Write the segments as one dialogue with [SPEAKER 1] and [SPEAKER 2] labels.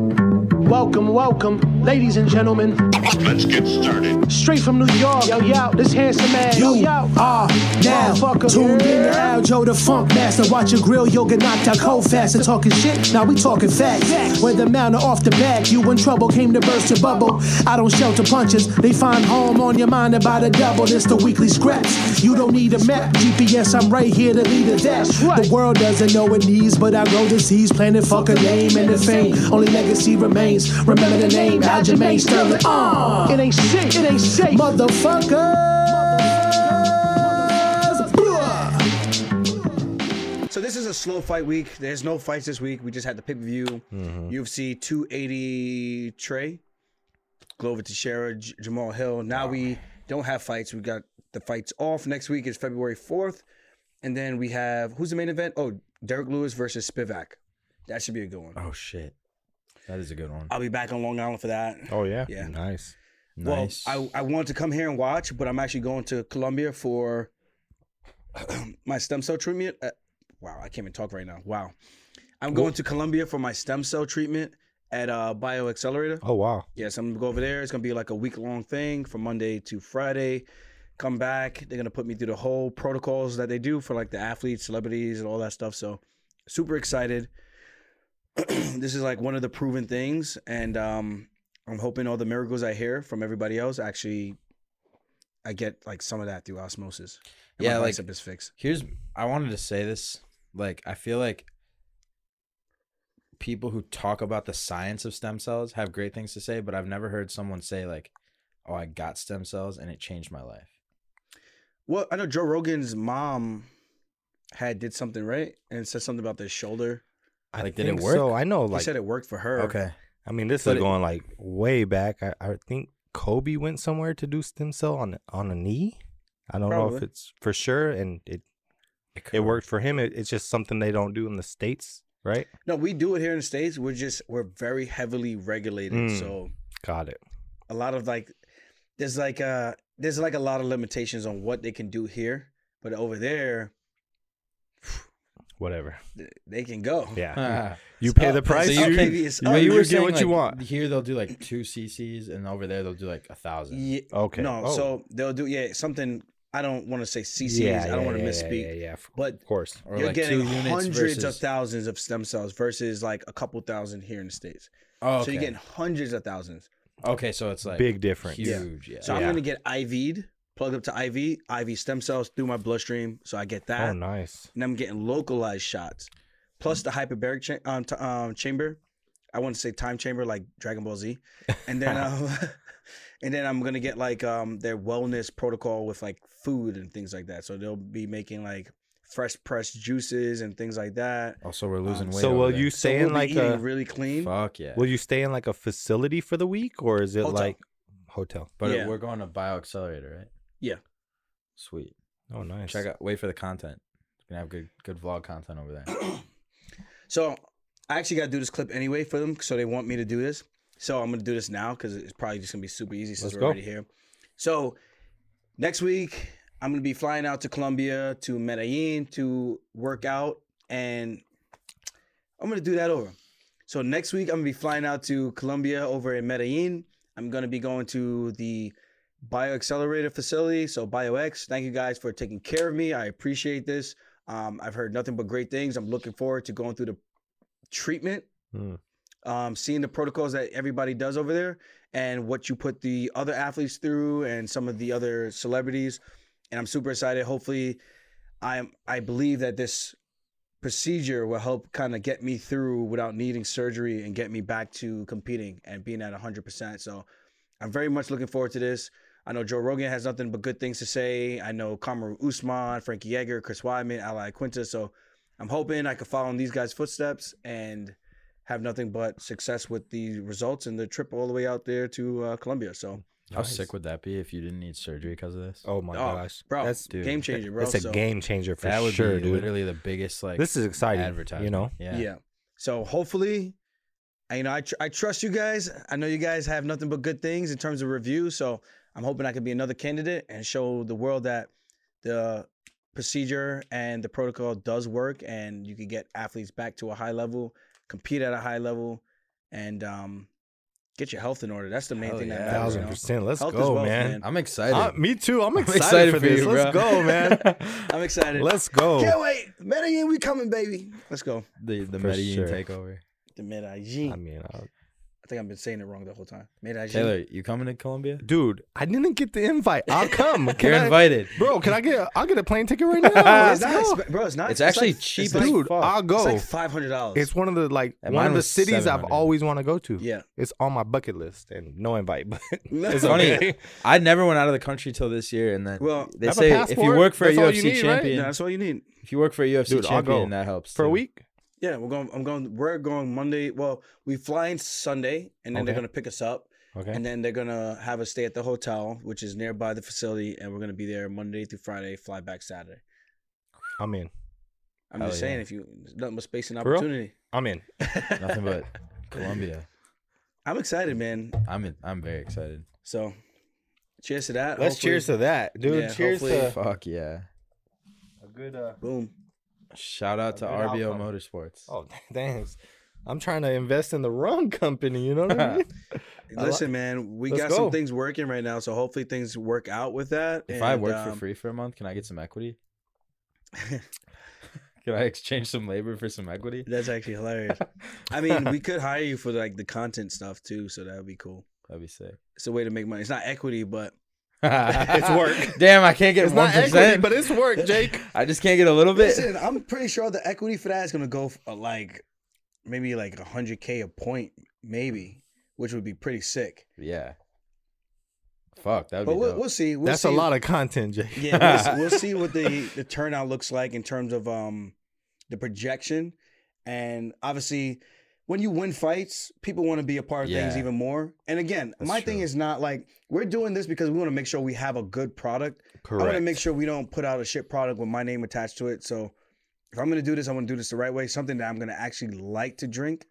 [SPEAKER 1] Welcome, welcome, welcome, ladies and gentlemen.
[SPEAKER 2] Let's get started.
[SPEAKER 1] Straight from New York, yo, yo, this handsome man, yo,
[SPEAKER 3] You
[SPEAKER 1] yo.
[SPEAKER 3] are now
[SPEAKER 1] Motherfucker.
[SPEAKER 3] tuned in to Al Joe the Funk Master. Watch your grill, yoga knocked out cold fast and talking shit. Now we talking
[SPEAKER 1] Facts.
[SPEAKER 3] facts. Whether mount or off the back, you in trouble came to burst your bubble. I don't shelter punches, they find home on your mind about a double. It's the weekly scraps. You don't need a map, GPS. I'm right here to lead a dash.
[SPEAKER 1] right.
[SPEAKER 3] The world doesn't know it needs, but I grow disease. Planet fuck a name and the fame. Only legacy remains. Remember the name, Al Jermaine Sterling. Uh,
[SPEAKER 1] It ain't shit, it ain't safe.
[SPEAKER 3] motherfuckers. Bruh.
[SPEAKER 4] So this is a slow fight week. There's no fights this week. We just had the pay per view.
[SPEAKER 5] Mm-hmm.
[SPEAKER 4] UFC 280 Trey, Glover Teixeira, J- Jamal Hill. Now we don't have fights. We got the fights off. Next week is February 4th, and then we have who's the main event? Oh, Derek Lewis versus Spivak. That should be a good one.
[SPEAKER 5] Oh shit, that is a good one.
[SPEAKER 4] I'll be back on Long Island for that.
[SPEAKER 5] Oh yeah,
[SPEAKER 4] Yeah.
[SPEAKER 5] nice,
[SPEAKER 4] Well,
[SPEAKER 5] nice.
[SPEAKER 4] I, I wanted to come here and watch, but I'm actually going to Colombia for my stem cell treatment. Uh, wow, I can't even talk right now. Wow. I'm going to Colombia for my stem cell treatment at uh, Bio Accelerator.
[SPEAKER 5] oh wow,
[SPEAKER 4] Yes, I'm gonna go over there. It's gonna be like a week long thing from Monday to Friday. Come back. They're gonna put me through the whole protocols that they do for like the athletes, celebrities, and all that stuff. So super excited. this is like one of the proven things, and um, I'm hoping all the miracles I hear from everybody else actually, I get like some of that through osmosis. And
[SPEAKER 5] Yeah,
[SPEAKER 4] my
[SPEAKER 5] like-
[SPEAKER 4] bicep is fixed.
[SPEAKER 5] Here's I wanted to say this. Like I feel like people who talk about the science of stem cells have great things to say, but I've never heard someone say like, "Oh, I got stem cells and it changed my life."
[SPEAKER 4] Well, I know Joe Rogan's mom had did something right and said something about their shoulder.
[SPEAKER 5] I like, did
[SPEAKER 6] think
[SPEAKER 5] it work?
[SPEAKER 6] So I know,
[SPEAKER 4] he
[SPEAKER 6] like,
[SPEAKER 4] said it worked for her.
[SPEAKER 5] okay,
[SPEAKER 6] I mean, this
[SPEAKER 5] But
[SPEAKER 6] is
[SPEAKER 5] it-
[SPEAKER 6] going like way back. I, I think Kobe went somewhere to do stem cell on on a knee. I don't know if
[SPEAKER 4] Probably.
[SPEAKER 6] it's for sure, and it it worked for him. It, it's just something they don't do in the states, right?
[SPEAKER 4] No, we do it here in the states. We're just we're very heavily regulated,
[SPEAKER 6] Mm.
[SPEAKER 4] so
[SPEAKER 6] Got it.
[SPEAKER 4] a lot of like there's like uh there's like a lot of limitations on what they can do here, but over there
[SPEAKER 6] Whatever.
[SPEAKER 4] th- they can go.
[SPEAKER 6] Yeah,
[SPEAKER 5] Ah.
[SPEAKER 6] you pay the price.
[SPEAKER 5] So
[SPEAKER 4] It's up,
[SPEAKER 5] you-
[SPEAKER 4] baby, it's
[SPEAKER 5] But
[SPEAKER 4] up.
[SPEAKER 6] you were
[SPEAKER 5] were
[SPEAKER 6] get
[SPEAKER 5] saying,
[SPEAKER 6] what you
[SPEAKER 5] like,
[SPEAKER 6] want.
[SPEAKER 5] Here they'll do like two CCs, and over there they'll do like a thousand.
[SPEAKER 4] Yeah,
[SPEAKER 6] Okay.
[SPEAKER 4] No,
[SPEAKER 6] Oh.
[SPEAKER 4] so they'll do yeah something. I don't want to say CCs.
[SPEAKER 6] Yeah,
[SPEAKER 4] I don't
[SPEAKER 6] yeah,
[SPEAKER 4] want to
[SPEAKER 6] yeah,
[SPEAKER 4] misspeak.
[SPEAKER 6] Yeah, yeah, yeah. Of
[SPEAKER 4] But
[SPEAKER 6] course.
[SPEAKER 5] Or
[SPEAKER 4] You're
[SPEAKER 5] like
[SPEAKER 4] getting
[SPEAKER 5] two units
[SPEAKER 4] hundreds
[SPEAKER 5] versus,
[SPEAKER 4] of thousands of stem cells versus like a couple thousand here in the states.
[SPEAKER 5] Oh, okay.
[SPEAKER 4] So you're getting hundreds of thousands.
[SPEAKER 5] okay, so it's like
[SPEAKER 6] Big difference.
[SPEAKER 5] huge. Yeah.
[SPEAKER 4] So I'm gonna get IV'd, plugged up to IV, IV stem cells through my bloodstream. So I get that.
[SPEAKER 6] Oh, nice.
[SPEAKER 4] and I'm getting localized shots, plus the hyperbaric cha- um, t- um, chamber. I want to say time chamber like Dragon Ball Z, and then um, and then I'm gonna get like um, their wellness protocol with like food and things like that. So they'll be making like fresh pressed juices and things like that.
[SPEAKER 5] Also, we're losing
[SPEAKER 4] Um,
[SPEAKER 5] weight.
[SPEAKER 6] so
[SPEAKER 5] over
[SPEAKER 6] will
[SPEAKER 5] there.
[SPEAKER 6] you
[SPEAKER 4] So
[SPEAKER 6] stay
[SPEAKER 4] we'll
[SPEAKER 6] in
[SPEAKER 4] be
[SPEAKER 6] like
[SPEAKER 4] eating
[SPEAKER 6] a
[SPEAKER 4] really clean.
[SPEAKER 5] Fuck yeah.
[SPEAKER 6] will you stay in like a facility for the week, or is it
[SPEAKER 4] Hotel.
[SPEAKER 6] like hotel?
[SPEAKER 5] But
[SPEAKER 4] Yeah.
[SPEAKER 5] we're going to BioAccelerator, right?
[SPEAKER 4] Yeah.
[SPEAKER 5] Sweet.
[SPEAKER 6] Oh, nice.
[SPEAKER 5] Check out. Wait for the content. We're gonna have good, good vlog content over there.
[SPEAKER 4] So I actually got to do this clip anyway for them, so they want me to do this. So I'm gonna do this now because it's probably just gonna be super easy since
[SPEAKER 6] Let's
[SPEAKER 4] we're
[SPEAKER 6] go.
[SPEAKER 4] already here. So next week I'm gonna be flying out to Colombia to Medellin to work out, and I'm gonna do that over. So next week I'm gonna be flying out to Colombia over in Medellin. I'm gonna be going to the bioaccelerator facility. So BioX, thank you guys for taking care of me. I appreciate this. Um, I've heard nothing but great things. I'm looking forward to going through the treatment,
[SPEAKER 6] Mm.
[SPEAKER 4] um, seeing the protocols that everybody does over there, and what you put the other athletes through, and some of the other celebrities. And I'm super excited. Hopefully, I'm. I believe that this procedure will help kind of get me through without needing surgery and get me back to competing and being at 100%. So I'm very much looking forward to this. I know Joe Rogan has nothing but good things to say. I know Kamaru Usman, Frankie Yeager, Chris Weidman, Ali Quinta. So I'm hoping I could follow in these guys' footsteps and have nothing but success with the results and the trip all the way out there to uh, Colombia. So,
[SPEAKER 5] How sick would that be if you didn't need surgery because of this?
[SPEAKER 6] Oh my
[SPEAKER 4] Oh,
[SPEAKER 6] gosh,
[SPEAKER 4] bro,
[SPEAKER 6] that's
[SPEAKER 5] dude,
[SPEAKER 4] game changer, bro.
[SPEAKER 6] That's a
[SPEAKER 4] So-
[SPEAKER 6] game changer for
[SPEAKER 5] that would
[SPEAKER 6] sure,
[SPEAKER 5] be
[SPEAKER 6] dude.
[SPEAKER 5] literally the biggest like.
[SPEAKER 6] this is exciting. You
[SPEAKER 5] advertisement.
[SPEAKER 6] know,
[SPEAKER 4] Yeah.
[SPEAKER 5] Yeah.
[SPEAKER 4] So hopefully, I- you know, I, tr- I trust you guys. I know you guys have nothing but good things in terms of reviews. So I'm hoping I could be another candidate and show the world that the procedure and the protocol does work, and you can get athletes back to a high level, compete at a high level, and um, Get your health in order. That's the main
[SPEAKER 5] Hell
[SPEAKER 4] thing
[SPEAKER 5] yeah.
[SPEAKER 4] that matters. you
[SPEAKER 6] Thousand
[SPEAKER 4] know?
[SPEAKER 6] percent. Let's
[SPEAKER 4] Health is
[SPEAKER 6] go,
[SPEAKER 4] wealth,
[SPEAKER 6] man.
[SPEAKER 4] man.
[SPEAKER 5] I'm excited.
[SPEAKER 6] Uh, me too. I'm
[SPEAKER 5] I'm
[SPEAKER 6] excited, for this.
[SPEAKER 5] you,
[SPEAKER 6] Let's
[SPEAKER 5] bro.
[SPEAKER 6] go, man.
[SPEAKER 4] I'm excited.
[SPEAKER 6] Let's go.
[SPEAKER 4] Can't wait. Medellin, we coming, baby. Let's go.
[SPEAKER 5] the the
[SPEAKER 6] For
[SPEAKER 5] Medellin
[SPEAKER 6] sure.
[SPEAKER 5] takeover.
[SPEAKER 4] The Medellin.
[SPEAKER 6] I mean, uh, I-
[SPEAKER 4] I think I've been saying it wrong the whole time. Medellin.
[SPEAKER 5] Taylor, you coming to Colombia?
[SPEAKER 6] dude, I didn't get the invite. I'll come. Can
[SPEAKER 5] You're
[SPEAKER 6] I-
[SPEAKER 5] invited.
[SPEAKER 6] bro. Can I get? A, I'll get a plane ticket right now.
[SPEAKER 4] Oh,
[SPEAKER 6] Let's
[SPEAKER 4] it's not
[SPEAKER 6] go.
[SPEAKER 4] exp- bro, it's not.
[SPEAKER 5] It's actually
[SPEAKER 4] like-
[SPEAKER 5] cheap
[SPEAKER 4] like-
[SPEAKER 5] as
[SPEAKER 6] Dude,
[SPEAKER 5] fuck.
[SPEAKER 6] I'll go.
[SPEAKER 4] It's
[SPEAKER 6] It's,
[SPEAKER 4] like five hundred dollars.
[SPEAKER 6] one of the like
[SPEAKER 5] And
[SPEAKER 6] one
[SPEAKER 5] mine
[SPEAKER 6] of the
[SPEAKER 5] was
[SPEAKER 6] cities I've
[SPEAKER 5] 700.
[SPEAKER 6] always want to go to.
[SPEAKER 4] yeah.
[SPEAKER 6] It's on my bucket list and no invite, but it's
[SPEAKER 5] Funny,
[SPEAKER 6] okay.
[SPEAKER 5] I never went out of the country till this year, and then
[SPEAKER 4] Well,
[SPEAKER 5] they
[SPEAKER 6] have a
[SPEAKER 5] say if you
[SPEAKER 6] passport,
[SPEAKER 5] work for a
[SPEAKER 6] that's all you
[SPEAKER 5] UFC
[SPEAKER 6] need, right?
[SPEAKER 5] champion,
[SPEAKER 4] No, that's all you need.
[SPEAKER 5] if you work for a UFC
[SPEAKER 6] Dude, I'll go.
[SPEAKER 5] champion, that helps
[SPEAKER 6] for a
[SPEAKER 5] too.
[SPEAKER 6] week.
[SPEAKER 4] Yeah, we're going. I'm going. We're going Monday. Well, we fly in Sunday, and then they're
[SPEAKER 6] Okay.
[SPEAKER 4] gonna pick us up,
[SPEAKER 6] Okay.
[SPEAKER 4] and then they're gonna have us stay at the hotel, which is nearby the facility, and we're gonna be there Monday through Friday. Fly back Saturday.
[SPEAKER 6] I'm in.
[SPEAKER 4] I'm
[SPEAKER 5] Hell
[SPEAKER 4] just
[SPEAKER 5] yeah.
[SPEAKER 4] saying, if you there's nothing but space and
[SPEAKER 6] For real?
[SPEAKER 4] opportunity.
[SPEAKER 6] I'm in.
[SPEAKER 5] Nothing but Colombia.
[SPEAKER 4] I'm excited, man.
[SPEAKER 5] I'm in, I'm very excited.
[SPEAKER 4] So, cheers to that.
[SPEAKER 6] Let's
[SPEAKER 4] Hopefully-
[SPEAKER 6] cheers to that, dude.
[SPEAKER 4] Yeah,
[SPEAKER 6] cheers
[SPEAKER 4] hopefully-
[SPEAKER 6] to
[SPEAKER 5] Fuck yeah!
[SPEAKER 6] a good. Uh,
[SPEAKER 4] Boom.
[SPEAKER 5] Shout out to
[SPEAKER 6] Good
[SPEAKER 5] RBO
[SPEAKER 6] outcome.
[SPEAKER 5] Motorsports.
[SPEAKER 6] oh, thanks. I'm trying to invest in the wrong company. You know what I mean?
[SPEAKER 4] Listen, man, we
[SPEAKER 6] Let's
[SPEAKER 4] got
[SPEAKER 6] go.
[SPEAKER 4] some things working right now, so hopefully things work out with that.
[SPEAKER 5] If I
[SPEAKER 4] and,
[SPEAKER 5] work for
[SPEAKER 4] um,
[SPEAKER 5] free for a month, can I get some equity? can I exchange some labor for some equity?
[SPEAKER 4] that's actually hilarious. I mean, we could hire you for like the content stuff too, so that would be cool.
[SPEAKER 5] That'd be sick.
[SPEAKER 4] It's a way to make money. It's not equity, but
[SPEAKER 5] it's
[SPEAKER 6] work.
[SPEAKER 5] Damn, I can't get
[SPEAKER 6] It's not
[SPEAKER 5] one
[SPEAKER 6] equity,
[SPEAKER 5] percent.
[SPEAKER 6] but it's work, Jake.
[SPEAKER 5] I just can't get a little bit.
[SPEAKER 4] listen, I'm pretty sure the equity for that is gonna go for like maybe like 100k a point, maybe, which would be pretty sick.
[SPEAKER 5] Yeah. Fuck, that would
[SPEAKER 4] But
[SPEAKER 5] be
[SPEAKER 4] we'll,
[SPEAKER 5] dope.
[SPEAKER 4] we'll see. We'll
[SPEAKER 6] That's a
[SPEAKER 4] see.
[SPEAKER 6] lot of content, Jake.
[SPEAKER 4] yeah, we'll, we'll see what the the turnout looks like in terms of um the projection, and obviously when you win fights, people want to be a part of things
[SPEAKER 5] Yeah.
[SPEAKER 4] even more. And again,
[SPEAKER 5] That's
[SPEAKER 4] my thing
[SPEAKER 5] true.
[SPEAKER 4] is not like we're doing this because we want to make sure we have a good product. I want to make sure we don't put out a shit product with my name attached to it. So if I'm gonna do this, I want to do this the right way. Something that I'm gonna actually like to drink.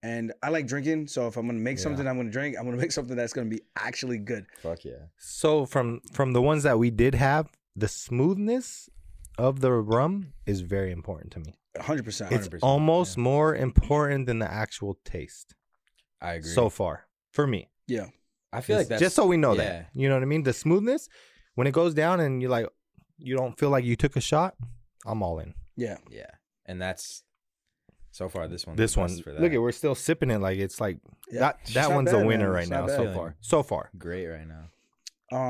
[SPEAKER 4] And I like drinking, so if I'm gonna make
[SPEAKER 5] Yeah.
[SPEAKER 4] something I'm gonna drink, I'm gonna make something that's gonna be actually good.
[SPEAKER 5] Fuck yeah.
[SPEAKER 6] So from from the ones that we did have, the smoothness of the rum is very important to me.
[SPEAKER 4] 100%.
[SPEAKER 6] It's
[SPEAKER 5] 100%,
[SPEAKER 6] almost more important than the actual taste
[SPEAKER 5] I agree.
[SPEAKER 6] so far for me.
[SPEAKER 5] I feel like that's
[SPEAKER 6] just so we know
[SPEAKER 5] yeah.
[SPEAKER 6] that. You know what I mean? The smoothness when it goes down and you're like you don't feel like you took a shot, I'm all in.
[SPEAKER 4] yeah.
[SPEAKER 5] Yeah. And that's so far this one.
[SPEAKER 6] This one. Look at we're still sipping it like it's like
[SPEAKER 4] Yeah.
[SPEAKER 6] that
[SPEAKER 4] It's
[SPEAKER 6] that
[SPEAKER 4] not
[SPEAKER 6] one's
[SPEAKER 4] bad,
[SPEAKER 6] a
[SPEAKER 4] man.
[SPEAKER 6] winner right
[SPEAKER 4] It's
[SPEAKER 6] now
[SPEAKER 4] not bad.
[SPEAKER 6] so far. So far.
[SPEAKER 5] great right now.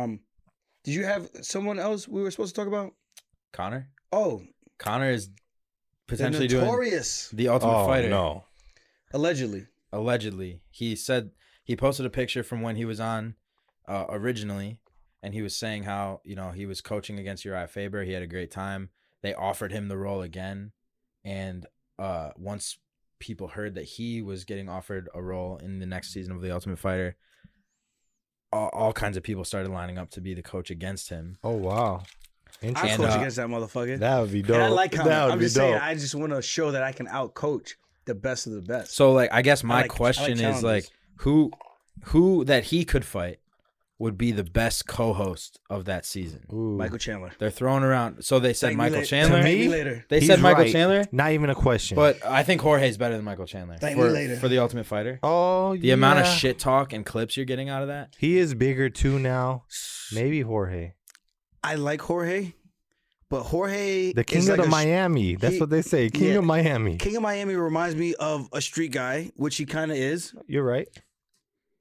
[SPEAKER 4] Um, did you have someone else we were supposed to talk about?
[SPEAKER 5] Connor?
[SPEAKER 4] Oh,
[SPEAKER 5] Connor is
[SPEAKER 4] the
[SPEAKER 5] potentially doing
[SPEAKER 4] notorious,
[SPEAKER 5] the ultimate fighter.
[SPEAKER 6] Oh, no.
[SPEAKER 4] allegedly.
[SPEAKER 5] Allegedly. He said he posted a picture from when he was on uh, originally and he was saying how, you know, he was coaching against Uriah Faber. He had a great time. They offered him the role again. And uh once people heard that he was getting offered a role in the next season of The Ultimate Fighter, all, all kinds of people started lining up to be the coach against him.
[SPEAKER 6] Oh wow.
[SPEAKER 4] I
[SPEAKER 6] Interesting.
[SPEAKER 5] And,
[SPEAKER 4] coach
[SPEAKER 5] uh,
[SPEAKER 4] against that motherfucker.
[SPEAKER 6] that would be dope.
[SPEAKER 4] and I like
[SPEAKER 6] that
[SPEAKER 4] Connor.
[SPEAKER 6] would
[SPEAKER 4] I'm
[SPEAKER 6] be
[SPEAKER 4] just
[SPEAKER 6] dope.
[SPEAKER 4] saying, I just want to show that I can outcoach the best of the best.
[SPEAKER 5] So like I guess
[SPEAKER 4] I
[SPEAKER 5] my
[SPEAKER 4] like- I like
[SPEAKER 5] question is
[SPEAKER 4] challenges.
[SPEAKER 5] like who who that he could fight would be the best co-host of that season.
[SPEAKER 6] Ooh.
[SPEAKER 4] Michael Chandler.
[SPEAKER 5] They're throwing around. So they said
[SPEAKER 4] Thank me
[SPEAKER 5] Michael
[SPEAKER 4] la-
[SPEAKER 5] Chandler.
[SPEAKER 4] thank
[SPEAKER 6] me?
[SPEAKER 4] later.
[SPEAKER 5] They
[SPEAKER 6] He's
[SPEAKER 5] said Michael
[SPEAKER 6] right.
[SPEAKER 5] Chandler,
[SPEAKER 6] Not even a question.
[SPEAKER 5] but I think Jorge's better than Michael Chandler
[SPEAKER 4] Thank me
[SPEAKER 5] for,
[SPEAKER 4] later.
[SPEAKER 5] for the Ultimate Fighter.
[SPEAKER 6] oh,
[SPEAKER 5] The amount of
[SPEAKER 6] yeah.
[SPEAKER 5] shit talk and clips you're getting out of that.
[SPEAKER 6] He is bigger too now. Maybe Jorge,
[SPEAKER 4] I like Jorge, but Jorge,
[SPEAKER 6] the king
[SPEAKER 4] is
[SPEAKER 6] of
[SPEAKER 4] like
[SPEAKER 6] the
[SPEAKER 4] a-
[SPEAKER 6] Miami. That's
[SPEAKER 4] he-
[SPEAKER 6] what they say, king
[SPEAKER 4] yeah.
[SPEAKER 6] of Miami.
[SPEAKER 4] King of Miami reminds me of a street guy, which he kind of is.
[SPEAKER 6] You're right.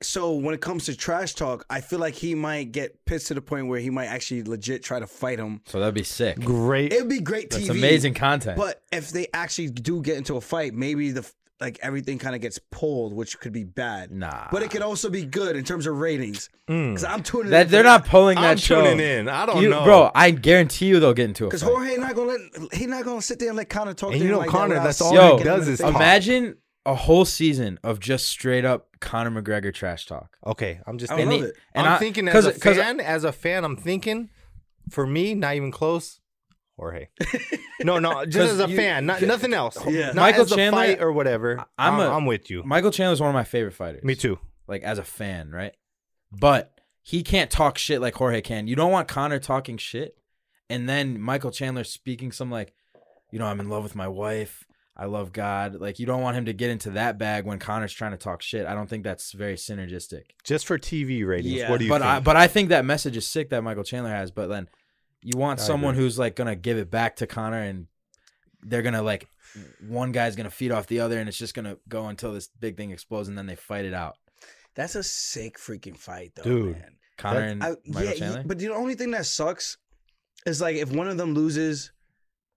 [SPEAKER 4] So when it comes to trash talk, I feel like he might get pissed to the point where he might actually legit try to fight him.
[SPEAKER 5] So that'd be sick.
[SPEAKER 6] Great.
[SPEAKER 4] It'd be great TV.
[SPEAKER 5] That's amazing content.
[SPEAKER 4] But if they actually do get into a fight, maybe the f- like everything kind of gets pulled, which could be bad.
[SPEAKER 5] Nah. Mm.
[SPEAKER 4] But it could also be good in terms of ratings. Because I'm tuning
[SPEAKER 5] that
[SPEAKER 4] in.
[SPEAKER 5] they're not pulling that
[SPEAKER 6] I'm
[SPEAKER 5] show.
[SPEAKER 6] tuning in. I don't
[SPEAKER 5] You-
[SPEAKER 6] know,
[SPEAKER 5] bro. I guarantee you they'll get into a
[SPEAKER 4] Because
[SPEAKER 5] fight.
[SPEAKER 4] Jorge not gonna let he not gonna sit there and let Connor talk. to
[SPEAKER 6] And you
[SPEAKER 4] him
[SPEAKER 6] know
[SPEAKER 4] like
[SPEAKER 6] Conor,
[SPEAKER 4] that without
[SPEAKER 6] that's all
[SPEAKER 5] he
[SPEAKER 4] smacking him
[SPEAKER 6] does
[SPEAKER 4] in the
[SPEAKER 6] is
[SPEAKER 4] face.
[SPEAKER 6] talk.
[SPEAKER 5] Imagine a whole season of just straight up Conor McGregor trash talk.
[SPEAKER 6] Okay, I'm just
[SPEAKER 4] I love
[SPEAKER 6] thinking.
[SPEAKER 4] it.
[SPEAKER 5] And
[SPEAKER 6] I'm
[SPEAKER 5] I-
[SPEAKER 6] thinking as
[SPEAKER 5] 'cause-
[SPEAKER 6] a
[SPEAKER 5] 'cause-
[SPEAKER 6] fan. As a fan, I'm thinking. For me, not even close. Jorge. No, no, just
[SPEAKER 5] 'Cause
[SPEAKER 6] as a
[SPEAKER 5] you-
[SPEAKER 6] fan, not, nothing else.
[SPEAKER 4] Yeah.
[SPEAKER 6] Not
[SPEAKER 5] Michael
[SPEAKER 6] as a
[SPEAKER 5] Chandler,
[SPEAKER 6] fight or whatever.
[SPEAKER 5] I'm
[SPEAKER 6] I'm,
[SPEAKER 5] a-
[SPEAKER 6] I'm with you.
[SPEAKER 5] Michael Chandler's one of my favorite fighters.
[SPEAKER 6] Me too.
[SPEAKER 5] Like as a fan, right? But he can't talk shit like Jorge can. You don't want Connor talking shit, and then Michael Chandler speaking some like, you know, I'm in love with my wife. I love God. Like you don't want him to get into that bag when Connor's trying to talk shit. I don't think that's very synergistic.
[SPEAKER 6] Just for TV ratings,
[SPEAKER 4] Yeah,
[SPEAKER 6] what do you
[SPEAKER 5] But
[SPEAKER 6] think?
[SPEAKER 5] I but I think that message is sick that Michael Chandler has. But then you want
[SPEAKER 6] I
[SPEAKER 5] someone
[SPEAKER 6] agree.
[SPEAKER 5] who's like gonna give it back to Connor and they're gonna like one guy's gonna feed off the other and it's just gonna go until this big thing explodes and then they fight it out.
[SPEAKER 4] That's a sick freaking fight, though,
[SPEAKER 6] Dude.
[SPEAKER 4] man.
[SPEAKER 5] Connor
[SPEAKER 6] That's-
[SPEAKER 5] and
[SPEAKER 4] I,
[SPEAKER 5] Mm, Michael
[SPEAKER 4] yeah, ye-
[SPEAKER 5] Chandler.
[SPEAKER 4] but the only thing that sucks is like if one of them loses,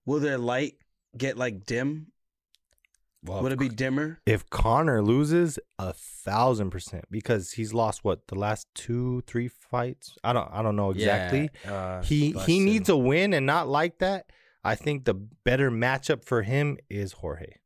[SPEAKER 4] will their light get like dim?
[SPEAKER 6] Well,
[SPEAKER 4] Would it be dimmer?
[SPEAKER 6] if Connor loses a thousand percent because he's lost what the last two, three fights. I don't, I don't know exactly.
[SPEAKER 5] Yeah, uh,
[SPEAKER 6] he he
[SPEAKER 5] Busted.
[SPEAKER 6] needs a win, and not like that. I think the better matchup for him is Jorge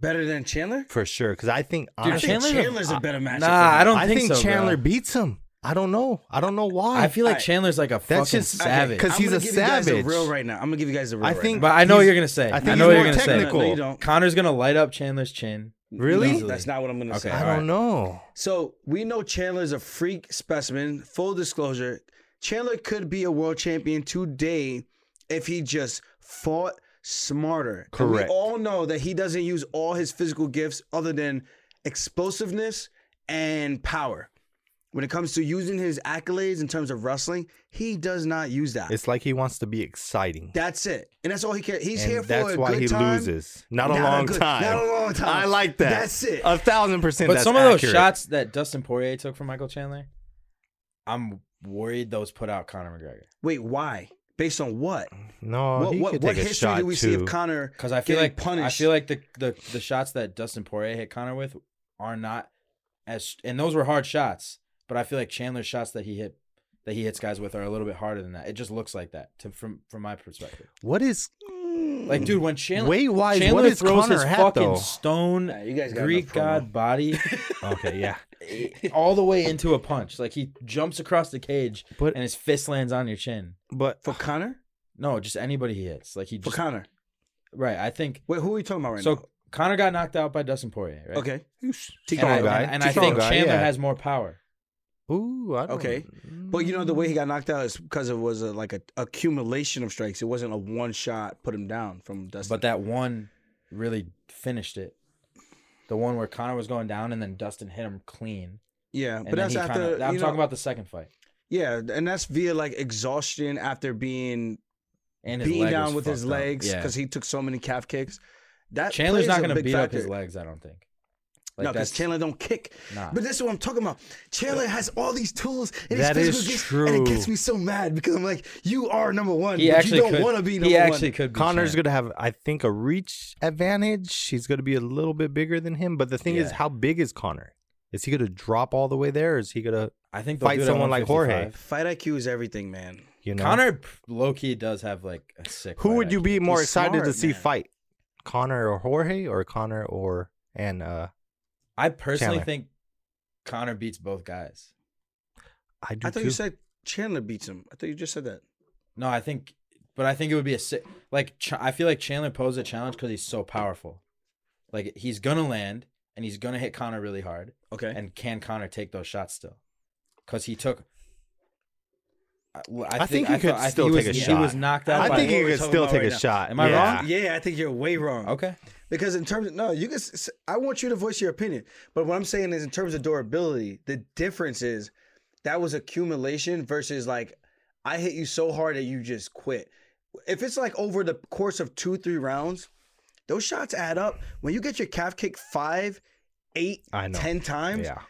[SPEAKER 4] Better than Chandler?
[SPEAKER 6] for sure. Because I think
[SPEAKER 5] Dude,
[SPEAKER 4] I
[SPEAKER 6] honestly,
[SPEAKER 4] think
[SPEAKER 5] Chandler's a-
[SPEAKER 4] Chandler's a better matchup.
[SPEAKER 5] Nah,
[SPEAKER 4] for him.
[SPEAKER 5] I don't
[SPEAKER 6] I
[SPEAKER 5] think,
[SPEAKER 6] think
[SPEAKER 5] so,
[SPEAKER 6] Chandler
[SPEAKER 5] bro.
[SPEAKER 6] beats him. I don't know. I don't know why.
[SPEAKER 5] I feel like
[SPEAKER 4] I-
[SPEAKER 5] Chandler's like a fucking
[SPEAKER 6] That's just- okay,
[SPEAKER 5] savage.
[SPEAKER 6] 'cause
[SPEAKER 4] I'm
[SPEAKER 6] he's
[SPEAKER 4] gonna
[SPEAKER 6] a
[SPEAKER 4] give you guys the
[SPEAKER 6] savage.
[SPEAKER 4] real right now. I'm gonna give you guys the real.
[SPEAKER 6] I
[SPEAKER 4] right
[SPEAKER 6] think-
[SPEAKER 4] now.
[SPEAKER 5] But I know what
[SPEAKER 6] he's-
[SPEAKER 5] you're gonna say.
[SPEAKER 6] I
[SPEAKER 5] I,
[SPEAKER 6] think he's
[SPEAKER 5] know what
[SPEAKER 6] more
[SPEAKER 5] you're gonna
[SPEAKER 6] technical.
[SPEAKER 4] No,
[SPEAKER 5] say.
[SPEAKER 4] you don't.
[SPEAKER 5] Connor's gonna light up Chandler's chin.
[SPEAKER 6] Really?
[SPEAKER 5] Easily.
[SPEAKER 4] that's not what I'm gonna
[SPEAKER 5] Okay.
[SPEAKER 4] say.
[SPEAKER 6] I
[SPEAKER 5] All
[SPEAKER 6] don't
[SPEAKER 5] right.
[SPEAKER 6] know.
[SPEAKER 4] So we know Chandler's a freak specimen. Full disclosure, Chandler could be a world champion today if he just fought smarter. And
[SPEAKER 6] Correct.
[SPEAKER 4] we all know that he doesn't use all his physical gifts other than explosiveness and power. When it comes to using his accolades in terms of wrestling, he does not use that.
[SPEAKER 6] It's like he wants to be exciting.
[SPEAKER 4] that's it, and that's all he cares. He's
[SPEAKER 6] and
[SPEAKER 4] here for
[SPEAKER 6] that's
[SPEAKER 4] a
[SPEAKER 6] why
[SPEAKER 4] good
[SPEAKER 6] he
[SPEAKER 4] time.
[SPEAKER 6] loses. Not, a
[SPEAKER 4] Not a
[SPEAKER 6] long
[SPEAKER 4] good-
[SPEAKER 6] time.
[SPEAKER 4] not a long time.
[SPEAKER 6] I like that. Uh,
[SPEAKER 4] That's it.
[SPEAKER 6] A thousand percent.
[SPEAKER 5] But
[SPEAKER 6] that's
[SPEAKER 5] some of those
[SPEAKER 6] accurate.
[SPEAKER 5] shots that Dustin Poirier took from Michael Chandler, I'm worried those put out Conor McGregor
[SPEAKER 4] Wait, why? Based on what?
[SPEAKER 6] No,
[SPEAKER 4] what
[SPEAKER 6] Oh, he
[SPEAKER 4] what,
[SPEAKER 6] could
[SPEAKER 4] what
[SPEAKER 6] take a
[SPEAKER 4] history
[SPEAKER 6] shot
[SPEAKER 4] do we
[SPEAKER 6] too.
[SPEAKER 4] see of Connor?
[SPEAKER 5] because I feel
[SPEAKER 4] Getting
[SPEAKER 5] like I
[SPEAKER 4] punished.
[SPEAKER 5] feel like the, the the shots that Dustin Poirier hit Conor with are not as and those were hard shots, but I feel like Chandler's shots that he hit that he hits guys with are a little bit harder than that. It just looks like that to, from from my perspective.
[SPEAKER 6] what is
[SPEAKER 5] Like, dude, when Chandler
[SPEAKER 6] Weight-wise, what
[SPEAKER 5] Chandler
[SPEAKER 6] does
[SPEAKER 5] throws
[SPEAKER 6] Conor
[SPEAKER 5] his
[SPEAKER 6] have,
[SPEAKER 5] fucking
[SPEAKER 6] though?
[SPEAKER 5] stone
[SPEAKER 4] Nah, you guys got
[SPEAKER 5] Greek
[SPEAKER 4] enough promo.
[SPEAKER 5] god body
[SPEAKER 6] okay? Yeah,
[SPEAKER 5] all the way into a punch, like he jumps across the cage
[SPEAKER 6] But-
[SPEAKER 5] and his fist lands on your chin.
[SPEAKER 6] but
[SPEAKER 4] For Connor?
[SPEAKER 5] No, just anybody he hits, like he
[SPEAKER 4] For
[SPEAKER 5] just
[SPEAKER 4] Connor.
[SPEAKER 5] right. I think
[SPEAKER 4] Wait, who are we talking about right
[SPEAKER 5] so.
[SPEAKER 4] now?
[SPEAKER 5] Connor got knocked out by Dustin Poirier, right?
[SPEAKER 4] Okay.
[SPEAKER 5] and I,
[SPEAKER 6] Strong guy.
[SPEAKER 5] and, and I
[SPEAKER 6] Strong
[SPEAKER 5] think
[SPEAKER 6] guy,
[SPEAKER 5] Chandler
[SPEAKER 6] yeah.
[SPEAKER 5] has more power.
[SPEAKER 6] ooh, I don't,
[SPEAKER 4] Okay. But you know the way he got knocked out is because it was a, like a accumulation of strikes. It wasn't a one shot put him down from Dustin.
[SPEAKER 5] But that one really finished it. The one where Connor was going down and then Dustin hit him clean.
[SPEAKER 4] yeah,
[SPEAKER 5] And
[SPEAKER 4] but
[SPEAKER 5] then
[SPEAKER 4] that's
[SPEAKER 5] he
[SPEAKER 4] after
[SPEAKER 5] kinda, I'm
[SPEAKER 4] you know-
[SPEAKER 5] talking about the second fight.
[SPEAKER 4] yeah, and that's via like exhaustion after being
[SPEAKER 5] And his
[SPEAKER 4] beaten
[SPEAKER 5] leg was
[SPEAKER 4] down with his
[SPEAKER 5] fucked up.
[SPEAKER 4] legs
[SPEAKER 5] Yeah.
[SPEAKER 4] because he took so many calf kicks. That
[SPEAKER 5] Chandler's
[SPEAKER 4] plays
[SPEAKER 5] not
[SPEAKER 4] a
[SPEAKER 5] going to
[SPEAKER 4] big
[SPEAKER 5] beat up his
[SPEAKER 4] factor.
[SPEAKER 5] legs, I don't think.
[SPEAKER 4] no, because
[SPEAKER 5] that's-
[SPEAKER 4] Chandler don't kick.
[SPEAKER 5] Nah.
[SPEAKER 4] But this is what I'm talking about. Chandler has all these tools. And
[SPEAKER 6] That
[SPEAKER 4] his
[SPEAKER 6] is
[SPEAKER 4] physical gifts, And it
[SPEAKER 6] true.
[SPEAKER 4] gets me so mad because I'm like, you are number one.
[SPEAKER 5] he
[SPEAKER 4] but
[SPEAKER 5] actually
[SPEAKER 4] you don't
[SPEAKER 5] could
[SPEAKER 4] want to be number
[SPEAKER 5] He
[SPEAKER 4] one.
[SPEAKER 5] actually could be
[SPEAKER 6] Connor's
[SPEAKER 5] champ.
[SPEAKER 6] gonna have, I think, a reach advantage. He's gonna be a little bit bigger than him. But the thing is,
[SPEAKER 5] Yeah.
[SPEAKER 6] how big is Connor? Is he gonna drop all the way there? Is he gonna?
[SPEAKER 5] I think they'll
[SPEAKER 6] fight
[SPEAKER 5] do it at
[SPEAKER 6] someone like Jorge.
[SPEAKER 5] 155.
[SPEAKER 4] Fight IQ is everything, man.
[SPEAKER 6] You know, uh,
[SPEAKER 5] Connor low key does have like a sick.
[SPEAKER 6] Who
[SPEAKER 5] fight
[SPEAKER 6] would you
[SPEAKER 5] IQ.
[SPEAKER 6] be more
[SPEAKER 4] He's
[SPEAKER 6] excited to
[SPEAKER 4] smart,
[SPEAKER 6] see
[SPEAKER 4] man.
[SPEAKER 6] fight? Connor or Jorge, or Connor or and uh?
[SPEAKER 5] I personally
[SPEAKER 6] Chandler.
[SPEAKER 5] think Connor beats both guys.
[SPEAKER 6] I do
[SPEAKER 4] I thought
[SPEAKER 6] too.
[SPEAKER 4] you said Chandler beats him. I thought you just said that.
[SPEAKER 5] No, I think, but I think it would be a sick. Like Ch- I feel like Chandler posed a challenge because he's so powerful. Like he's gonna land and he's gonna hit Connor really hard.
[SPEAKER 4] Okay.
[SPEAKER 5] And can Connor take those shots still? Because he took. I, well, I
[SPEAKER 6] I think he
[SPEAKER 5] I
[SPEAKER 6] could
[SPEAKER 5] thought- I
[SPEAKER 6] still
[SPEAKER 5] he
[SPEAKER 6] take
[SPEAKER 5] was,
[SPEAKER 6] a
[SPEAKER 5] He was
[SPEAKER 6] shot.
[SPEAKER 5] knocked out.
[SPEAKER 6] I
[SPEAKER 5] by
[SPEAKER 6] think
[SPEAKER 4] what
[SPEAKER 6] he
[SPEAKER 4] we're
[SPEAKER 6] could
[SPEAKER 4] talking
[SPEAKER 6] still
[SPEAKER 4] about
[SPEAKER 6] take
[SPEAKER 4] right
[SPEAKER 6] a
[SPEAKER 4] now.
[SPEAKER 6] shot.
[SPEAKER 5] Am I
[SPEAKER 6] Yeah.
[SPEAKER 5] wrong?
[SPEAKER 4] Yeah, I think you're way wrong.
[SPEAKER 5] Okay.
[SPEAKER 4] Because in terms of no, you can. s- I want you to voice your opinion, but what I'm saying is, in terms of durability, the difference is that was accumulation versus like I hit you so hard that you just quit. If it's like over the course of two, three rounds, those shots add up. When you get your calf kick five, eight,
[SPEAKER 6] I know.
[SPEAKER 4] ten times,
[SPEAKER 6] Yeah.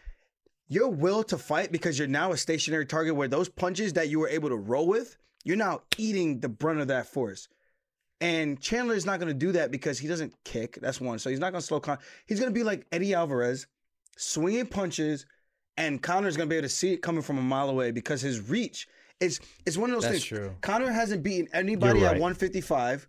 [SPEAKER 4] your will to fight because you're now a stationary target where those punches that you were able to roll with, you're now eating the brunt of that force. And Chandler is not going to do that because he doesn't kick. That's one. So he's not going to slow Con. He's going to be like Eddie Alvarez, swinging punches, and Connor's going to be able to see it coming from a mile away because his reach is it's one of those
[SPEAKER 5] That's
[SPEAKER 4] things.
[SPEAKER 5] true.
[SPEAKER 4] Connor hasn't beaten anybody
[SPEAKER 6] You're
[SPEAKER 4] at
[SPEAKER 6] right.
[SPEAKER 4] 155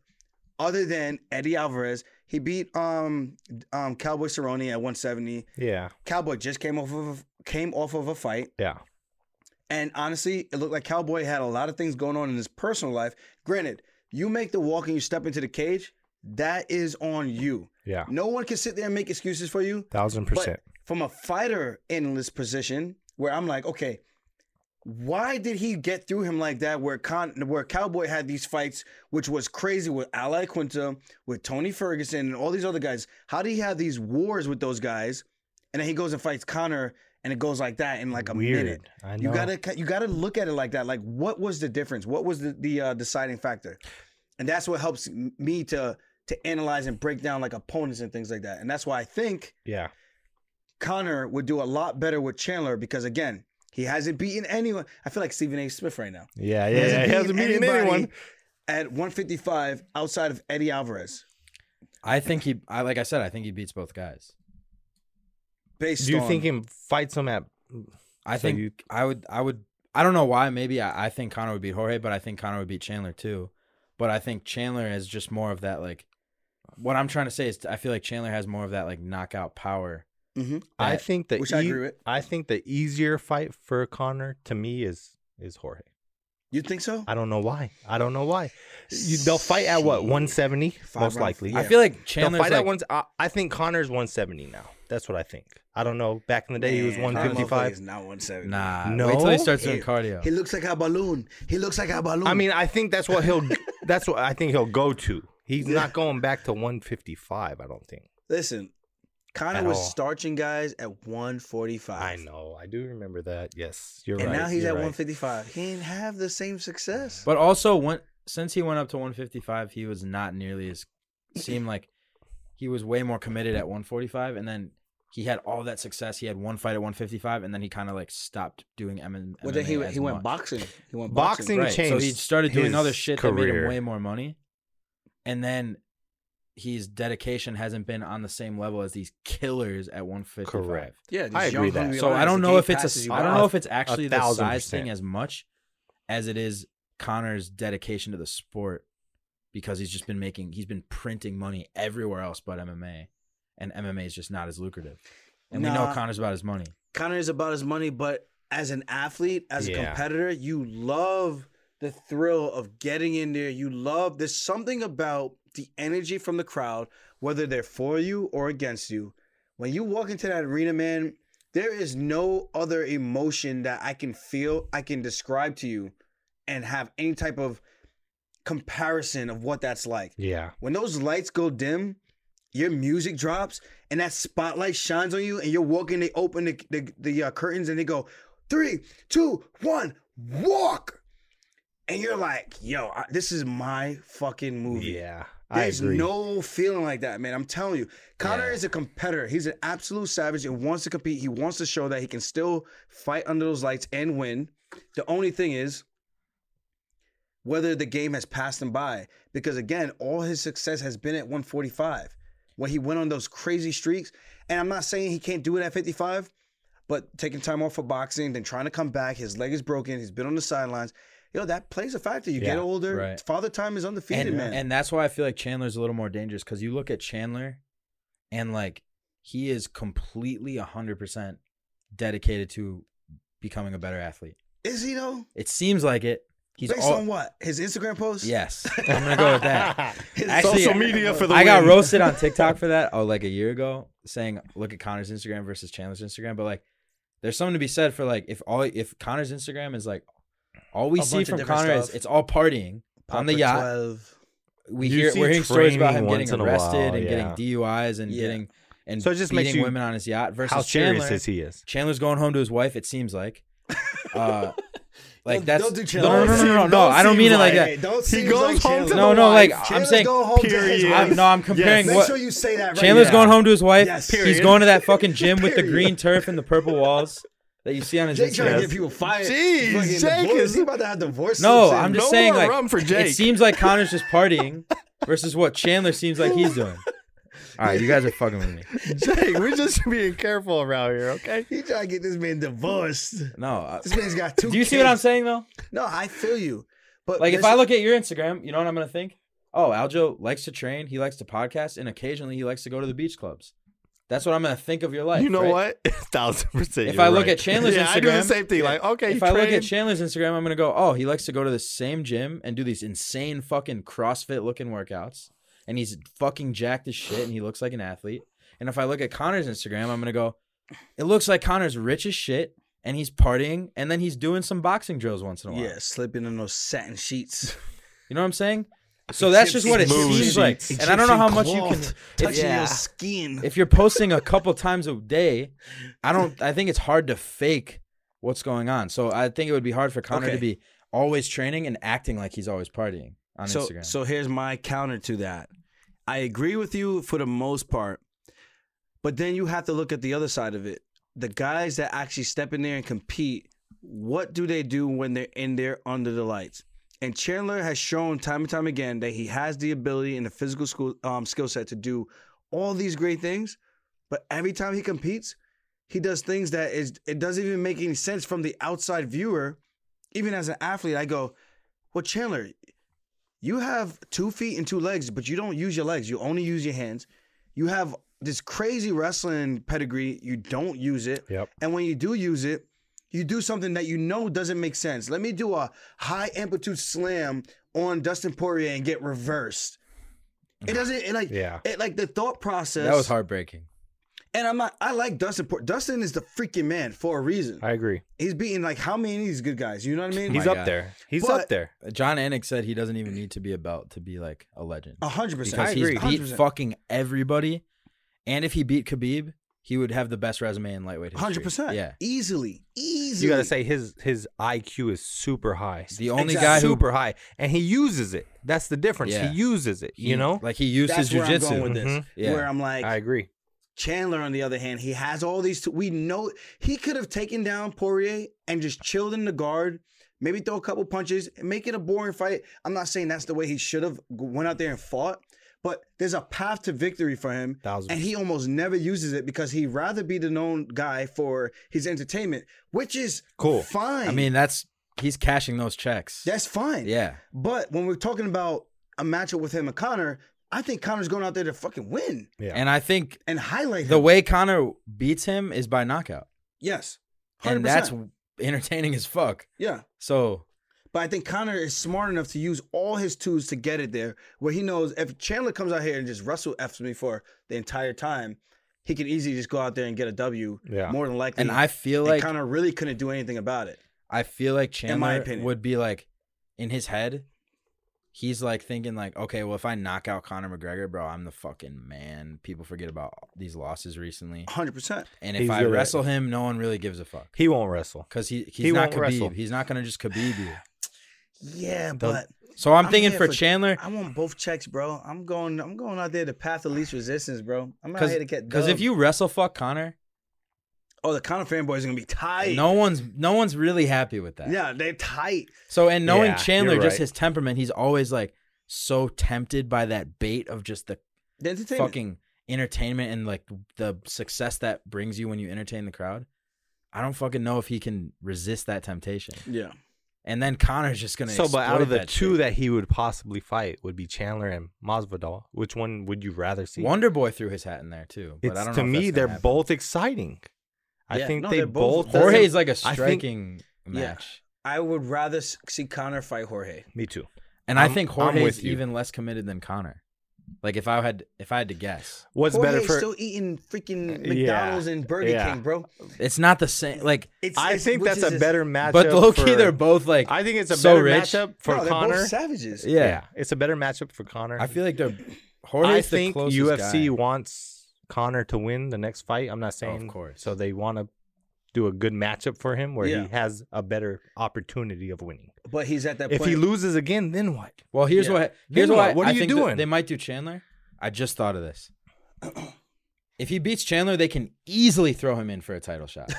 [SPEAKER 4] other than Eddie Alvarez. He beat um um Cowboy Cerrone at 170.
[SPEAKER 6] Yeah.
[SPEAKER 4] Cowboy just came off of came off of a fight,
[SPEAKER 6] Yeah.
[SPEAKER 4] and honestly, it looked like Cowboy had a lot of things going on in his personal life. Granted, you make the walk and you step into the cage, that is on you.
[SPEAKER 6] Yeah.
[SPEAKER 4] No one can sit there and make excuses for you.
[SPEAKER 6] Thousand percent.
[SPEAKER 4] But from a fighter analyst position, where I'm like, okay, why did he get through him like that? Where Con, where Cowboy had these fights, which was crazy with Ally Quinta, with Tony Ferguson, and all these other guys. How did he have these wars with those guys, and then he goes and fights Connor, and it goes like that in like a
[SPEAKER 6] Weird.
[SPEAKER 4] minute?
[SPEAKER 6] I know.
[SPEAKER 4] You gotta ca- you gotta look at it like that. Like, what was the difference? What was the the uh, deciding factor? And that's what helps m- me to to analyze and break down like opponents and things like that. And that's why I think
[SPEAKER 6] Yeah.
[SPEAKER 4] Connor would do a lot better with Chandler because again, he hasn't beaten anyone. I feel like Stephen A. Smith right now.
[SPEAKER 6] Yeah. Yeah. yeah. He hasn't beaten
[SPEAKER 4] anybody
[SPEAKER 6] anyone.
[SPEAKER 4] at 155 outside of Eddie Alvarez.
[SPEAKER 5] I think he, I like I said, I think he beats both guys.
[SPEAKER 4] Based
[SPEAKER 6] Do you
[SPEAKER 4] on,
[SPEAKER 6] think him fights him at?
[SPEAKER 5] I
[SPEAKER 6] So
[SPEAKER 5] think
[SPEAKER 6] you-
[SPEAKER 5] I would I would I don't know why maybe I, I think Connor would beat Jorge, but I think Connor would beat Chandler too. But I think Chandler is just more of that like what I'm trying to say is I feel like Chandler has more of that like knockout power.
[SPEAKER 4] Mhm.
[SPEAKER 6] I
[SPEAKER 5] that-
[SPEAKER 6] think the e
[SPEAKER 4] Which I agree with.
[SPEAKER 6] I think the easier fight for Connor to me is is Jorge.
[SPEAKER 4] You think so?
[SPEAKER 6] I don't know why. I don't know why. You, they'll fight at what 170
[SPEAKER 4] Five
[SPEAKER 6] most
[SPEAKER 4] rounds.
[SPEAKER 6] likely.
[SPEAKER 5] I
[SPEAKER 4] Yeah.
[SPEAKER 5] feel like
[SPEAKER 6] They'll
[SPEAKER 5] Chandler's
[SPEAKER 6] fight at
[SPEAKER 5] like,
[SPEAKER 6] ones. I, I think Connor's 170 now. That's what I think. I don't know. Back in the day, he was
[SPEAKER 4] Man, that motherfucker
[SPEAKER 6] 155.
[SPEAKER 4] is not 170.
[SPEAKER 5] nah.
[SPEAKER 6] No.
[SPEAKER 5] Wait till he starts
[SPEAKER 4] He,
[SPEAKER 5] doing cardio.
[SPEAKER 4] he looks like a balloon. He looks like a balloon.
[SPEAKER 6] I mean, I think that's what he'll. that's what I think he'll go to. He's not going back to 155. I don't think.
[SPEAKER 4] listen, Connor
[SPEAKER 6] At
[SPEAKER 4] was
[SPEAKER 6] all.
[SPEAKER 4] starching guys at 145.
[SPEAKER 6] I know. I do remember that. Yes, you're
[SPEAKER 4] And
[SPEAKER 6] right.
[SPEAKER 4] now he's
[SPEAKER 6] you're
[SPEAKER 4] at
[SPEAKER 6] right.
[SPEAKER 4] 155. He didn't have the same success.
[SPEAKER 5] but also when since he went up to 155, he was not nearly as seemed like he was way more committed at 145 and then he had all that success. He had one fight at 155 and then he kind of like stopped doing M-
[SPEAKER 4] Well, then he,
[SPEAKER 5] MMA as
[SPEAKER 4] he went
[SPEAKER 5] much.
[SPEAKER 4] boxing. He went
[SPEAKER 6] Boxing
[SPEAKER 5] right. So he
[SPEAKER 6] changed
[SPEAKER 5] started doing other
[SPEAKER 6] his
[SPEAKER 5] shit that made
[SPEAKER 6] career.
[SPEAKER 5] him way more money, and then his dedication hasn't been on the same level as these killers at 155.
[SPEAKER 6] Correct.
[SPEAKER 4] Yeah, these
[SPEAKER 6] I agree
[SPEAKER 4] young,
[SPEAKER 6] with that.
[SPEAKER 4] hungry
[SPEAKER 5] So I
[SPEAKER 4] lions,
[SPEAKER 5] don't
[SPEAKER 4] the
[SPEAKER 5] know
[SPEAKER 4] game
[SPEAKER 5] if it's
[SPEAKER 4] passes
[SPEAKER 5] a,
[SPEAKER 4] you
[SPEAKER 5] I don't
[SPEAKER 4] by.
[SPEAKER 5] know if it's actually the
[SPEAKER 6] thousand
[SPEAKER 5] size thing
[SPEAKER 6] percent.
[SPEAKER 5] as much as it is Connor's dedication to the sport because he's just been making he's been printing money everywhere else but MMA, and MMA is just not as lucrative. And we know
[SPEAKER 4] Nah.
[SPEAKER 5] Connor's about his money.
[SPEAKER 4] Connor is about his money, but as an athlete, as a
[SPEAKER 6] Yeah.
[SPEAKER 4] competitor, you love the thrill of getting in there. You love there's something about the energy from the crowd, whether they're for you or against you. When you walk into that arena, man, there is no other emotion that I can feel, I can describe to you and have any type of comparison of what that's like
[SPEAKER 6] Yeah.
[SPEAKER 4] when those lights go dim, your music drops and that spotlight shines on you, and you're walking. They open the the, the uh, curtains and they go three, two, one, walk, and you're like, yo, I- this is my fucking movie.
[SPEAKER 6] Yeah. I
[SPEAKER 4] There's
[SPEAKER 6] agree.
[SPEAKER 4] no feeling like that, man. I'm telling you. Connor
[SPEAKER 5] Yeah.
[SPEAKER 4] is a competitor. He's an absolute savage and wants to compete. He wants to show that he can still fight under those lights and win. The only thing is whether the game has passed him by. Because again, all his success has been at 145 when he went on those crazy streaks. And I'm not saying he can't do it at 55, but taking time off for boxing, then trying to come back, his leg is broken, he's been on the sidelines. Yo, that plays a factor. You get
[SPEAKER 6] Yeah,
[SPEAKER 4] older,
[SPEAKER 5] right.
[SPEAKER 4] father time is undefeated,
[SPEAKER 5] and,
[SPEAKER 4] man.
[SPEAKER 5] and that's why I feel like Chandler's a little more dangerous because you look at Chandler and like he is completely 100% dedicated to becoming a better athlete.
[SPEAKER 4] is he though?
[SPEAKER 5] It seems like it. He's
[SPEAKER 4] Based
[SPEAKER 5] all,
[SPEAKER 4] on what? His Instagram post?
[SPEAKER 5] Yes. I'm going to go with that.
[SPEAKER 4] His
[SPEAKER 5] Actually,
[SPEAKER 6] Social media for the
[SPEAKER 5] I got
[SPEAKER 6] win.
[SPEAKER 5] roasted on TikTok for that oh, like a year ago saying look at Connor's Instagram versus Chandler's Instagram. But like there's something to be said for like if all if Connor's Instagram is like all we
[SPEAKER 4] A
[SPEAKER 5] see
[SPEAKER 4] bunch of
[SPEAKER 5] from
[SPEAKER 4] different
[SPEAKER 5] Connor is
[SPEAKER 4] stuff.
[SPEAKER 5] it's all partying on the
[SPEAKER 4] Proper
[SPEAKER 5] yacht.
[SPEAKER 4] 12.
[SPEAKER 5] we
[SPEAKER 6] You
[SPEAKER 5] hear
[SPEAKER 6] see
[SPEAKER 5] we're hearing stories about him getting
[SPEAKER 6] training once in a
[SPEAKER 5] arrested
[SPEAKER 6] while,
[SPEAKER 5] and
[SPEAKER 6] yeah.
[SPEAKER 5] getting DUIs and
[SPEAKER 4] Yeah.
[SPEAKER 5] getting and
[SPEAKER 6] So it just makes
[SPEAKER 5] beating
[SPEAKER 6] you-
[SPEAKER 5] women on his yacht versus
[SPEAKER 6] How
[SPEAKER 5] Chandler.
[SPEAKER 6] serious is he? Is
[SPEAKER 5] Chandler's going home to his wife. It seems like, uh, like
[SPEAKER 4] Don't-
[SPEAKER 5] that's
[SPEAKER 4] don't do
[SPEAKER 5] no, no,
[SPEAKER 4] Chandler.
[SPEAKER 5] no, no, no, no,
[SPEAKER 6] Don't
[SPEAKER 5] I don't
[SPEAKER 6] seem
[SPEAKER 5] mean it like
[SPEAKER 6] like
[SPEAKER 5] that.
[SPEAKER 4] Hey, don't
[SPEAKER 6] He
[SPEAKER 4] seem
[SPEAKER 6] goes
[SPEAKER 4] like
[SPEAKER 6] home
[SPEAKER 4] Chandler.
[SPEAKER 6] to
[SPEAKER 5] No, no, like I'm
[SPEAKER 4] Chandler's
[SPEAKER 5] saying,
[SPEAKER 4] go home to his
[SPEAKER 6] Period.
[SPEAKER 4] wife.
[SPEAKER 5] I'm- no, I'm comparing
[SPEAKER 4] Make
[SPEAKER 5] what
[SPEAKER 4] sure you say that right.
[SPEAKER 5] Chandler's
[SPEAKER 4] now.
[SPEAKER 5] going home to his wife.
[SPEAKER 4] Yes.
[SPEAKER 5] He's
[SPEAKER 6] Period.
[SPEAKER 5] going to that fucking gym with the
[SPEAKER 4] Period.
[SPEAKER 5] green turf and the purple walls that you see on his
[SPEAKER 4] Jake trying
[SPEAKER 5] Instagram.
[SPEAKER 4] to get people fired.
[SPEAKER 6] Jeez,
[SPEAKER 4] Fucking
[SPEAKER 6] Jake
[SPEAKER 4] divorce.
[SPEAKER 6] is-
[SPEAKER 4] He about to have divorce.
[SPEAKER 5] No,
[SPEAKER 4] soon.
[SPEAKER 5] I'm just
[SPEAKER 6] No
[SPEAKER 5] saying
[SPEAKER 6] more
[SPEAKER 5] like
[SPEAKER 6] rum for
[SPEAKER 5] it
[SPEAKER 6] Jake.
[SPEAKER 5] seems like Connor's just partying versus what Chandler seems like he's doing. All right, you guys are fucking with me.
[SPEAKER 6] Jake, we're just being careful around here, okay?
[SPEAKER 4] He trying to get this man divorced.
[SPEAKER 5] No, uh,
[SPEAKER 4] This man's got two.
[SPEAKER 5] do you see what I'm
[SPEAKER 4] kids.
[SPEAKER 5] saying though?
[SPEAKER 4] No, I feel you. But
[SPEAKER 5] Like if
[SPEAKER 4] there's-
[SPEAKER 5] I look at your Instagram, you know what I'm gonna think? Oh, Aljo likes to train, he likes to podcast, and occasionally he likes to go to the beach clubs. That's what I'm gonna think of your life.
[SPEAKER 6] You know
[SPEAKER 5] right?
[SPEAKER 6] what? Thousand percent.
[SPEAKER 5] If
[SPEAKER 6] you're
[SPEAKER 5] I look
[SPEAKER 6] right.
[SPEAKER 5] at Chandler's
[SPEAKER 6] yeah, I do the
[SPEAKER 5] Instagram-
[SPEAKER 6] same thing. Like, okay,
[SPEAKER 5] If
[SPEAKER 6] you
[SPEAKER 5] I look
[SPEAKER 6] train.
[SPEAKER 5] at Chandler's Instagram, I'm gonna go, oh, he likes to go to the same gym and do these insane fucking CrossFit looking workouts, and he's fucking jacked as shit, and he looks like an athlete. And if I look at Connor's Instagram, I'm gonna go, it looks like Connor's rich as shit, and he's partying and then he's doing some boxing drills once in a while.
[SPEAKER 4] Yeah, slipping in those satin sheets.
[SPEAKER 5] You know what I'm saying? So that's just what it
[SPEAKER 4] Egyptian
[SPEAKER 5] seems like.
[SPEAKER 4] sheets.
[SPEAKER 5] And I don't know how much you
[SPEAKER 4] Egyptian
[SPEAKER 5] can
[SPEAKER 4] cloth
[SPEAKER 5] if,
[SPEAKER 4] Touching
[SPEAKER 5] yeah.
[SPEAKER 4] your skin.
[SPEAKER 5] if you're posting a couple times a day, I don't I think it's hard to fake what's going on. So I think it would be hard for Connor
[SPEAKER 4] Okay.
[SPEAKER 5] to be always training and acting like he's always partying on
[SPEAKER 4] so,
[SPEAKER 5] Instagram.
[SPEAKER 4] So here's my counter to that. I agree with you for the most part, but then you have to look at the other side of it. The guys that actually step in there and compete, what do they do when they're in there under the lights? And Chandler has shown time and time again that he has the ability and the physical school, um, skill set to do all these great things, but every time he competes, he does things that is it doesn't even make any sense from the outside viewer. Even as an athlete, I go, "Well, Chandler, you have two feet and two legs, but you don't use your legs. You only use your hands. You have this crazy wrestling pedigree. You don't use it.
[SPEAKER 6] Yep.
[SPEAKER 4] And when you do use it, you do something that you know doesn't make sense. Let me do a high amplitude slam on Dustin Poirier and get reversed. It doesn't. It like.
[SPEAKER 6] Yeah.
[SPEAKER 4] It like the thought process.
[SPEAKER 5] that was heartbreaking.
[SPEAKER 4] And I'm not. I like Dustin. Poirier. Dustin is the freaking man for a reason.
[SPEAKER 6] I agree.
[SPEAKER 4] He's beating like how many of these good guys? You know what I mean?
[SPEAKER 6] He's
[SPEAKER 5] my
[SPEAKER 6] up
[SPEAKER 5] God.
[SPEAKER 6] there. He's
[SPEAKER 4] But-
[SPEAKER 6] up there.
[SPEAKER 5] John Anik said he doesn't even need to be a belt to be like a legend.
[SPEAKER 4] A hundred percent.
[SPEAKER 5] because
[SPEAKER 6] I
[SPEAKER 5] he's
[SPEAKER 6] agree.
[SPEAKER 5] beat
[SPEAKER 4] 100%.
[SPEAKER 5] fucking everybody. And if he beat Khabib, he would have the best resume in lightweight history.
[SPEAKER 4] Hundred percent.
[SPEAKER 5] Yeah.
[SPEAKER 4] Easily. Easily.
[SPEAKER 6] You got to say his his IQ is super high.
[SPEAKER 5] The only
[SPEAKER 4] Exactly.
[SPEAKER 5] guy who
[SPEAKER 6] super high, and he uses it. That's the difference.
[SPEAKER 5] Yeah.
[SPEAKER 6] He uses it.
[SPEAKER 5] he-
[SPEAKER 6] You know.
[SPEAKER 5] like he used
[SPEAKER 4] That's
[SPEAKER 5] his
[SPEAKER 4] where I'm going with
[SPEAKER 5] jujitsu.
[SPEAKER 4] this.
[SPEAKER 6] Mhm.
[SPEAKER 5] Yeah.
[SPEAKER 4] Where I'm like
[SPEAKER 6] I agree.
[SPEAKER 4] Chandler, on the other hand, he has all these. T- we know he could have taken down Poirier and just chilled in the guard, maybe throw a couple punches, and make it a boring fight. I'm not saying that's the way he should have g- went out there and fought, but there's a path to victory for him,
[SPEAKER 6] Thousand.
[SPEAKER 4] and he almost never uses it because he'd rather be the known guy for his entertainment, which is
[SPEAKER 6] Cool.
[SPEAKER 4] Fine.
[SPEAKER 5] I mean, that's he's cashing those checks.
[SPEAKER 4] that's fine.
[SPEAKER 5] yeah.
[SPEAKER 4] But when we're talking about a matchup with him and Connor, I think Connor's going out there to fucking win
[SPEAKER 6] Yeah.
[SPEAKER 5] And I think
[SPEAKER 4] and highlight
[SPEAKER 5] the
[SPEAKER 4] him.
[SPEAKER 5] way Connor beats him is by knockout.
[SPEAKER 4] Yes. 100%.
[SPEAKER 5] And that's entertaining as fuck.
[SPEAKER 4] yeah.
[SPEAKER 5] So
[SPEAKER 4] But I think Connor is smart enough to use all his tools to get it there, where he knows if Chandler comes out here and just Russell F's me for the entire time, he can easily just go out there and get a W.
[SPEAKER 6] Yeah.
[SPEAKER 4] More than likely.
[SPEAKER 5] and I feel
[SPEAKER 4] and
[SPEAKER 5] like
[SPEAKER 4] Connor really couldn't do anything about it.
[SPEAKER 5] I feel like Chandler
[SPEAKER 4] In my opinion.
[SPEAKER 5] would be like in his head, he's like thinking like, okay, well if I knock out Conor McGregor, bro, I'm the fucking man. People forget about these losses recently,
[SPEAKER 4] 100%.
[SPEAKER 5] and if
[SPEAKER 6] He's
[SPEAKER 5] I
[SPEAKER 6] right.
[SPEAKER 5] wrestle him, no one really gives a fuck
[SPEAKER 6] He won't wrestle.
[SPEAKER 5] because he he's
[SPEAKER 6] He
[SPEAKER 5] not
[SPEAKER 6] won't
[SPEAKER 5] Khabib.
[SPEAKER 6] wrestle.
[SPEAKER 5] He's not gonna just Khabib you.
[SPEAKER 4] Yeah, but
[SPEAKER 5] So I'm,
[SPEAKER 4] I'm
[SPEAKER 5] thinking
[SPEAKER 4] here
[SPEAKER 5] for
[SPEAKER 4] for-
[SPEAKER 5] Chandler
[SPEAKER 4] I want both checks, bro. I'm going I'm going out there the path of least resistance, bro. I'm out
[SPEAKER 5] because
[SPEAKER 4] here to get
[SPEAKER 5] because if
[SPEAKER 4] dubbed.
[SPEAKER 5] you wrestle fuck Connor,
[SPEAKER 4] Oh, the Connor fanboys are gonna be tight.
[SPEAKER 5] no one's no one's really happy with that.
[SPEAKER 4] Yeah, they're tight.
[SPEAKER 5] So and knowing
[SPEAKER 6] Yeah,
[SPEAKER 5] Chandler,
[SPEAKER 6] you're
[SPEAKER 5] just
[SPEAKER 6] right.
[SPEAKER 5] his temperament, he's always like so tempted by that bait of just the
[SPEAKER 4] The entertainment.
[SPEAKER 5] fucking entertainment and like the success that brings you when you entertain the crowd. I don't fucking know if he can resist that temptation.
[SPEAKER 4] yeah.
[SPEAKER 5] And then Connor's just gonna.
[SPEAKER 6] So, but
[SPEAKER 5] exploit
[SPEAKER 6] out of the
[SPEAKER 5] that
[SPEAKER 6] two
[SPEAKER 5] shit.
[SPEAKER 6] that he would possibly fight would be Chandler and Masvidal. Which one would you rather see?
[SPEAKER 5] Wonder Boy threw his hat in there too. But
[SPEAKER 6] It's,
[SPEAKER 5] I don't
[SPEAKER 6] to
[SPEAKER 5] know if
[SPEAKER 6] me,
[SPEAKER 5] that's gonna
[SPEAKER 6] they're
[SPEAKER 5] happen.
[SPEAKER 6] both exciting. I
[SPEAKER 4] Yeah,
[SPEAKER 6] think
[SPEAKER 4] no,
[SPEAKER 6] they
[SPEAKER 4] they're both-
[SPEAKER 6] both.
[SPEAKER 5] Jorge's like a
[SPEAKER 6] I think-
[SPEAKER 5] striking
[SPEAKER 4] Yeah.
[SPEAKER 5] match,
[SPEAKER 4] I would rather s- see Connor fight Jorge.
[SPEAKER 6] Me too.
[SPEAKER 5] and i
[SPEAKER 6] I'm-
[SPEAKER 5] think
[SPEAKER 6] I'm
[SPEAKER 5] Jorge's
[SPEAKER 6] with you.
[SPEAKER 5] even less committed than Connor. Like if I had if I had to guess,
[SPEAKER 6] What's
[SPEAKER 4] Jorge
[SPEAKER 6] better for?
[SPEAKER 4] still eating freaking
[SPEAKER 6] Yeah.
[SPEAKER 4] McDonald's and Burger
[SPEAKER 6] Yeah.
[SPEAKER 4] King, bro.
[SPEAKER 5] it's not the same. Like,
[SPEAKER 4] It's,
[SPEAKER 6] I
[SPEAKER 4] it's-
[SPEAKER 6] think
[SPEAKER 4] which
[SPEAKER 6] that's
[SPEAKER 4] is
[SPEAKER 6] a
[SPEAKER 4] this-
[SPEAKER 6] better matchup.
[SPEAKER 5] but low key,
[SPEAKER 6] for-
[SPEAKER 5] they're both like.
[SPEAKER 6] I think it's a
[SPEAKER 5] so
[SPEAKER 6] better
[SPEAKER 5] rich.
[SPEAKER 6] matchup for
[SPEAKER 4] No, they're
[SPEAKER 6] Connor.
[SPEAKER 4] both savages.
[SPEAKER 5] Yeah.
[SPEAKER 6] it's a better matchup for Connor.
[SPEAKER 5] I feel like they're.
[SPEAKER 6] I
[SPEAKER 5] Jorge's the
[SPEAKER 6] think
[SPEAKER 5] closest
[SPEAKER 6] UFC
[SPEAKER 5] guy.
[SPEAKER 6] wants Connor to win the next fight. I'm not saying,
[SPEAKER 5] course.
[SPEAKER 6] So they want to do a good matchup for him where
[SPEAKER 4] Yeah.
[SPEAKER 6] he has a better opportunity of winning.
[SPEAKER 4] But he's at that
[SPEAKER 6] If
[SPEAKER 4] point.
[SPEAKER 6] he loses again, then what?
[SPEAKER 5] Well, here's
[SPEAKER 4] Yeah.
[SPEAKER 5] what here's
[SPEAKER 6] Meanwhile,
[SPEAKER 5] why
[SPEAKER 6] what
[SPEAKER 5] I
[SPEAKER 6] are you
[SPEAKER 5] think that
[SPEAKER 6] doing?
[SPEAKER 5] They might do Chandler. I just thought of this. If he beats Chandler, they can easily throw him in for a title shot.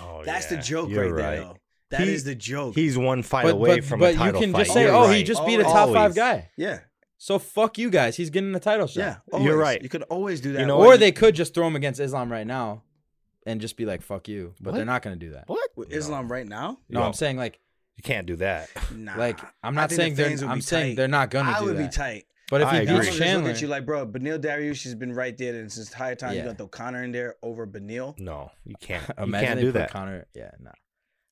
[SPEAKER 6] Oh,
[SPEAKER 4] that's the joke right, there, though. That is
[SPEAKER 6] He-
[SPEAKER 4] the joke.
[SPEAKER 6] He's one fight
[SPEAKER 5] but
[SPEAKER 6] away
[SPEAKER 5] but,
[SPEAKER 6] from
[SPEAKER 5] but
[SPEAKER 6] a title
[SPEAKER 5] you can
[SPEAKER 6] fight.
[SPEAKER 5] just say,
[SPEAKER 6] You're
[SPEAKER 5] "Oh, he
[SPEAKER 6] right.
[SPEAKER 5] just
[SPEAKER 4] Always.
[SPEAKER 5] beat a top five
[SPEAKER 6] Always.
[SPEAKER 5] guy."
[SPEAKER 4] yeah.
[SPEAKER 5] So fuck you guys. He's getting the title shot.
[SPEAKER 4] Yeah.
[SPEAKER 6] You're
[SPEAKER 4] always.
[SPEAKER 6] right.
[SPEAKER 4] You could always do that.
[SPEAKER 6] know
[SPEAKER 5] Or
[SPEAKER 6] what?
[SPEAKER 5] they could just throw him against Islam right now, and just be like, "Fuck you." But they're
[SPEAKER 6] What?
[SPEAKER 5] not going to do that.
[SPEAKER 6] what?
[SPEAKER 4] With Islam right now?
[SPEAKER 5] No,
[SPEAKER 6] Yo.
[SPEAKER 5] I'm saying like
[SPEAKER 6] You can't do that.
[SPEAKER 4] Nah.
[SPEAKER 5] like I'm
[SPEAKER 4] I think
[SPEAKER 5] not
[SPEAKER 4] the
[SPEAKER 5] saying they're.
[SPEAKER 4] fans would
[SPEAKER 5] I'm
[SPEAKER 4] be
[SPEAKER 5] saying
[SPEAKER 4] tight.
[SPEAKER 5] they're not going to do
[SPEAKER 4] I would
[SPEAKER 5] that.
[SPEAKER 4] be tight.
[SPEAKER 5] But if
[SPEAKER 6] I
[SPEAKER 5] he
[SPEAKER 6] agree.
[SPEAKER 5] beats
[SPEAKER 4] Just look
[SPEAKER 5] Chandler,
[SPEAKER 4] at you like, bro, Benil Dariush has been right there since this entire time.
[SPEAKER 5] Yeah.
[SPEAKER 4] You're going to throw Connor in there over Benil.
[SPEAKER 6] No, you can't. you
[SPEAKER 5] imagine
[SPEAKER 6] can't
[SPEAKER 5] they
[SPEAKER 6] do
[SPEAKER 5] put
[SPEAKER 6] that.
[SPEAKER 5] Connor, yeah, no.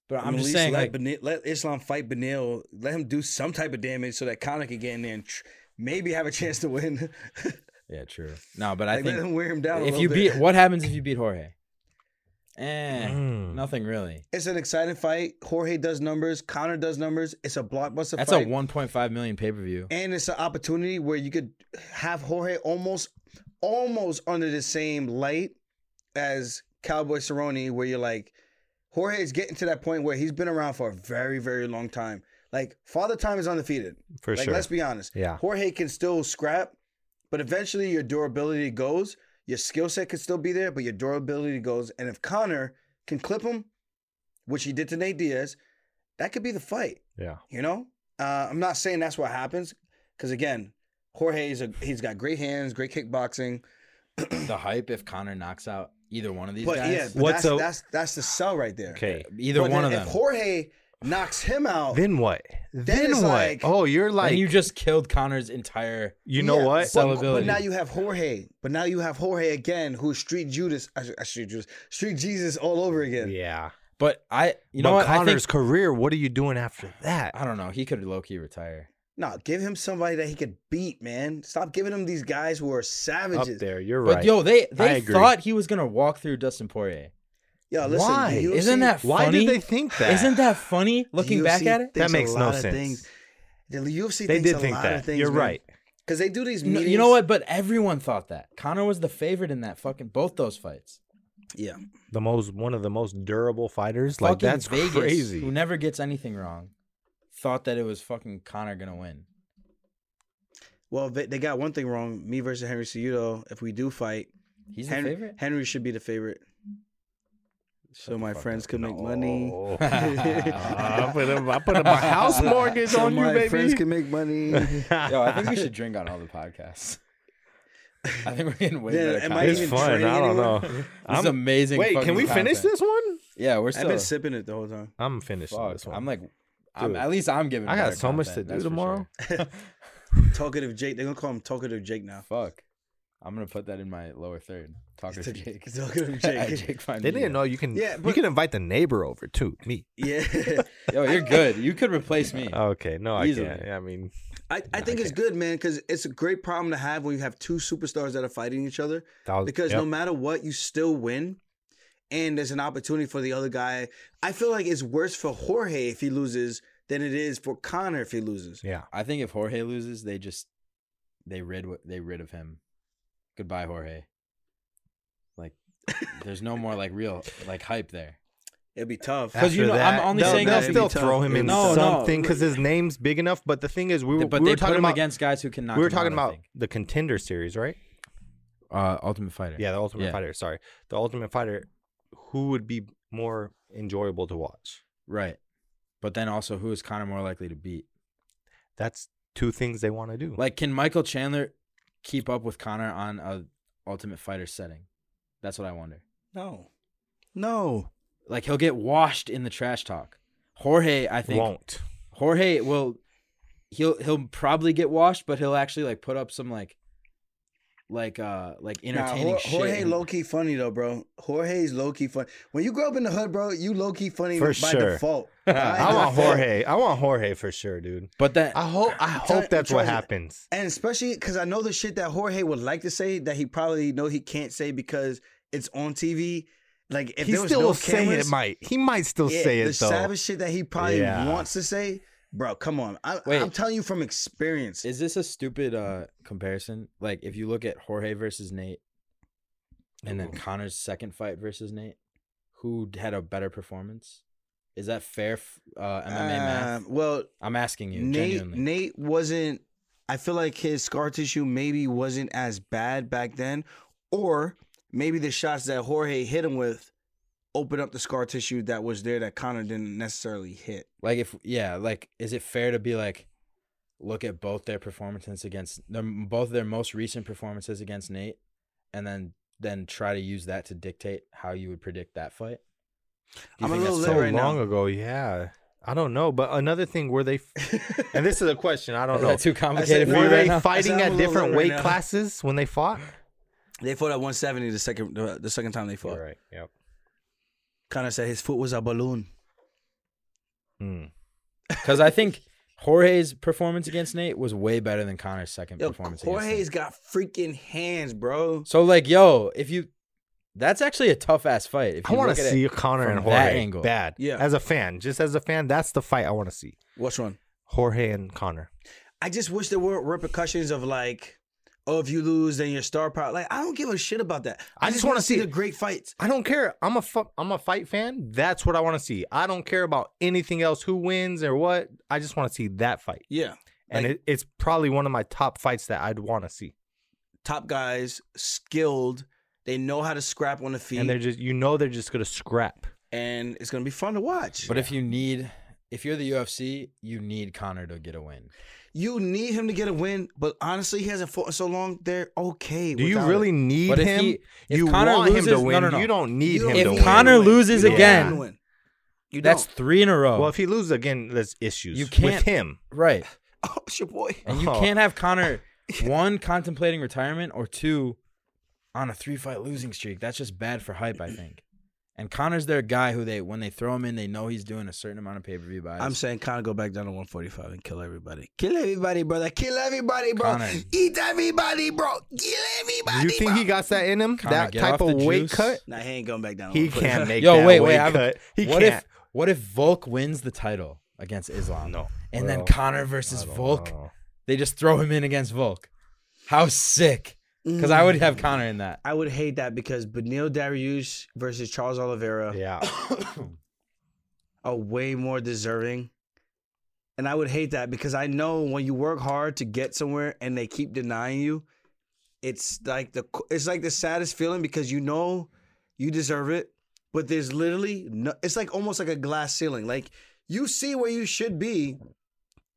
[SPEAKER 5] But
[SPEAKER 4] I mean,
[SPEAKER 5] I'm
[SPEAKER 4] at
[SPEAKER 5] just
[SPEAKER 4] least
[SPEAKER 5] saying
[SPEAKER 4] let,
[SPEAKER 5] like
[SPEAKER 4] Benil, let Islam fight Benil. Let him do some type of damage so that Connor can get in there and tr- maybe have a chance to win.
[SPEAKER 5] Yeah, true. No, but I
[SPEAKER 4] like, let
[SPEAKER 5] think
[SPEAKER 4] him wear him down. a
[SPEAKER 5] if
[SPEAKER 4] little
[SPEAKER 5] you
[SPEAKER 4] bit.
[SPEAKER 5] beat, what happens if you beat Jorge? Eh,
[SPEAKER 6] Mm.
[SPEAKER 5] Nothing really.
[SPEAKER 4] It's an exciting fight. Jorge does numbers. Connor does numbers. It's a blockbuster
[SPEAKER 5] That's
[SPEAKER 4] fight.
[SPEAKER 5] a 1.5 million pay per view.
[SPEAKER 4] and it's an opportunity where you could have Jorge almost, almost under the same light as Cowboy Cerrone, where you're like, Jorge is getting to that point where he's been around for a very, very long time. Like Father Time is undefeated.
[SPEAKER 6] for
[SPEAKER 4] like
[SPEAKER 6] sure.
[SPEAKER 4] let's be honest.
[SPEAKER 6] Yeah.
[SPEAKER 4] Jorge can still scrap, but eventually your durability goes. Your skill set could still be there, but your durability goes. And if Connor can clip him, which he did to Nate Diaz, that could be the fight.
[SPEAKER 6] yeah.
[SPEAKER 4] You know, uh, I'm not saying that's what happens, because again, Jorge is a, he's got great hands, great kickboxing.
[SPEAKER 5] the hype if Connor knocks out either one of these
[SPEAKER 4] But yeah,
[SPEAKER 5] guys.
[SPEAKER 4] but
[SPEAKER 6] What's
[SPEAKER 4] that's,
[SPEAKER 6] a-
[SPEAKER 4] that's that's the sell right there.
[SPEAKER 6] Okay.
[SPEAKER 5] Either
[SPEAKER 4] But
[SPEAKER 5] one of
[SPEAKER 4] then
[SPEAKER 5] them.
[SPEAKER 4] If Jorge knocks him out,
[SPEAKER 6] Then what? Then
[SPEAKER 4] it's
[SPEAKER 6] what?
[SPEAKER 4] like-
[SPEAKER 6] oh, you're like
[SPEAKER 5] and you
[SPEAKER 6] you,
[SPEAKER 5] just killed Connor's entire.
[SPEAKER 6] know
[SPEAKER 4] Yeah,
[SPEAKER 6] what?
[SPEAKER 5] so-
[SPEAKER 4] But, but
[SPEAKER 5] Sellability.
[SPEAKER 4] now you have Jorge. But now you have Jorge again, who's Street Judas, uh, uh, Street Judas, Street Jesus all over again.
[SPEAKER 6] yeah.
[SPEAKER 5] But I, you
[SPEAKER 6] but
[SPEAKER 5] know, what? I,
[SPEAKER 6] Connor's
[SPEAKER 5] think,
[SPEAKER 6] career. What are you doing after that?
[SPEAKER 5] I don't know. He could low key retire.
[SPEAKER 4] No, give him somebody that he could beat, man. Stop giving him these guys who are
[SPEAKER 6] Up
[SPEAKER 4] savages.
[SPEAKER 6] there, you're
[SPEAKER 5] But
[SPEAKER 6] right.
[SPEAKER 5] yo, they they
[SPEAKER 6] agree.
[SPEAKER 5] thought he was gonna walk through Dustin Poirier.
[SPEAKER 4] Yo, listen,
[SPEAKER 6] Why?
[SPEAKER 4] the UFC
[SPEAKER 5] Isn't that
[SPEAKER 6] Why
[SPEAKER 5] funny?
[SPEAKER 6] did they think that?
[SPEAKER 5] Isn't that funny?
[SPEAKER 4] the
[SPEAKER 5] Looking
[SPEAKER 4] UFC
[SPEAKER 5] back at it,
[SPEAKER 4] thinks
[SPEAKER 6] That makes
[SPEAKER 4] a
[SPEAKER 6] no
[SPEAKER 4] lot of
[SPEAKER 6] sense.
[SPEAKER 4] Things. The UFC
[SPEAKER 6] They
[SPEAKER 4] thinks
[SPEAKER 6] did
[SPEAKER 4] a
[SPEAKER 6] think
[SPEAKER 4] lot
[SPEAKER 6] that.
[SPEAKER 4] of things.
[SPEAKER 6] you're right.
[SPEAKER 4] Because they do these
[SPEAKER 5] you know,
[SPEAKER 4] meetings.
[SPEAKER 5] you know what? But everyone thought that Connor was the favorite in that fucking both those fights.
[SPEAKER 4] Yeah.
[SPEAKER 6] The most one of the most durable fighters. Like
[SPEAKER 5] fucking
[SPEAKER 6] that's
[SPEAKER 5] Vegas,
[SPEAKER 6] crazy.
[SPEAKER 5] Who never gets anything wrong, thought that it was fucking Connor gonna win.
[SPEAKER 4] Well, they, they got one thing wrong. Me versus Henry Cejudo. If we do fight,
[SPEAKER 5] He's the
[SPEAKER 4] Henry,
[SPEAKER 5] favorite.
[SPEAKER 4] Henry should be the favorite. so my
[SPEAKER 5] fuck
[SPEAKER 4] friends
[SPEAKER 5] up.
[SPEAKER 4] could make money.
[SPEAKER 6] Oh. I put up, I put up my house mortgage
[SPEAKER 4] so
[SPEAKER 6] on you,
[SPEAKER 4] my
[SPEAKER 6] baby.
[SPEAKER 4] friends can make money.
[SPEAKER 5] Yo, I think we should drink on all the podcasts. I think we're getting way
[SPEAKER 4] Yeah,
[SPEAKER 5] better.
[SPEAKER 4] am I
[SPEAKER 5] content.
[SPEAKER 6] it's
[SPEAKER 4] even
[SPEAKER 6] fun.
[SPEAKER 4] train
[SPEAKER 6] I don't
[SPEAKER 4] anyone?
[SPEAKER 6] know.
[SPEAKER 5] This is
[SPEAKER 6] I'm,
[SPEAKER 5] amazing.
[SPEAKER 6] wait,
[SPEAKER 5] fucking
[SPEAKER 6] can we finish
[SPEAKER 5] content.
[SPEAKER 6] this one?
[SPEAKER 5] Yeah, we're
[SPEAKER 4] I've
[SPEAKER 5] still.
[SPEAKER 4] been sipping it the whole time.
[SPEAKER 6] I'm finishing
[SPEAKER 5] fuck,
[SPEAKER 6] this one.
[SPEAKER 5] I'm like, I'm,
[SPEAKER 6] Dude,
[SPEAKER 5] at least I'm giving.
[SPEAKER 6] I got
[SPEAKER 5] better
[SPEAKER 6] so much
[SPEAKER 5] content,
[SPEAKER 6] to do
[SPEAKER 5] that's for
[SPEAKER 6] tomorrow.
[SPEAKER 4] Talkative Jake. They're gonna call him Talkative Jake now.
[SPEAKER 5] sure. Fuck, I'm gonna put that in my lower third. Talker to Jake.
[SPEAKER 4] Talkative
[SPEAKER 5] At
[SPEAKER 4] Jake.
[SPEAKER 5] Jake Van
[SPEAKER 6] They didn't
[SPEAKER 5] Meter.
[SPEAKER 6] know you can.
[SPEAKER 4] Yeah,
[SPEAKER 6] you
[SPEAKER 4] but-
[SPEAKER 6] can invite the neighbor over too. Me.
[SPEAKER 4] Yeah,
[SPEAKER 5] Yo, you're good. You could replace me.
[SPEAKER 6] Okay. No,
[SPEAKER 5] Easily.
[SPEAKER 6] I can't. I mean,
[SPEAKER 4] I, I think it's good, man, because it's a great problem to have when you have two superstars that are fighting each other.
[SPEAKER 6] that was-
[SPEAKER 4] Because
[SPEAKER 6] yep.
[SPEAKER 4] no matter what, you still win, and there's an opportunity for the other guy. I feel like it's worse for Jorge if he loses than it is for Connor if he loses.
[SPEAKER 6] Yeah.
[SPEAKER 5] I think if Jorge loses, they just they rid wi- they rid of him. Goodbye, Jorge. Like, there's no more like real like hype there.
[SPEAKER 4] It'd be tough.
[SPEAKER 5] 'Cause you
[SPEAKER 6] After
[SPEAKER 5] know, I'm only
[SPEAKER 6] they'll,
[SPEAKER 5] saying
[SPEAKER 6] they'll
[SPEAKER 5] that-
[SPEAKER 6] still
[SPEAKER 4] It'd be
[SPEAKER 6] throw
[SPEAKER 4] tough.
[SPEAKER 6] him in
[SPEAKER 5] No, no.
[SPEAKER 6] something because his name's big enough. But the thing is, we were,
[SPEAKER 5] but
[SPEAKER 6] we
[SPEAKER 5] they
[SPEAKER 6] were
[SPEAKER 5] put
[SPEAKER 6] talking
[SPEAKER 5] him
[SPEAKER 6] about
[SPEAKER 5] against guys who can knock.
[SPEAKER 6] we were
[SPEAKER 5] him out,
[SPEAKER 6] talking
[SPEAKER 5] I
[SPEAKER 6] about
[SPEAKER 5] think.
[SPEAKER 6] the contender series, right?
[SPEAKER 5] uh, Ultimate Fighter.
[SPEAKER 6] Yeah, the Ultimate
[SPEAKER 5] Yeah.
[SPEAKER 6] Fighter. Sorry, the Ultimate Fighter. Who would be more enjoyable to watch?
[SPEAKER 5] right. But then also, who is Connor more likely to beat?
[SPEAKER 6] That's two things they want to do.
[SPEAKER 5] Like, can Michael Chandler keep up with Connor on a Ultimate Fighter setting? That's what I wonder.
[SPEAKER 4] No, no.
[SPEAKER 5] Like, he'll get washed in the trash talk. Jorge, I think,
[SPEAKER 6] won't.
[SPEAKER 5] Jorge will he'll he'll probably get washed, but he'll actually like put up some like like uh like entertaining
[SPEAKER 4] nah, Jor-
[SPEAKER 5] shit.
[SPEAKER 4] Jorge
[SPEAKER 5] and-
[SPEAKER 4] low key funny though, bro. Jorge's low key funny. When you grow up in the hood, bro, you low key funny
[SPEAKER 6] For
[SPEAKER 4] by
[SPEAKER 6] sure.
[SPEAKER 4] default.
[SPEAKER 6] I
[SPEAKER 4] By
[SPEAKER 6] want
[SPEAKER 4] default.
[SPEAKER 6] Jorge. I want Jorge for sure, dude.
[SPEAKER 5] but then
[SPEAKER 6] I hope. I
[SPEAKER 4] tell-
[SPEAKER 6] hope that's
[SPEAKER 4] I'm
[SPEAKER 6] what
[SPEAKER 4] telling you.
[SPEAKER 6] happens.
[SPEAKER 4] And especially because I know the shit that Jorge would like to say that he probably know he can't say because it's on TV. Like if
[SPEAKER 6] he
[SPEAKER 4] there was
[SPEAKER 6] still
[SPEAKER 4] no
[SPEAKER 6] will say
[SPEAKER 4] cameras,
[SPEAKER 6] it. Might he might still
[SPEAKER 4] yeah,
[SPEAKER 6] say
[SPEAKER 4] the
[SPEAKER 6] it though.
[SPEAKER 4] savage shit that he probably
[SPEAKER 6] Yeah.
[SPEAKER 4] wants to say, bro. Come on, I,
[SPEAKER 5] Wait.
[SPEAKER 4] I'm telling you from experience.
[SPEAKER 5] is this a stupid uh comparison? Like if you look at Jorge versus Nate and then Connor's second fight versus Nate, who had a better performance? Is that fair f- uh MMA math?
[SPEAKER 4] Um, well,
[SPEAKER 5] I'm asking you
[SPEAKER 4] Nate
[SPEAKER 5] genuinely.
[SPEAKER 4] Nate wasn't. I feel like his scar tissue maybe wasn't as bad back then, or maybe the shots that Jorge hit him with opened up the scar tissue that was there that Connor didn't necessarily hit.
[SPEAKER 5] Like if yeah, like is it fair to be like look at both their performances against them both their most recent performances against Nate and then then try to use that to dictate how you would predict that fight? Do
[SPEAKER 4] I'm a
[SPEAKER 5] think that's
[SPEAKER 4] little
[SPEAKER 5] fair?
[SPEAKER 6] so
[SPEAKER 4] right now.
[SPEAKER 6] long ago. Yeah, I don't know. But another thing, were they? and this is a question. I don't
[SPEAKER 5] Is
[SPEAKER 6] know.
[SPEAKER 5] that too
[SPEAKER 4] said
[SPEAKER 5] complicated for you
[SPEAKER 6] Were
[SPEAKER 4] no,
[SPEAKER 6] they
[SPEAKER 5] right now?
[SPEAKER 4] I
[SPEAKER 6] fighting
[SPEAKER 4] said I'm a
[SPEAKER 6] at
[SPEAKER 4] little
[SPEAKER 6] different
[SPEAKER 4] low right
[SPEAKER 6] weight
[SPEAKER 4] now.
[SPEAKER 6] classes when they fought?
[SPEAKER 4] They fought at 170 the second the, the second time they fought.
[SPEAKER 6] You're right. Yep.
[SPEAKER 4] Connor said his foot was a balloon.
[SPEAKER 6] Mm.
[SPEAKER 5] Because I think Jorge's performance against Nate was way better than Connor's second
[SPEAKER 4] Yo,
[SPEAKER 5] performance. against Nate.
[SPEAKER 4] Jorge's got freaking hands, bro.
[SPEAKER 5] So like, yo, if you That's actually a tough ass fight. If
[SPEAKER 6] I
[SPEAKER 5] you
[SPEAKER 6] want
[SPEAKER 5] look
[SPEAKER 6] to
[SPEAKER 5] at it
[SPEAKER 6] see Connor and
[SPEAKER 5] from that
[SPEAKER 6] Jorge
[SPEAKER 5] angle.
[SPEAKER 6] bad.
[SPEAKER 4] Yeah.
[SPEAKER 6] As a fan, just as a fan, that's the fight I want to see.
[SPEAKER 4] Which one?
[SPEAKER 6] Jorge and Connor.
[SPEAKER 4] I just wish there were repercussions of like, oh, if you lose, then your star power. Like, I don't give a shit about that. I,
[SPEAKER 6] I
[SPEAKER 4] just
[SPEAKER 6] just
[SPEAKER 4] want
[SPEAKER 6] wanna
[SPEAKER 4] to see,
[SPEAKER 6] see
[SPEAKER 4] the
[SPEAKER 6] it.
[SPEAKER 4] great fights.
[SPEAKER 6] I don't care. I'm a fu- I'm a fight fan. That's what I want to see. I don't care about anything else, who wins or what. I just want to see that fight,
[SPEAKER 4] Yeah.
[SPEAKER 6] and
[SPEAKER 4] Like-
[SPEAKER 6] it, it's probably one of my top fights that I'd want to see.
[SPEAKER 4] Top guys, skilled. They know how to scrap on the feet,
[SPEAKER 6] And they're just, you know, they're just gonna scrap.
[SPEAKER 4] and it's gonna be fun to watch.
[SPEAKER 5] But if you need, if you're the UFC, you need Connor to get a win.
[SPEAKER 4] You need him to get a win, but honestly, he hasn't fought in so long. They're okay.
[SPEAKER 6] Do you
[SPEAKER 4] without
[SPEAKER 6] really
[SPEAKER 4] it.
[SPEAKER 6] need
[SPEAKER 5] But if
[SPEAKER 6] him?
[SPEAKER 5] he- if
[SPEAKER 6] you
[SPEAKER 5] Conor
[SPEAKER 6] want him
[SPEAKER 5] loses-
[SPEAKER 6] to
[SPEAKER 5] no,
[SPEAKER 6] win.
[SPEAKER 5] no, no.
[SPEAKER 6] You don't need
[SPEAKER 4] You don't
[SPEAKER 6] him to
[SPEAKER 5] If
[SPEAKER 6] win.
[SPEAKER 5] Conor
[SPEAKER 4] You don't
[SPEAKER 5] loses
[SPEAKER 4] need him to
[SPEAKER 5] again,
[SPEAKER 4] win. you
[SPEAKER 5] That's
[SPEAKER 4] don't.
[SPEAKER 5] three in a row.
[SPEAKER 6] well, if he loses again, there's issues.
[SPEAKER 5] You can't-
[SPEAKER 6] with him.
[SPEAKER 5] right.
[SPEAKER 4] Oh, it's your boy.
[SPEAKER 5] And you
[SPEAKER 6] Oh.
[SPEAKER 5] can't have Connor one contemplating retirement or two on a three fight losing streak. That's just bad for hype, I think. And Connor's their guy who they when they throw him in, they know he's doing a certain amount of pay per view buys.
[SPEAKER 4] I'm saying Connor go back down to 145 and kill everybody. Kill everybody, brother. Kill everybody, bro.
[SPEAKER 5] Conor.
[SPEAKER 4] Eat everybody, bro. Kill everybody.
[SPEAKER 6] You think
[SPEAKER 4] bro.
[SPEAKER 6] he got that in him?
[SPEAKER 5] Conor,
[SPEAKER 6] that
[SPEAKER 5] get
[SPEAKER 6] type
[SPEAKER 5] off
[SPEAKER 6] of
[SPEAKER 5] the
[SPEAKER 6] weight
[SPEAKER 5] juice.
[SPEAKER 6] cut?
[SPEAKER 4] Nah, he ain't going back down. to
[SPEAKER 6] He
[SPEAKER 4] 145.
[SPEAKER 6] can't make
[SPEAKER 5] Yo,
[SPEAKER 6] that
[SPEAKER 5] wait,
[SPEAKER 6] weight
[SPEAKER 5] wait. I have a-
[SPEAKER 6] cut. He
[SPEAKER 5] what
[SPEAKER 6] can't.
[SPEAKER 5] if what if Volk wins the title against Islam?
[SPEAKER 6] No.
[SPEAKER 5] And
[SPEAKER 6] Bro,
[SPEAKER 5] then Connor versus
[SPEAKER 6] I don't
[SPEAKER 5] Volk,
[SPEAKER 6] know.
[SPEAKER 5] they just throw him in against Volk. How sick! Because I would
[SPEAKER 6] Mm.
[SPEAKER 5] have Connor in that.
[SPEAKER 4] I would hate that because Benil Dariush versus Charles Oliveira
[SPEAKER 6] Yeah.
[SPEAKER 4] are way more deserving. And I would hate that because I know when you work hard to get somewhere and they keep denying you, it's like the it's like the saddest feeling because you know you deserve it, but there's literally no it's like almost like a glass ceiling. Like you see where you should be,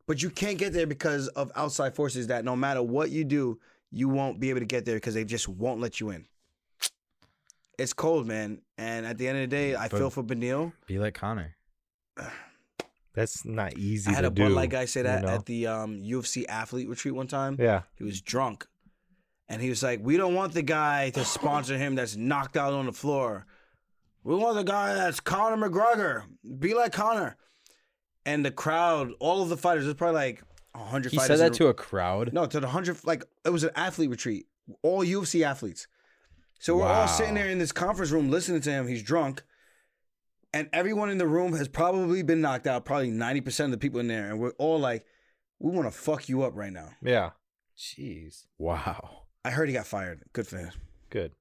[SPEAKER 4] but you can't get there because of outside forces that no matter what you do, you won't be able to get there because they just won't let you in. It's cold, man. And at the end of the day, I
[SPEAKER 5] But-
[SPEAKER 4] feel for Benil.
[SPEAKER 5] Be like Connor.
[SPEAKER 6] That's not easy
[SPEAKER 4] I had
[SPEAKER 6] to
[SPEAKER 4] a Bud
[SPEAKER 6] do,
[SPEAKER 4] Light guy say
[SPEAKER 6] you
[SPEAKER 4] that
[SPEAKER 6] know?
[SPEAKER 4] at the um, UFC athlete retreat one time.
[SPEAKER 6] yeah.
[SPEAKER 4] He was drunk. And he was like, We don't want the guy to sponsor him that's knocked out on the floor. We want the guy that's Conor McGregor. Be like Conor. And the crowd, all of the fighters, there's probably like 100
[SPEAKER 5] He
[SPEAKER 4] fighters. in
[SPEAKER 5] said that
[SPEAKER 4] the-
[SPEAKER 5] to a crowd.
[SPEAKER 4] No, to the 100, like, it was an athlete retreat. All UFC athletes. So we're all sitting
[SPEAKER 5] Wow.
[SPEAKER 4] there in this conference room listening to him. He's drunk. And everyone in the room has probably been knocked out, probably 90% of the people in there. And we're all like, we want to fuck you up right now.
[SPEAKER 6] Yeah. Jeez.
[SPEAKER 5] Wow.
[SPEAKER 4] I heard he got fired. Good for him.
[SPEAKER 6] Good.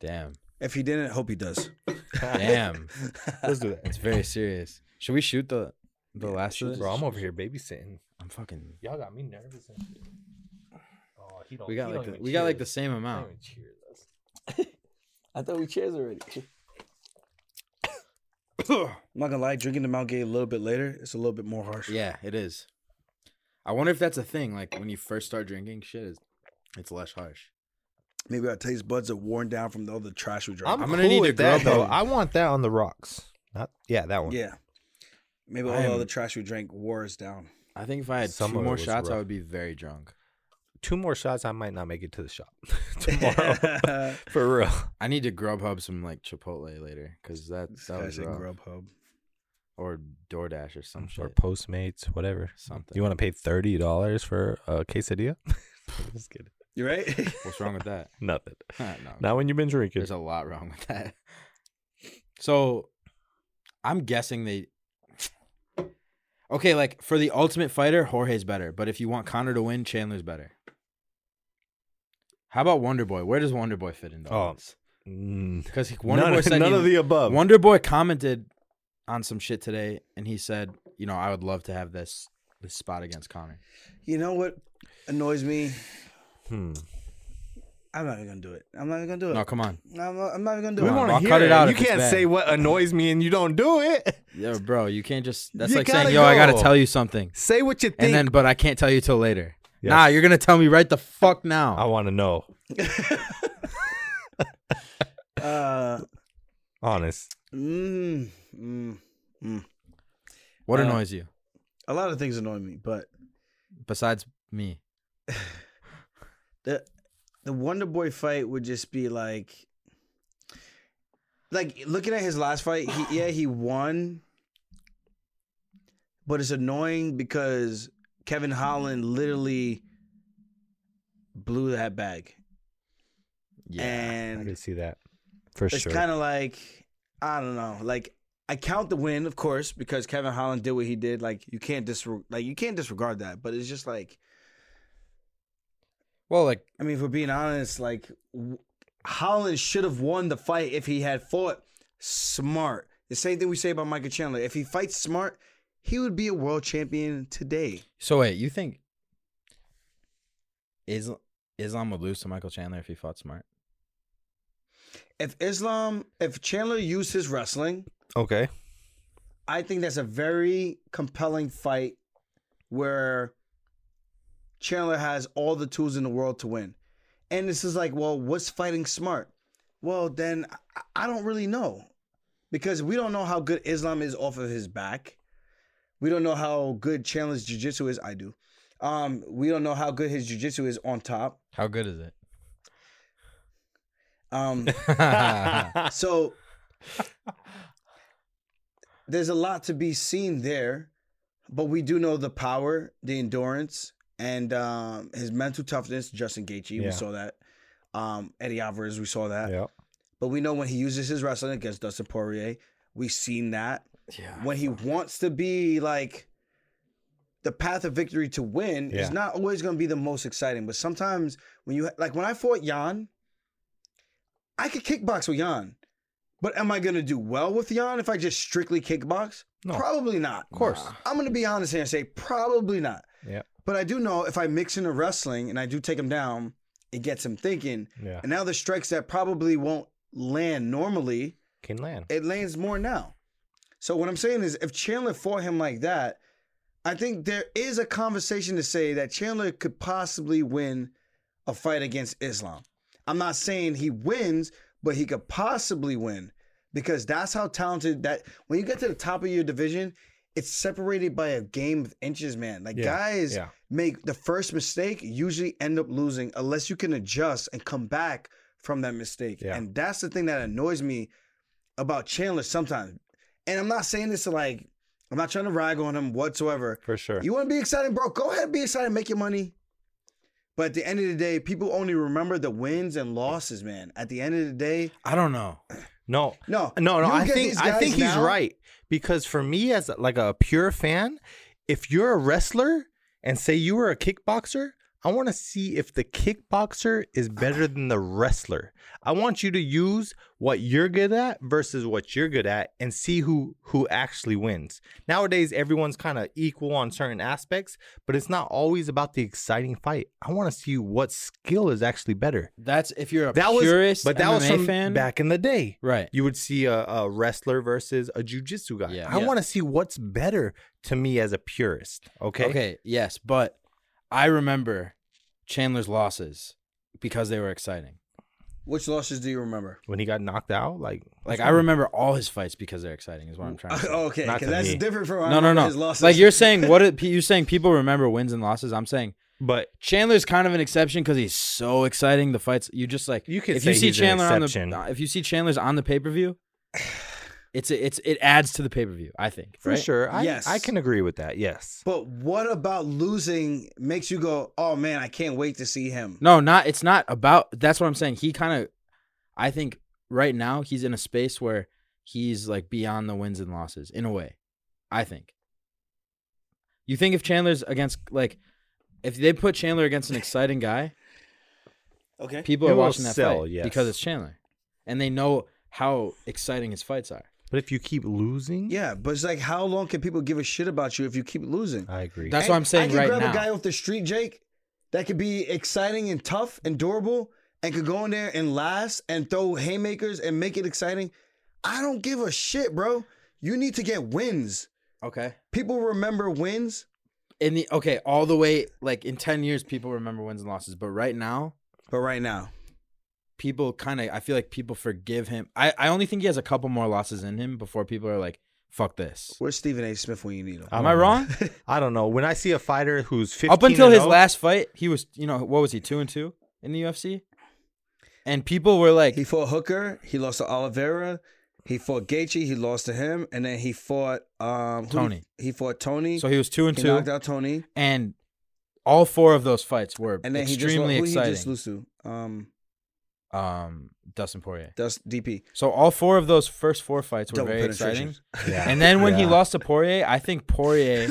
[SPEAKER 5] Damn.
[SPEAKER 4] If he didn't, hope he does.
[SPEAKER 5] Damn.
[SPEAKER 6] Let's do that.
[SPEAKER 5] It's very serious. Should we shoot the the last of this?
[SPEAKER 6] Bro, I'm over here babysitting.
[SPEAKER 5] I'm fucking.
[SPEAKER 6] Y'all got me nervous. And... Oh, he don't.
[SPEAKER 5] We got
[SPEAKER 6] he
[SPEAKER 5] like
[SPEAKER 6] don't
[SPEAKER 5] the,
[SPEAKER 6] even
[SPEAKER 5] we got like the
[SPEAKER 6] cheers.
[SPEAKER 5] same
[SPEAKER 6] He don't
[SPEAKER 5] amount.
[SPEAKER 6] even cheers us.
[SPEAKER 4] I thought we cheers already. I'm not gonna lie, drinking the Mount Gay a little bit later, it's a little bit more harsh.
[SPEAKER 5] Yeah, it is. I wonder if that's a thing. Like when you first start drinking, shit is it's less harsh.
[SPEAKER 4] Maybe our taste buds are worn down from all the trash we drank.
[SPEAKER 6] I'm,
[SPEAKER 5] I'm
[SPEAKER 6] gonna
[SPEAKER 5] gonna
[SPEAKER 6] cool
[SPEAKER 5] need
[SPEAKER 6] with
[SPEAKER 5] to
[SPEAKER 6] that
[SPEAKER 5] grub
[SPEAKER 6] though.
[SPEAKER 5] him.
[SPEAKER 6] I want that on the rocks. Not yeah, that one.
[SPEAKER 4] yeah. Maybe all
[SPEAKER 5] I
[SPEAKER 4] the
[SPEAKER 5] am-
[SPEAKER 4] other trash we drank wore us down.
[SPEAKER 5] I think if I had
[SPEAKER 6] Some
[SPEAKER 5] two
[SPEAKER 6] of it
[SPEAKER 5] more
[SPEAKER 6] was
[SPEAKER 5] shots, I
[SPEAKER 6] rough.
[SPEAKER 5] would be very drunk.
[SPEAKER 6] Two more shots, I might not make it to the shop tomorrow. For real.
[SPEAKER 5] I need to Grubhub some like Chipotle later because that
[SPEAKER 4] This
[SPEAKER 5] that
[SPEAKER 4] guy
[SPEAKER 5] was
[SPEAKER 4] said
[SPEAKER 5] rough.
[SPEAKER 4] Grubhub.
[SPEAKER 5] or DoorDash or some
[SPEAKER 6] Or
[SPEAKER 5] shit.
[SPEAKER 6] Postmates, whatever.
[SPEAKER 5] Something.
[SPEAKER 6] You want to pay thirty dollars for a quesadilla? Just kidding.
[SPEAKER 4] You right?
[SPEAKER 5] What's wrong with that?
[SPEAKER 6] Nothing.
[SPEAKER 5] no,
[SPEAKER 6] Not when you've been drinking.
[SPEAKER 5] there's a lot wrong with that. So, I'm guessing they. Okay, like for the Ultimate Fighter, Jorge's better. But if you want Connor to win, Chandler's better. How about Wonder Boy? Where does Wonder Boy fit into all
[SPEAKER 6] Oh,
[SPEAKER 5] this?
[SPEAKER 6] Mm.
[SPEAKER 5] Because Wonder Boy
[SPEAKER 6] None,
[SPEAKER 5] said
[SPEAKER 6] none
[SPEAKER 5] he-
[SPEAKER 6] of the above.
[SPEAKER 5] Wonder Boy commented on some shit today, and he said, "You know, I would love to have this this spot against Connor."
[SPEAKER 4] you know what annoys me?
[SPEAKER 6] Hmm.
[SPEAKER 4] I'm not even gonna do it. I'm not even gonna do it.
[SPEAKER 5] No, come on,
[SPEAKER 4] I'm, not, I'm not even gonna do
[SPEAKER 6] We
[SPEAKER 4] it.
[SPEAKER 5] on,
[SPEAKER 6] want to
[SPEAKER 5] I'll
[SPEAKER 6] hear
[SPEAKER 5] cut it
[SPEAKER 6] it.
[SPEAKER 5] out
[SPEAKER 6] You
[SPEAKER 5] if it's
[SPEAKER 6] can't
[SPEAKER 5] bad.
[SPEAKER 6] say what annoys me and you don't do it.
[SPEAKER 5] yo, bro, you can't just. That's
[SPEAKER 6] You
[SPEAKER 5] like saying,
[SPEAKER 6] gotta
[SPEAKER 5] "Yo, I gotta
[SPEAKER 6] go.
[SPEAKER 5] tell you something,"
[SPEAKER 6] Say what you think.
[SPEAKER 5] and then, but I can't tell you till later.
[SPEAKER 6] Yes.
[SPEAKER 5] Nah, you're gonna tell me right the fuck now.
[SPEAKER 6] I want to know.
[SPEAKER 4] Uh,
[SPEAKER 6] Honest.
[SPEAKER 4] mm, mm.
[SPEAKER 5] What
[SPEAKER 4] Uh,
[SPEAKER 5] annoys you
[SPEAKER 4] A lot of things annoy me, but
[SPEAKER 5] besides me?
[SPEAKER 4] the the Wonder Boy fight would just be like like looking at his last fight, he, yeah, he won. But it's annoying because Kevin Holland literally blew that bag.
[SPEAKER 5] Yeah,
[SPEAKER 6] I
[SPEAKER 4] and
[SPEAKER 6] did see that. for
[SPEAKER 4] it's
[SPEAKER 6] sure.
[SPEAKER 4] kind of like I don't know. Like I count the win, of course, because Kevin Holland did what he did. Like you can't disre- like you can't disregard that. But it's just like
[SPEAKER 5] Well, like
[SPEAKER 4] I mean, if we're being honest, like w- Holland should have won the fight if he had fought smart. The same thing we say about Michael Chandler. If he fights smart, he would be a world champion today.
[SPEAKER 5] so wait, you think Islam Islam would lose to Michael Chandler if he fought smart?
[SPEAKER 4] If Islam, if Chandler used his wrestling,
[SPEAKER 6] okay.
[SPEAKER 4] I think that's a very compelling fight where Chandler has all the tools in the world to win. And this is like, well, what's fighting smart? Well, then I- I don't really know because we don't know how good Islam is off of his back. We don't know how good Chandler's jiu-jitsu is. I do. Um, we don't know how good his jiu-jitsu is on top.
[SPEAKER 5] How good is it?
[SPEAKER 4] Um, so there's a lot to be seen there, but we do know the power, the endurance, and um, his mental toughness. Justin Gaethje,
[SPEAKER 6] Yeah.
[SPEAKER 4] we saw that. Um, Eddie Alvarez, we saw that.
[SPEAKER 6] Yeah.
[SPEAKER 4] But we know when he uses his wrestling against Dustin Poirier, we've seen that.
[SPEAKER 5] yeah.
[SPEAKER 4] When he wants to be like the path of victory to win
[SPEAKER 6] Yeah.
[SPEAKER 4] is not always going to be the most exciting. But sometimes when you like when I fought Jan, I could kickbox with Jan, but am I going to do well with Jan if I just strictly kickbox?
[SPEAKER 6] No.
[SPEAKER 4] Probably not.
[SPEAKER 6] Of course.
[SPEAKER 4] I'm going to be honest here and say probably not.
[SPEAKER 6] Yeah.
[SPEAKER 4] But I do know if I mix in the wrestling and I do take him down, it gets him thinking.
[SPEAKER 6] Yeah.
[SPEAKER 4] And now the strikes that probably won't land normally,
[SPEAKER 6] Can land.
[SPEAKER 4] it lands more now. So what I'm saying is if Chandler fought him like that, I think there is a conversation to say that Chandler could possibly win a fight against Islam. I'm not saying he wins, but he could possibly win because that's how talented that when you get to the top of your division, it's separated by a game of inches, man. Like
[SPEAKER 6] Yeah,
[SPEAKER 4] guys
[SPEAKER 6] yeah.
[SPEAKER 4] make the first mistake, usually end up losing unless you can adjust and come back from that mistake.
[SPEAKER 6] Yeah.
[SPEAKER 4] And that's the thing that annoys me about Chandler sometimes. And I'm not saying this to like, I'm not trying to rag on him whatsoever.
[SPEAKER 6] For sure.
[SPEAKER 4] You want to be excited, bro? Go ahead, be excited, make your money. But at the end of the day, people only remember the wins and losses, man. At the end of the day,
[SPEAKER 5] I don't know.
[SPEAKER 6] no.
[SPEAKER 4] no,
[SPEAKER 6] No, no,
[SPEAKER 4] you
[SPEAKER 6] I
[SPEAKER 4] get
[SPEAKER 6] think
[SPEAKER 4] these
[SPEAKER 6] I
[SPEAKER 4] guys
[SPEAKER 6] think he's
[SPEAKER 4] now-
[SPEAKER 6] right because for me as like a pure fan, if you're a wrestler and say you were a kickboxer, I want to see if the kickboxer is better than the wrestler. I want you to use what you're good at versus what you're good at and see who who actually wins. Nowadays everyone's kind of equal on certain aspects, but it's not always about the exciting fight. I want to see what skill is actually better.
[SPEAKER 5] That's if you're a
[SPEAKER 6] That was
[SPEAKER 5] purist
[SPEAKER 6] but that was
[SPEAKER 5] MMA
[SPEAKER 6] from
[SPEAKER 5] fan.
[SPEAKER 6] back in the day
[SPEAKER 5] right.
[SPEAKER 6] you would see a, a wrestler versus a jujitsu guy.
[SPEAKER 5] Yeah.
[SPEAKER 6] I
[SPEAKER 5] Yeah.
[SPEAKER 6] want to see what's better to me as a purist. Okay.
[SPEAKER 5] Okay, yes, but I remember Chandler's losses because they were exciting.
[SPEAKER 4] Which losses do you remember?
[SPEAKER 6] When he got knocked out, like
[SPEAKER 5] Like I remember all his fights because they're exciting is what I'm trying to say.
[SPEAKER 4] okay,
[SPEAKER 6] Not
[SPEAKER 4] because
[SPEAKER 6] to
[SPEAKER 4] that's
[SPEAKER 6] me.
[SPEAKER 4] different from I
[SPEAKER 5] no, no,
[SPEAKER 4] remember
[SPEAKER 5] no.
[SPEAKER 4] his losses.
[SPEAKER 5] Like you're saying what it, you're saying people remember wins and losses. I'm saying
[SPEAKER 6] but
[SPEAKER 5] Chandler's kind of an exception because he's so exciting. The fights you just like
[SPEAKER 6] You could
[SPEAKER 5] if
[SPEAKER 6] say
[SPEAKER 5] you see
[SPEAKER 6] he's an
[SPEAKER 5] Chandler on
[SPEAKER 6] exception.
[SPEAKER 5] the uh, if you see Chandler's on the pay per view, it's a, it's it adds to the pay per view. I think
[SPEAKER 6] for
[SPEAKER 5] right?
[SPEAKER 6] sure, I,
[SPEAKER 4] Yes.
[SPEAKER 6] I can agree with that. Yes.
[SPEAKER 4] But what about losing makes you go, oh man, I can't wait to see him?
[SPEAKER 5] No, not it's not about that's what I'm saying. He kind of I think right now he's in a space where he's like beyond the wins and losses in a way. I think. You think if Chandler's against like if they put Chandler against an exciting guy,
[SPEAKER 4] Okay.
[SPEAKER 5] people
[SPEAKER 6] It
[SPEAKER 5] are
[SPEAKER 6] will
[SPEAKER 5] watching that
[SPEAKER 6] sell,
[SPEAKER 5] fight
[SPEAKER 6] yes.
[SPEAKER 5] because it's Chandler. And they know how exciting his fights are.
[SPEAKER 6] But if you keep losing,
[SPEAKER 4] Yeah, but it's like, how long can people give a shit about you if you keep losing?
[SPEAKER 6] I agree.
[SPEAKER 5] That's what
[SPEAKER 4] And
[SPEAKER 5] I'm saying
[SPEAKER 4] I can
[SPEAKER 5] right
[SPEAKER 4] grab
[SPEAKER 5] now.
[SPEAKER 4] a guy off the street, Jake, that could be exciting and tough and durable, and could go in there and last and throw haymakers and make it exciting. I don't give a shit, bro. You need to get wins.
[SPEAKER 5] okay.
[SPEAKER 4] People remember wins.
[SPEAKER 5] In the okay, all the way like in 10 years people remember wins and losses, but right now
[SPEAKER 4] But right now,
[SPEAKER 5] people kind of I feel like people forgive him. I, I only think he has a couple more losses in him before people are like, fuck this.
[SPEAKER 4] where's Stephen A. Smith when you need him?
[SPEAKER 6] don't
[SPEAKER 5] Am I
[SPEAKER 6] know.
[SPEAKER 5] wrong?
[SPEAKER 6] I don't know. When I see a fighter who's 15
[SPEAKER 5] Up until
[SPEAKER 6] and
[SPEAKER 4] oh.
[SPEAKER 6] oh,
[SPEAKER 5] his
[SPEAKER 6] 0,
[SPEAKER 5] last fight, he was you know, what was he, two and two in the UFC? And people were like
[SPEAKER 4] He fought Hooker. He lost to Oliveira. He fought Gaethje. He lost to him, and then he fought um who did-
[SPEAKER 5] Tony.
[SPEAKER 4] He fought Tony.
[SPEAKER 5] so he was two and
[SPEAKER 4] he
[SPEAKER 5] two
[SPEAKER 4] knocked out Tony,
[SPEAKER 5] and all four of those fights were
[SPEAKER 4] and then
[SPEAKER 5] extremely
[SPEAKER 4] he just, lo- who
[SPEAKER 5] exciting.
[SPEAKER 4] He just lose to um
[SPEAKER 5] um, Dustin Poirier.
[SPEAKER 4] That's DP.
[SPEAKER 5] So all four of those first four fights were
[SPEAKER 4] Double
[SPEAKER 5] very
[SPEAKER 4] penetration.
[SPEAKER 5] exciting. And then when he
[SPEAKER 6] Yeah.
[SPEAKER 5] lost to Poirier, I think Poirier.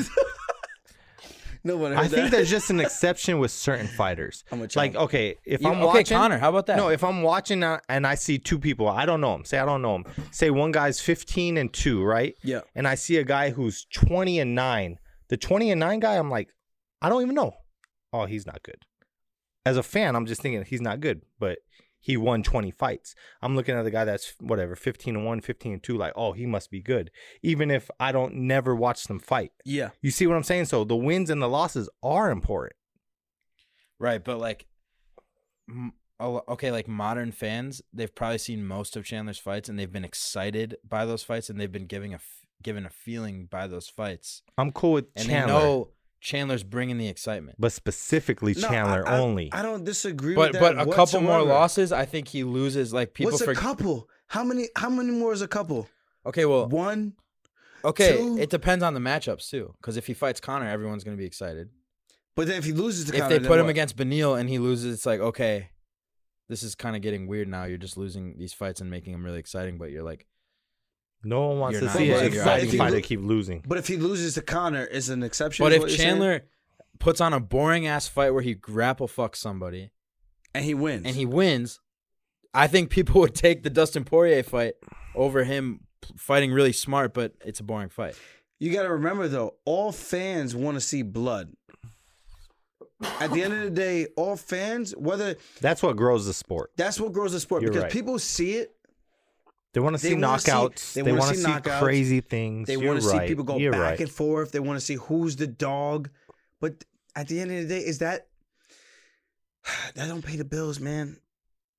[SPEAKER 4] No, but
[SPEAKER 6] I think there's just an exception with certain fighters.
[SPEAKER 4] I'm a
[SPEAKER 6] like,
[SPEAKER 4] child.
[SPEAKER 6] okay, if
[SPEAKER 5] You-
[SPEAKER 6] I'm
[SPEAKER 5] okay,
[SPEAKER 6] watching
[SPEAKER 5] Connor, how about that?
[SPEAKER 6] No, if I'm watching uh, and I see two people, I don't know them. Say I don't know them. Say one guy's 15 and two, right?
[SPEAKER 4] Yeah.
[SPEAKER 6] And I see a guy who's 20 and nine. The 20 and nine guy, I'm like, I don't even know. Oh, he's not good. As a fan, I'm just thinking he's not good, but he won 20 fights. I'm looking at the guy that's whatever, 15 and one, 15 and two, like, oh, he must be good. Even if I don't never watch them fight.
[SPEAKER 4] yeah.
[SPEAKER 6] You see what I'm saying? So the wins and the losses are important.
[SPEAKER 5] Right, but like, m- a lo- okay, like modern fans, they've probably seen most of Chandler's fights, and they've been excited by those fights, and they've been giving a f- given a feeling by those fights,
[SPEAKER 6] I'm cool with
[SPEAKER 5] and
[SPEAKER 6] Chandler,
[SPEAKER 5] they know Chandler's bringing the excitement.
[SPEAKER 6] but specifically
[SPEAKER 4] No, I-
[SPEAKER 6] Chandler
[SPEAKER 4] I-
[SPEAKER 6] only.
[SPEAKER 4] I don't disagree
[SPEAKER 5] But
[SPEAKER 4] with
[SPEAKER 5] but
[SPEAKER 4] that.
[SPEAKER 5] a couple more
[SPEAKER 4] whatsoever.
[SPEAKER 5] losses, I think he loses. Like people
[SPEAKER 4] What's a
[SPEAKER 5] forget.
[SPEAKER 4] couple? How many how many more is a couple?
[SPEAKER 5] okay, well,
[SPEAKER 4] One?
[SPEAKER 5] okay,
[SPEAKER 4] two-
[SPEAKER 5] it depends on the matchups too, because if he fights Connor, everyone's gonna be excited.
[SPEAKER 4] But then if he loses to
[SPEAKER 5] if
[SPEAKER 4] Conor,
[SPEAKER 5] they
[SPEAKER 4] then
[SPEAKER 5] put him
[SPEAKER 4] what?
[SPEAKER 5] against Benil and he loses, it's like okay, this is kind of getting weird now. You're just losing these fights and making them really exciting, but you're like,
[SPEAKER 6] no one wants
[SPEAKER 5] You're
[SPEAKER 6] to
[SPEAKER 5] not
[SPEAKER 6] see
[SPEAKER 4] But
[SPEAKER 6] an
[SPEAKER 4] if-
[SPEAKER 6] exciting
[SPEAKER 4] if you
[SPEAKER 6] fighter
[SPEAKER 4] lo-
[SPEAKER 6] keep losing.
[SPEAKER 4] But if he loses to Connor, it's an exception.
[SPEAKER 5] But
[SPEAKER 4] is
[SPEAKER 5] if
[SPEAKER 4] what you're saying?
[SPEAKER 5] Chandler puts on a boring ass fight where he grapple fucks somebody
[SPEAKER 4] and he wins.
[SPEAKER 5] and he wins, I think people would take the Dustin Poirier fight over him p- fighting really smart, but it's a boring fight.
[SPEAKER 4] You got to remember though, all fans want to see blood. At the end of the day, all fans, whether
[SPEAKER 6] That's what grows the sport.
[SPEAKER 4] that's what grows the sport
[SPEAKER 6] You're
[SPEAKER 4] because
[SPEAKER 6] right.
[SPEAKER 4] people see it,
[SPEAKER 6] They want to
[SPEAKER 4] They
[SPEAKER 6] see
[SPEAKER 4] wanna see-
[SPEAKER 6] knockouts.
[SPEAKER 4] they
[SPEAKER 6] they
[SPEAKER 4] wanna
[SPEAKER 6] want to
[SPEAKER 4] see
[SPEAKER 6] see,
[SPEAKER 4] knockouts.
[SPEAKER 6] crazy things.
[SPEAKER 4] they
[SPEAKER 6] want to
[SPEAKER 4] see people go back and forth. They want to see who's the dog. But at the end of the day, is that that don't pay the bills, man?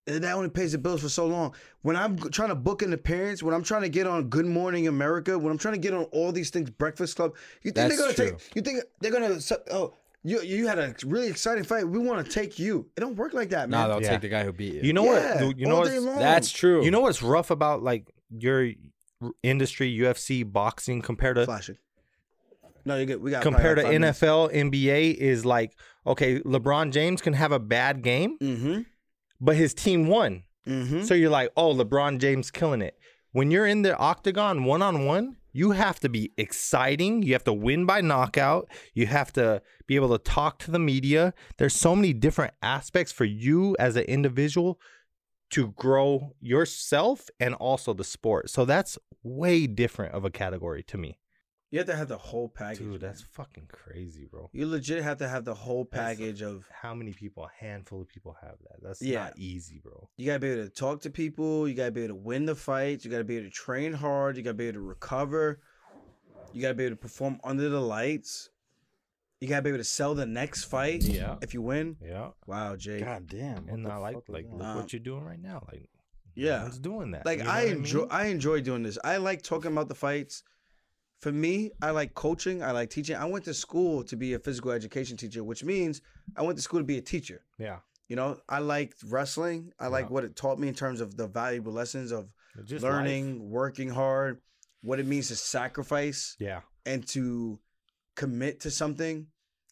[SPEAKER 4] That only pays the bills for so long. When I'm g- trying to book an appearance, when I'm trying to get on Good Morning America, when I'm trying to get on all these things, Breakfast Club, you think
[SPEAKER 5] That's
[SPEAKER 4] they're gonna
[SPEAKER 5] true.
[SPEAKER 4] take? You think they're gonna? su- Oh, you you had a really exciting fight. We want to take you. It don't work like that,
[SPEAKER 5] No,
[SPEAKER 4] man.
[SPEAKER 5] they'll
[SPEAKER 6] Yeah.
[SPEAKER 5] take the guy who beat you.
[SPEAKER 6] You know
[SPEAKER 4] Yeah,
[SPEAKER 6] what? dude, You
[SPEAKER 4] all
[SPEAKER 6] know
[SPEAKER 4] day long.
[SPEAKER 6] what's,
[SPEAKER 5] That's true.
[SPEAKER 6] you know what's rough about like your r- industry, UFC, boxing compared to
[SPEAKER 4] flashing. No, you good. We got probably
[SPEAKER 6] compared to
[SPEAKER 4] like five minutes.
[SPEAKER 6] NFL, NBA is like okay, LeBron James can have a bad game,
[SPEAKER 4] Mm-hmm.
[SPEAKER 6] but his team won. So you're like, oh, LeBron James killing it. When you're in the octagon one on one, you have to be exciting. You have to win by knockout. You have to be able to talk to the media. There's so many different aspects for you as an individual to grow yourself and also the sport. So that's way different of a category to me.
[SPEAKER 4] You have to have the whole package.
[SPEAKER 6] Dude,
[SPEAKER 4] man.
[SPEAKER 6] that's fucking crazy, bro.
[SPEAKER 4] You legit have to have the whole
[SPEAKER 6] That's-
[SPEAKER 4] package of
[SPEAKER 6] How many people, a handful of people have that? That's
[SPEAKER 4] Yeah.
[SPEAKER 6] not easy, bro.
[SPEAKER 4] you gotta be able to talk to people, you gotta be able to win the fights, you gotta be able to train hard, you gotta be able to recover, you gotta be able to perform under the lights, you gotta be able to sell the next fight.
[SPEAKER 6] Yeah.
[SPEAKER 4] If you win,
[SPEAKER 6] Yeah.
[SPEAKER 4] wow, Jake.
[SPEAKER 5] God damn.
[SPEAKER 6] And I like like look
[SPEAKER 4] Um,
[SPEAKER 6] what you're doing right now. Like
[SPEAKER 4] Yeah.
[SPEAKER 6] it's doing that.
[SPEAKER 4] Like
[SPEAKER 6] you know
[SPEAKER 4] I
[SPEAKER 6] what
[SPEAKER 4] enjoy,
[SPEAKER 6] mean?
[SPEAKER 4] I enjoy doing this. I like talking about the fights. For me, I like coaching. I like teaching. I went to school to be a physical education teacher, which means I went to school to be a teacher.
[SPEAKER 6] yeah.
[SPEAKER 4] You know, I liked wrestling. I like what it taught me in terms of the valuable lessons of
[SPEAKER 6] It's just
[SPEAKER 4] learning,
[SPEAKER 6] life.
[SPEAKER 4] working hard, what it means to sacrifice
[SPEAKER 6] Yeah.
[SPEAKER 4] and to commit to something.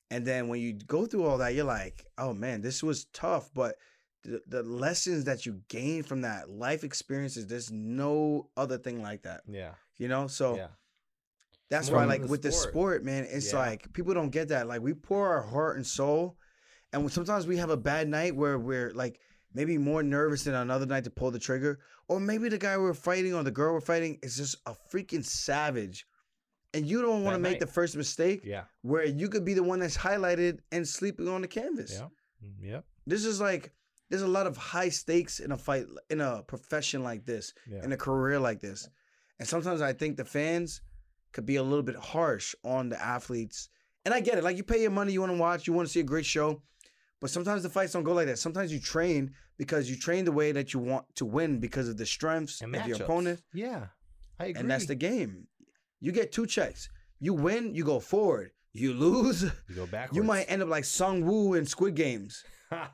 [SPEAKER 4] And then when you go through all that, you're like, oh man, this was tough. But the, the lessons that you gain from that life experiences, there's no other thing like that.
[SPEAKER 6] Yeah.
[SPEAKER 4] You know? So
[SPEAKER 6] yeah.
[SPEAKER 4] that's
[SPEAKER 6] More
[SPEAKER 4] why,
[SPEAKER 6] than
[SPEAKER 4] like,
[SPEAKER 6] the
[SPEAKER 4] with this
[SPEAKER 6] sport.
[SPEAKER 4] sport, man, it's
[SPEAKER 6] Yeah.
[SPEAKER 4] like people don't get that. Like, we pour our heart and soul, and sometimes we have a bad night where we're like maybe more nervous than another night to pull the trigger, or maybe the guy we're fighting or the girl we're fighting is just a freaking savage, and you don't want to
[SPEAKER 6] That
[SPEAKER 4] make
[SPEAKER 6] night.
[SPEAKER 4] the first mistake
[SPEAKER 6] Yeah.
[SPEAKER 4] where you could be the one that's highlighted and sleeping on the canvas.
[SPEAKER 6] Yeah.
[SPEAKER 5] Mm,
[SPEAKER 6] Yeah.
[SPEAKER 4] This is like there's a lot of high stakes in a fight in a profession like this,
[SPEAKER 6] Yeah.
[SPEAKER 4] in a career like this. And sometimes I think the fans could be a little bit harsh on the athletes. And I get it. Like you pay your money, you want to watch, you want to see a great show. But sometimes the fights don't go like that. Sometimes you train because you train the way that you want to win because of the strengths
[SPEAKER 6] And
[SPEAKER 4] of your
[SPEAKER 6] matchups.
[SPEAKER 4] opponent.
[SPEAKER 6] Yeah. I agree.
[SPEAKER 4] And that's the game. You get two checks. You win, you go forward. You lose,
[SPEAKER 6] you go backwards.
[SPEAKER 4] you might end up like Sung Woo in Squid Games, and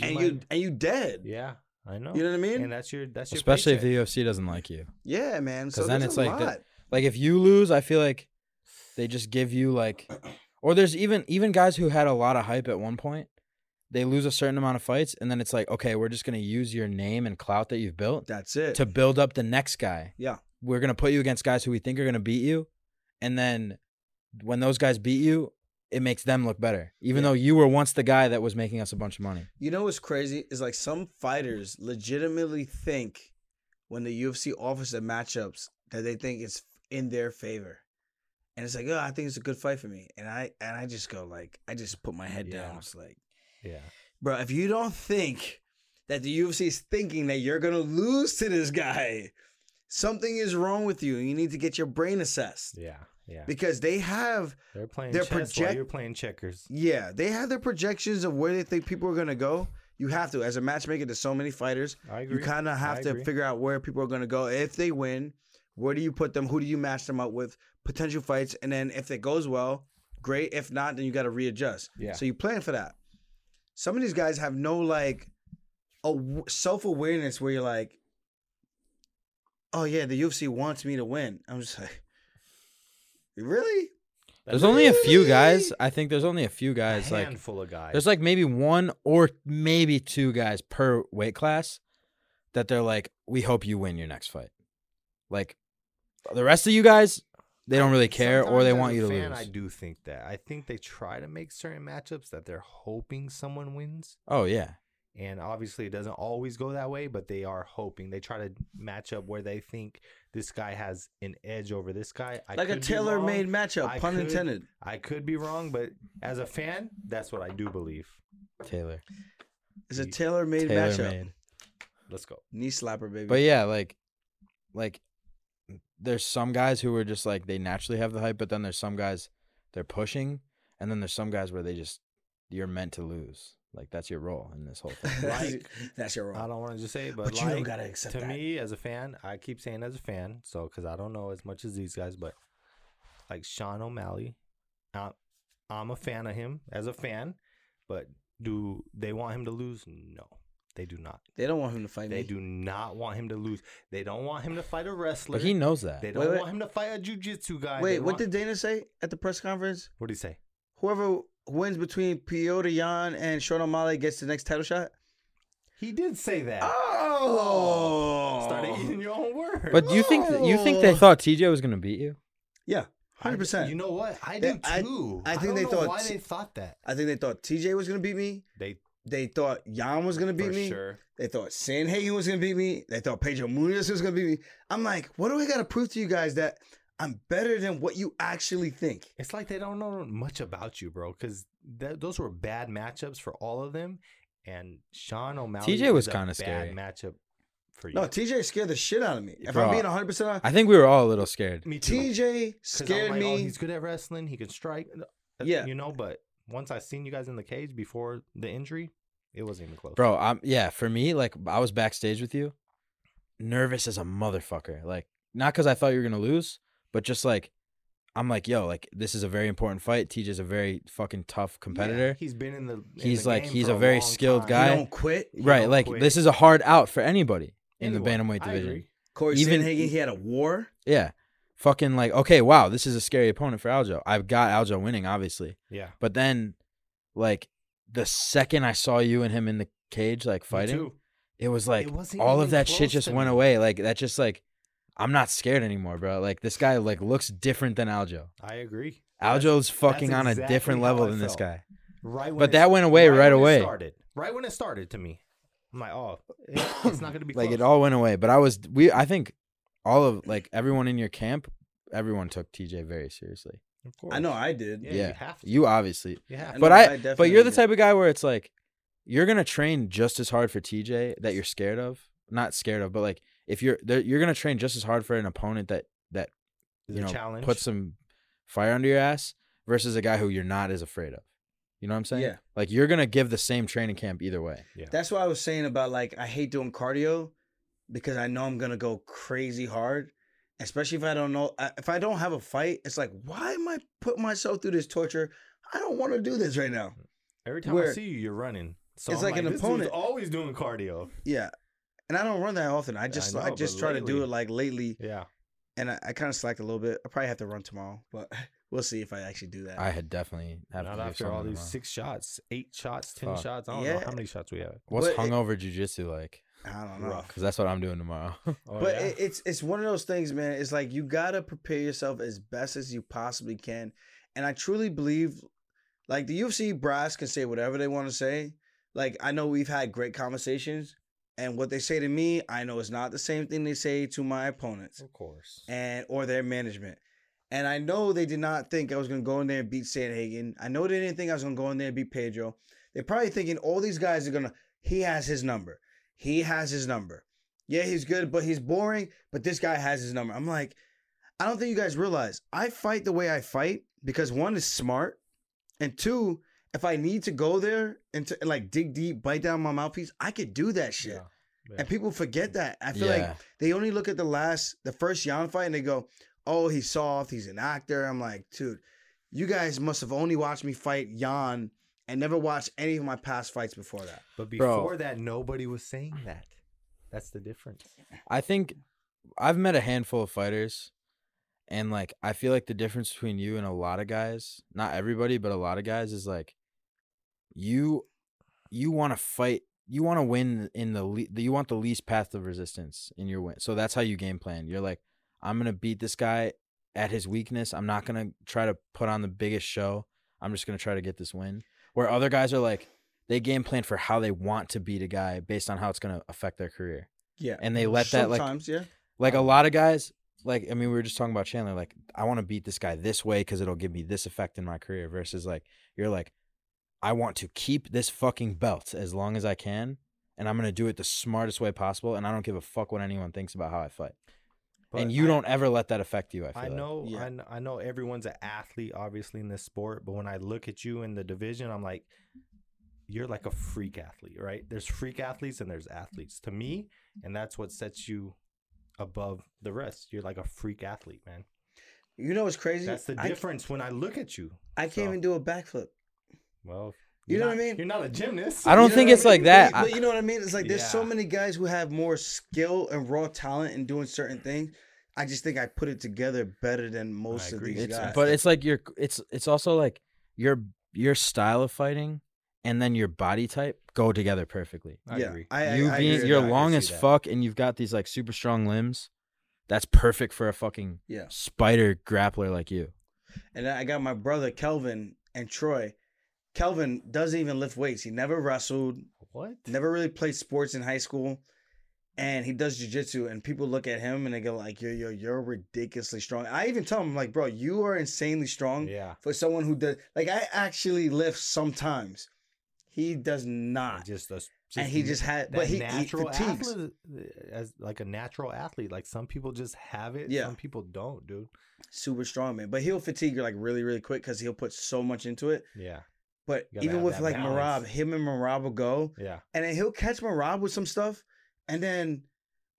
[SPEAKER 4] you
[SPEAKER 6] might-
[SPEAKER 4] and you dead.
[SPEAKER 6] Yeah. I
[SPEAKER 5] Oh,
[SPEAKER 6] know.
[SPEAKER 4] You know what I mean?
[SPEAKER 6] And that's your that's your
[SPEAKER 5] Especially if
[SPEAKER 6] paycheck.
[SPEAKER 5] the UFC doesn't like you.
[SPEAKER 4] Yeah, man. So
[SPEAKER 5] Because uh, then
[SPEAKER 4] there's
[SPEAKER 5] it's
[SPEAKER 4] a
[SPEAKER 5] like,
[SPEAKER 4] lot.
[SPEAKER 5] the, like if you lose, I feel like they just give you like, or there's even even guys who had a lot of hype at one point, they lose a certain amount of fights, and then it's like, okay, we're just gonna use your name and clout that you've built
[SPEAKER 4] That's it.
[SPEAKER 5] to build up the next guy.
[SPEAKER 4] Yeah.
[SPEAKER 5] We're gonna put you against guys who we think are gonna beat you, and then when those guys beat you, it makes them look better, even though you were once the guy that was making us a bunch of money.
[SPEAKER 4] You know what's crazy is like some fighters legitimately think when the UFC offers them matchups that they think it's in their favor, and it's like, oh, I think it's a good fight for me, and I and I just go like, I just put my head down.
[SPEAKER 6] Yeah.
[SPEAKER 4] It's like,
[SPEAKER 6] Yeah.
[SPEAKER 4] bro, if you don't think that the UFC is thinking that you're gonna lose to this guy, something is wrong with you. You need to get your brain assessed
[SPEAKER 6] Yeah. Yeah.
[SPEAKER 4] because they have
[SPEAKER 6] They're playing
[SPEAKER 4] they're
[SPEAKER 6] chess while
[SPEAKER 4] project-
[SPEAKER 6] you're playing checkers.
[SPEAKER 4] yeah they have their projections of where they think people are gonna go. You have to, as a matchmaker, there's so many fighters.
[SPEAKER 6] I
[SPEAKER 4] You kind of have
[SPEAKER 6] I
[SPEAKER 4] to
[SPEAKER 6] agree.
[SPEAKER 4] figure out where people are going to go. If they win, where do you put them? Who do you match them up with? Potential fights. And then if it goes well, great. If not, then you got to readjust.
[SPEAKER 6] Yeah.
[SPEAKER 4] So you plan for that. Some of these guys have no like a self awareness where you're like, oh, yeah, the UFC wants me to win. I'm just like, really?
[SPEAKER 5] There's only a few guys. I think there's only a few guys like
[SPEAKER 6] handful of guys.
[SPEAKER 5] There's like maybe one or maybe two guys per weight class that they're like, we hope you win your next fight. Like the rest of you guys, they don't really care or they
[SPEAKER 6] Sometimes
[SPEAKER 5] want
[SPEAKER 6] as
[SPEAKER 5] you
[SPEAKER 6] a
[SPEAKER 5] to
[SPEAKER 6] fan,
[SPEAKER 5] lose.
[SPEAKER 6] I do think that. I think they try to make certain matchups that they're hoping someone wins,
[SPEAKER 5] Oh yeah.
[SPEAKER 6] and obviously it doesn't always go that way. But they are hoping. They try to match up where they think this guy has an edge over this guy. I
[SPEAKER 4] like a
[SPEAKER 6] could be
[SPEAKER 4] tailor made
[SPEAKER 6] wrong.
[SPEAKER 4] matchup,
[SPEAKER 6] I
[SPEAKER 4] pun
[SPEAKER 6] could-
[SPEAKER 4] intended.
[SPEAKER 6] I could be wrong, but as a fan, that's what I do believe.
[SPEAKER 5] Taylor.
[SPEAKER 4] It's a tailor made
[SPEAKER 5] Taylor
[SPEAKER 4] matchup.
[SPEAKER 5] made.
[SPEAKER 6] Let's go.
[SPEAKER 4] Knee slapper, baby.
[SPEAKER 5] But yeah, like like there's some guys who are just like they naturally have the hype, but then there's some guys they're pushing, and then there's some guys where they just you're meant to lose. Like that's your role in this whole thing.
[SPEAKER 6] Like-
[SPEAKER 4] that's your
[SPEAKER 6] I
[SPEAKER 4] role.
[SPEAKER 6] don't want to just say, it, but,
[SPEAKER 4] But you don't
[SPEAKER 6] like,
[SPEAKER 4] gotta accept
[SPEAKER 6] to
[SPEAKER 4] that.
[SPEAKER 6] me as a fan, I keep saying as a fan, so because I don't know as much as these guys, but like Sean O'Malley, I, I'm a fan of him as a fan, but do they want him to lose? No, they do not.
[SPEAKER 4] They don't want him to fight me.
[SPEAKER 6] They do not want him to lose. They don't want him to fight a wrestler.
[SPEAKER 5] Like he knows that.
[SPEAKER 6] they
[SPEAKER 5] They
[SPEAKER 6] don't
[SPEAKER 4] Wait, wait.
[SPEAKER 6] want him to fight a jujitsu guy.
[SPEAKER 4] Wait,
[SPEAKER 6] They
[SPEAKER 4] what
[SPEAKER 6] want-
[SPEAKER 4] did Dana say at the press conference?
[SPEAKER 6] What did he say?
[SPEAKER 4] Whoever wins between Piotr Jan and Sean O'Malley gets the next title shot.
[SPEAKER 6] He did say that.
[SPEAKER 4] Oh,
[SPEAKER 6] Start eating your own words.
[SPEAKER 5] but do you think that, you think they thought TJ was gonna beat you?
[SPEAKER 4] yeah,
[SPEAKER 6] I-
[SPEAKER 4] hundred percent.
[SPEAKER 6] You know what? I
[SPEAKER 4] They-
[SPEAKER 6] do
[SPEAKER 4] I-
[SPEAKER 6] too.
[SPEAKER 4] I think
[SPEAKER 6] don't
[SPEAKER 4] they
[SPEAKER 6] know
[SPEAKER 4] thought
[SPEAKER 6] why
[SPEAKER 4] t-
[SPEAKER 6] they thought that.
[SPEAKER 4] I think they thought TJ was gonna beat me.
[SPEAKER 6] They
[SPEAKER 4] They thought Jan was gonna beat
[SPEAKER 6] for
[SPEAKER 4] me.
[SPEAKER 6] sure.
[SPEAKER 4] They thought Sanhagen was gonna beat me. They thought Pedro Munoz was gonna beat me. I'm like, what do I gotta prove to you guys that I'm better than what you actually think?
[SPEAKER 6] It's like they don't know much about you, bro. Because those were bad matchups for all of them, and Sean O'Malley.
[SPEAKER 5] TJ
[SPEAKER 6] is
[SPEAKER 5] was
[SPEAKER 6] a
[SPEAKER 5] kinda
[SPEAKER 6] bad
[SPEAKER 5] scary.
[SPEAKER 6] matchup for you.
[SPEAKER 4] No, TJ scared the shit out of me. If
[SPEAKER 5] Bro,
[SPEAKER 4] I'm being 100, percent
[SPEAKER 5] I think we were all a little scared.
[SPEAKER 6] me too. 'Cause
[SPEAKER 4] TJ
[SPEAKER 6] I'm
[SPEAKER 4] scared
[SPEAKER 6] like,
[SPEAKER 4] me.
[SPEAKER 6] Oh, he's good at wrestling. He can strike. Uh,
[SPEAKER 4] Yeah.
[SPEAKER 6] you know. But once I seen you guys in the cage before the injury, it wasn't even close,
[SPEAKER 5] Bro, I'm yeah, for me, like I was backstage with you, nervous as a motherfucker. Like, not because I thought you were gonna lose, but just like I'm like, yo, like this is a very important fight. TJ's a very fucking tough
[SPEAKER 6] Yeah,
[SPEAKER 5] competitor.
[SPEAKER 6] he's been in the. in
[SPEAKER 5] He's
[SPEAKER 6] the
[SPEAKER 5] like-
[SPEAKER 6] game
[SPEAKER 5] he's
[SPEAKER 6] for
[SPEAKER 5] a very
[SPEAKER 6] long
[SPEAKER 5] skilled
[SPEAKER 6] time.
[SPEAKER 5] guy.
[SPEAKER 4] You don't quit.
[SPEAKER 6] he
[SPEAKER 5] right,
[SPEAKER 6] don't
[SPEAKER 5] like
[SPEAKER 6] quit.
[SPEAKER 5] this is a hard out for anybody in the
[SPEAKER 6] Anyone.
[SPEAKER 5] bantamweight
[SPEAKER 6] I
[SPEAKER 5] division.
[SPEAKER 6] agree.
[SPEAKER 4] Corey
[SPEAKER 5] Even-
[SPEAKER 4] Sanhagen, he had a war.
[SPEAKER 5] Yeah. Fucking like, okay, wow, this is a scary opponent for Aljo. I've got Aljo winning, obviously.
[SPEAKER 6] Yeah,
[SPEAKER 5] But then like the second I saw you and him in the cage, like
[SPEAKER 6] Me
[SPEAKER 5] fighting,
[SPEAKER 6] too.
[SPEAKER 5] it was like
[SPEAKER 6] wasn't
[SPEAKER 5] all of
[SPEAKER 6] even
[SPEAKER 5] that shit
[SPEAKER 6] close
[SPEAKER 5] just
[SPEAKER 6] to
[SPEAKER 5] went
[SPEAKER 6] me.
[SPEAKER 5] away. Like that just like I'm not scared anymore, bro. Like this guy like looks different than Aljo.
[SPEAKER 6] I agree.
[SPEAKER 5] Aljo's fucking on a
[SPEAKER 6] exactly
[SPEAKER 5] different
[SPEAKER 6] how
[SPEAKER 5] level
[SPEAKER 6] I
[SPEAKER 5] than this
[SPEAKER 6] felt.
[SPEAKER 5] guy.
[SPEAKER 6] Right, when
[SPEAKER 5] But
[SPEAKER 6] it-
[SPEAKER 5] that went away right
[SPEAKER 6] when it
[SPEAKER 5] away.
[SPEAKER 6] started. Right when it started to me, I'm like, oh, it- it's not gonna be
[SPEAKER 5] Like it
[SPEAKER 6] close.
[SPEAKER 5] all went away. But I was we I think all of like everyone in your camp, everyone took TJ very seriously.
[SPEAKER 6] Of course.
[SPEAKER 4] I know I did.
[SPEAKER 6] Yeah,
[SPEAKER 5] Yeah.
[SPEAKER 6] you
[SPEAKER 5] You,
[SPEAKER 6] have to.
[SPEAKER 5] obviously.
[SPEAKER 6] You have
[SPEAKER 4] I
[SPEAKER 6] to.
[SPEAKER 5] but
[SPEAKER 4] know,
[SPEAKER 5] I, but
[SPEAKER 4] definitely
[SPEAKER 5] you're the
[SPEAKER 4] did.
[SPEAKER 5] type of guy where it's like you're gonna train just as hard for TJ that you're scared of. Not scared of, but like if you're there, you're gonna train just as hard for an opponent that that
[SPEAKER 6] It's
[SPEAKER 5] you
[SPEAKER 6] a
[SPEAKER 5] know,
[SPEAKER 6] challenge.
[SPEAKER 5] put some fire under your ass versus a guy who you're not as afraid of. You know what I'm saying?
[SPEAKER 4] Yeah.
[SPEAKER 5] Like you're gonna give the same training camp either way.
[SPEAKER 4] That's why I was saying about like I hate doing cardio because I know I'm gonna go crazy hard, especially if I don't know I- if I don't have a fight. It's like why am I putting myself through this torture? I don't want to do this right now.
[SPEAKER 6] Hmm. Every time I
[SPEAKER 4] where-
[SPEAKER 6] see you, you're running. So
[SPEAKER 4] It's
[SPEAKER 6] I'm
[SPEAKER 4] like an
[SPEAKER 6] this dude's
[SPEAKER 4] opponent.
[SPEAKER 6] always doing cardio.
[SPEAKER 4] Yeah, and I don't run that often. I just I,
[SPEAKER 6] know,
[SPEAKER 4] just
[SPEAKER 6] but
[SPEAKER 4] try to do
[SPEAKER 6] lately-
[SPEAKER 4] it like lately,
[SPEAKER 6] Yeah,
[SPEAKER 4] and I, I kind of slacked a little bit. I probably have to run tomorrow, but we'll see if I actually do that.
[SPEAKER 5] I had definitely have to
[SPEAKER 6] Not
[SPEAKER 5] do
[SPEAKER 6] after all
[SPEAKER 5] something
[SPEAKER 6] these
[SPEAKER 5] tomorrow.
[SPEAKER 6] six shots, eight shots, ten
[SPEAKER 5] Fuck.
[SPEAKER 6] shots. I don't know
[SPEAKER 4] Yeah.
[SPEAKER 6] how many shots we have.
[SPEAKER 5] What's
[SPEAKER 4] But it-
[SPEAKER 5] hungover jujitsu like?
[SPEAKER 4] I don't know.
[SPEAKER 5] Because that's what I'm doing tomorrow.
[SPEAKER 6] Oh,
[SPEAKER 4] but
[SPEAKER 6] yeah?
[SPEAKER 4] it, it's it's one of those things, man. It's like you gotta prepare yourself as best as you possibly can, and I truly believe, like the UFC brass can say whatever they want to say. Like I know we've had great conversations, and what they say to me, I know is not the same thing they say to my opponents
[SPEAKER 6] of course.
[SPEAKER 4] and or their management. And I know they did not think I was gonna go in there and beat Sanhagen. I know they didn't think I was gonna go in there and beat Pedro. They're probably thinking all these guys are gonna. He has his number. He has his number. Yeah, he's good, but he's boring. But this guy has his number. I'm like, I don't think you guys realize I fight the way I fight because one is smart, and two, if I need to go there and to, like dig deep, bite down my mouthpiece, I could do that shit.
[SPEAKER 6] Yeah, yeah.
[SPEAKER 4] And people forget that. I feel like
[SPEAKER 5] yeah.
[SPEAKER 4] they only look at the last the first Yan fight and they go, "Oh, he's soft. He's an actor." I'm like, dude, you guys must have only watched me fight Yan and never watched any of my past fights before that.
[SPEAKER 6] But
[SPEAKER 5] Bro.
[SPEAKER 6] before that, nobody was saying that. That's the difference.
[SPEAKER 5] I think I've met a handful of fighters, and like I feel like the difference between you and a lot of guys, not everybody, but a lot of guys, is like you you want to fight, you want to win in the le- you want the least path of resistance in your win. So that's how you game plan. You're like, I'm gonna beat this guy at his weakness. I'm not gonna try to put on the biggest show. I'm just gonna try to get this win. Where other guys are like, they game plan for how they want to beat a guy based on how it's gonna affect their career
[SPEAKER 4] Yeah,
[SPEAKER 5] and they let that like
[SPEAKER 4] sometimes, yeah,
[SPEAKER 5] like a lot of guys like i mean we were just talking about chandler like i want to beat this guy this way because it'll give me this effect in my career versus like you're like i want to keep this fucking belt as long as i can and i'm gonna do it the smartest way possible and i don't give a fuck what anyone thinks about how i fight and
[SPEAKER 6] But
[SPEAKER 5] you
[SPEAKER 6] I-
[SPEAKER 5] don't ever let that affect you i feel
[SPEAKER 6] I
[SPEAKER 5] like.
[SPEAKER 6] know,
[SPEAKER 4] Yeah.
[SPEAKER 6] I kn- I know everyone's an athlete, obviously in this sport. But when I look at you in the division, I'm like, you're like a freak athlete, right? There's freak athletes and there's athletes to me, and that's what sets you above the rest. You're like a freak athlete, man.
[SPEAKER 4] you know what's crazy?
[SPEAKER 6] That's the
[SPEAKER 4] I-
[SPEAKER 6] difference when I look at you.
[SPEAKER 4] I, can't
[SPEAKER 6] so.
[SPEAKER 4] even do a backflip.
[SPEAKER 6] Well,
[SPEAKER 4] You
[SPEAKER 6] you're
[SPEAKER 4] know what I
[SPEAKER 6] not-
[SPEAKER 4] mean?
[SPEAKER 6] You're not a gymnast.
[SPEAKER 5] I don't
[SPEAKER 4] You know
[SPEAKER 5] think
[SPEAKER 4] what I
[SPEAKER 5] it's like
[SPEAKER 4] mean?
[SPEAKER 5] that.
[SPEAKER 4] But,
[SPEAKER 5] I-
[SPEAKER 4] you know what I mean? It's like there's so
[SPEAKER 6] Yeah.
[SPEAKER 4] many guys who have more skill and raw talent in doing certain things. I just think I put it together better than most of
[SPEAKER 6] agree.
[SPEAKER 4] these
[SPEAKER 5] It's,
[SPEAKER 4] guys.
[SPEAKER 5] but it's like your it's it's also like your your style of fighting and then your body type go together perfectly
[SPEAKER 6] I
[SPEAKER 4] yeah,
[SPEAKER 6] agree.
[SPEAKER 4] I, I,
[SPEAKER 5] you
[SPEAKER 4] I
[SPEAKER 5] being
[SPEAKER 4] agree with
[SPEAKER 5] you're
[SPEAKER 4] that.
[SPEAKER 5] long
[SPEAKER 6] see
[SPEAKER 5] as
[SPEAKER 6] that.
[SPEAKER 5] fuck and you've got these like super strong limbs. That's perfect for a fucking
[SPEAKER 4] Yeah.
[SPEAKER 5] spider grappler like you.
[SPEAKER 4] and then I got my brother Kelvin and Troy. Kelvin doesn't even lift weights. He never wrestled,
[SPEAKER 6] What?
[SPEAKER 4] never really played sports in high school, and he does jujitsu. And people look at him and they go like, "Yo, yo, you're ridiculously strong." I even tell him like, "Bro, you are insanely strong
[SPEAKER 6] Yeah.
[SPEAKER 4] for someone who does like I actually lift sometimes. He does not,
[SPEAKER 6] Just us.
[SPEAKER 4] and he just had, but
[SPEAKER 6] that
[SPEAKER 4] he, he
[SPEAKER 6] natural
[SPEAKER 4] fatigues.
[SPEAKER 6] athlete, uh, as like a natural athlete. Like some people just have it.
[SPEAKER 4] Yeah.
[SPEAKER 6] Some people don't, dude.
[SPEAKER 4] Super strong man, but he'll fatigue you like really, really quick because he'll put so much into it.
[SPEAKER 6] Yeah.
[SPEAKER 4] But
[SPEAKER 6] You gotta
[SPEAKER 4] even
[SPEAKER 6] have
[SPEAKER 4] with
[SPEAKER 6] that
[SPEAKER 4] like Marab,
[SPEAKER 6] balance.
[SPEAKER 4] him and Marab will go,
[SPEAKER 6] Yeah.
[SPEAKER 4] and then he'll catch my Rob with some stuff, and then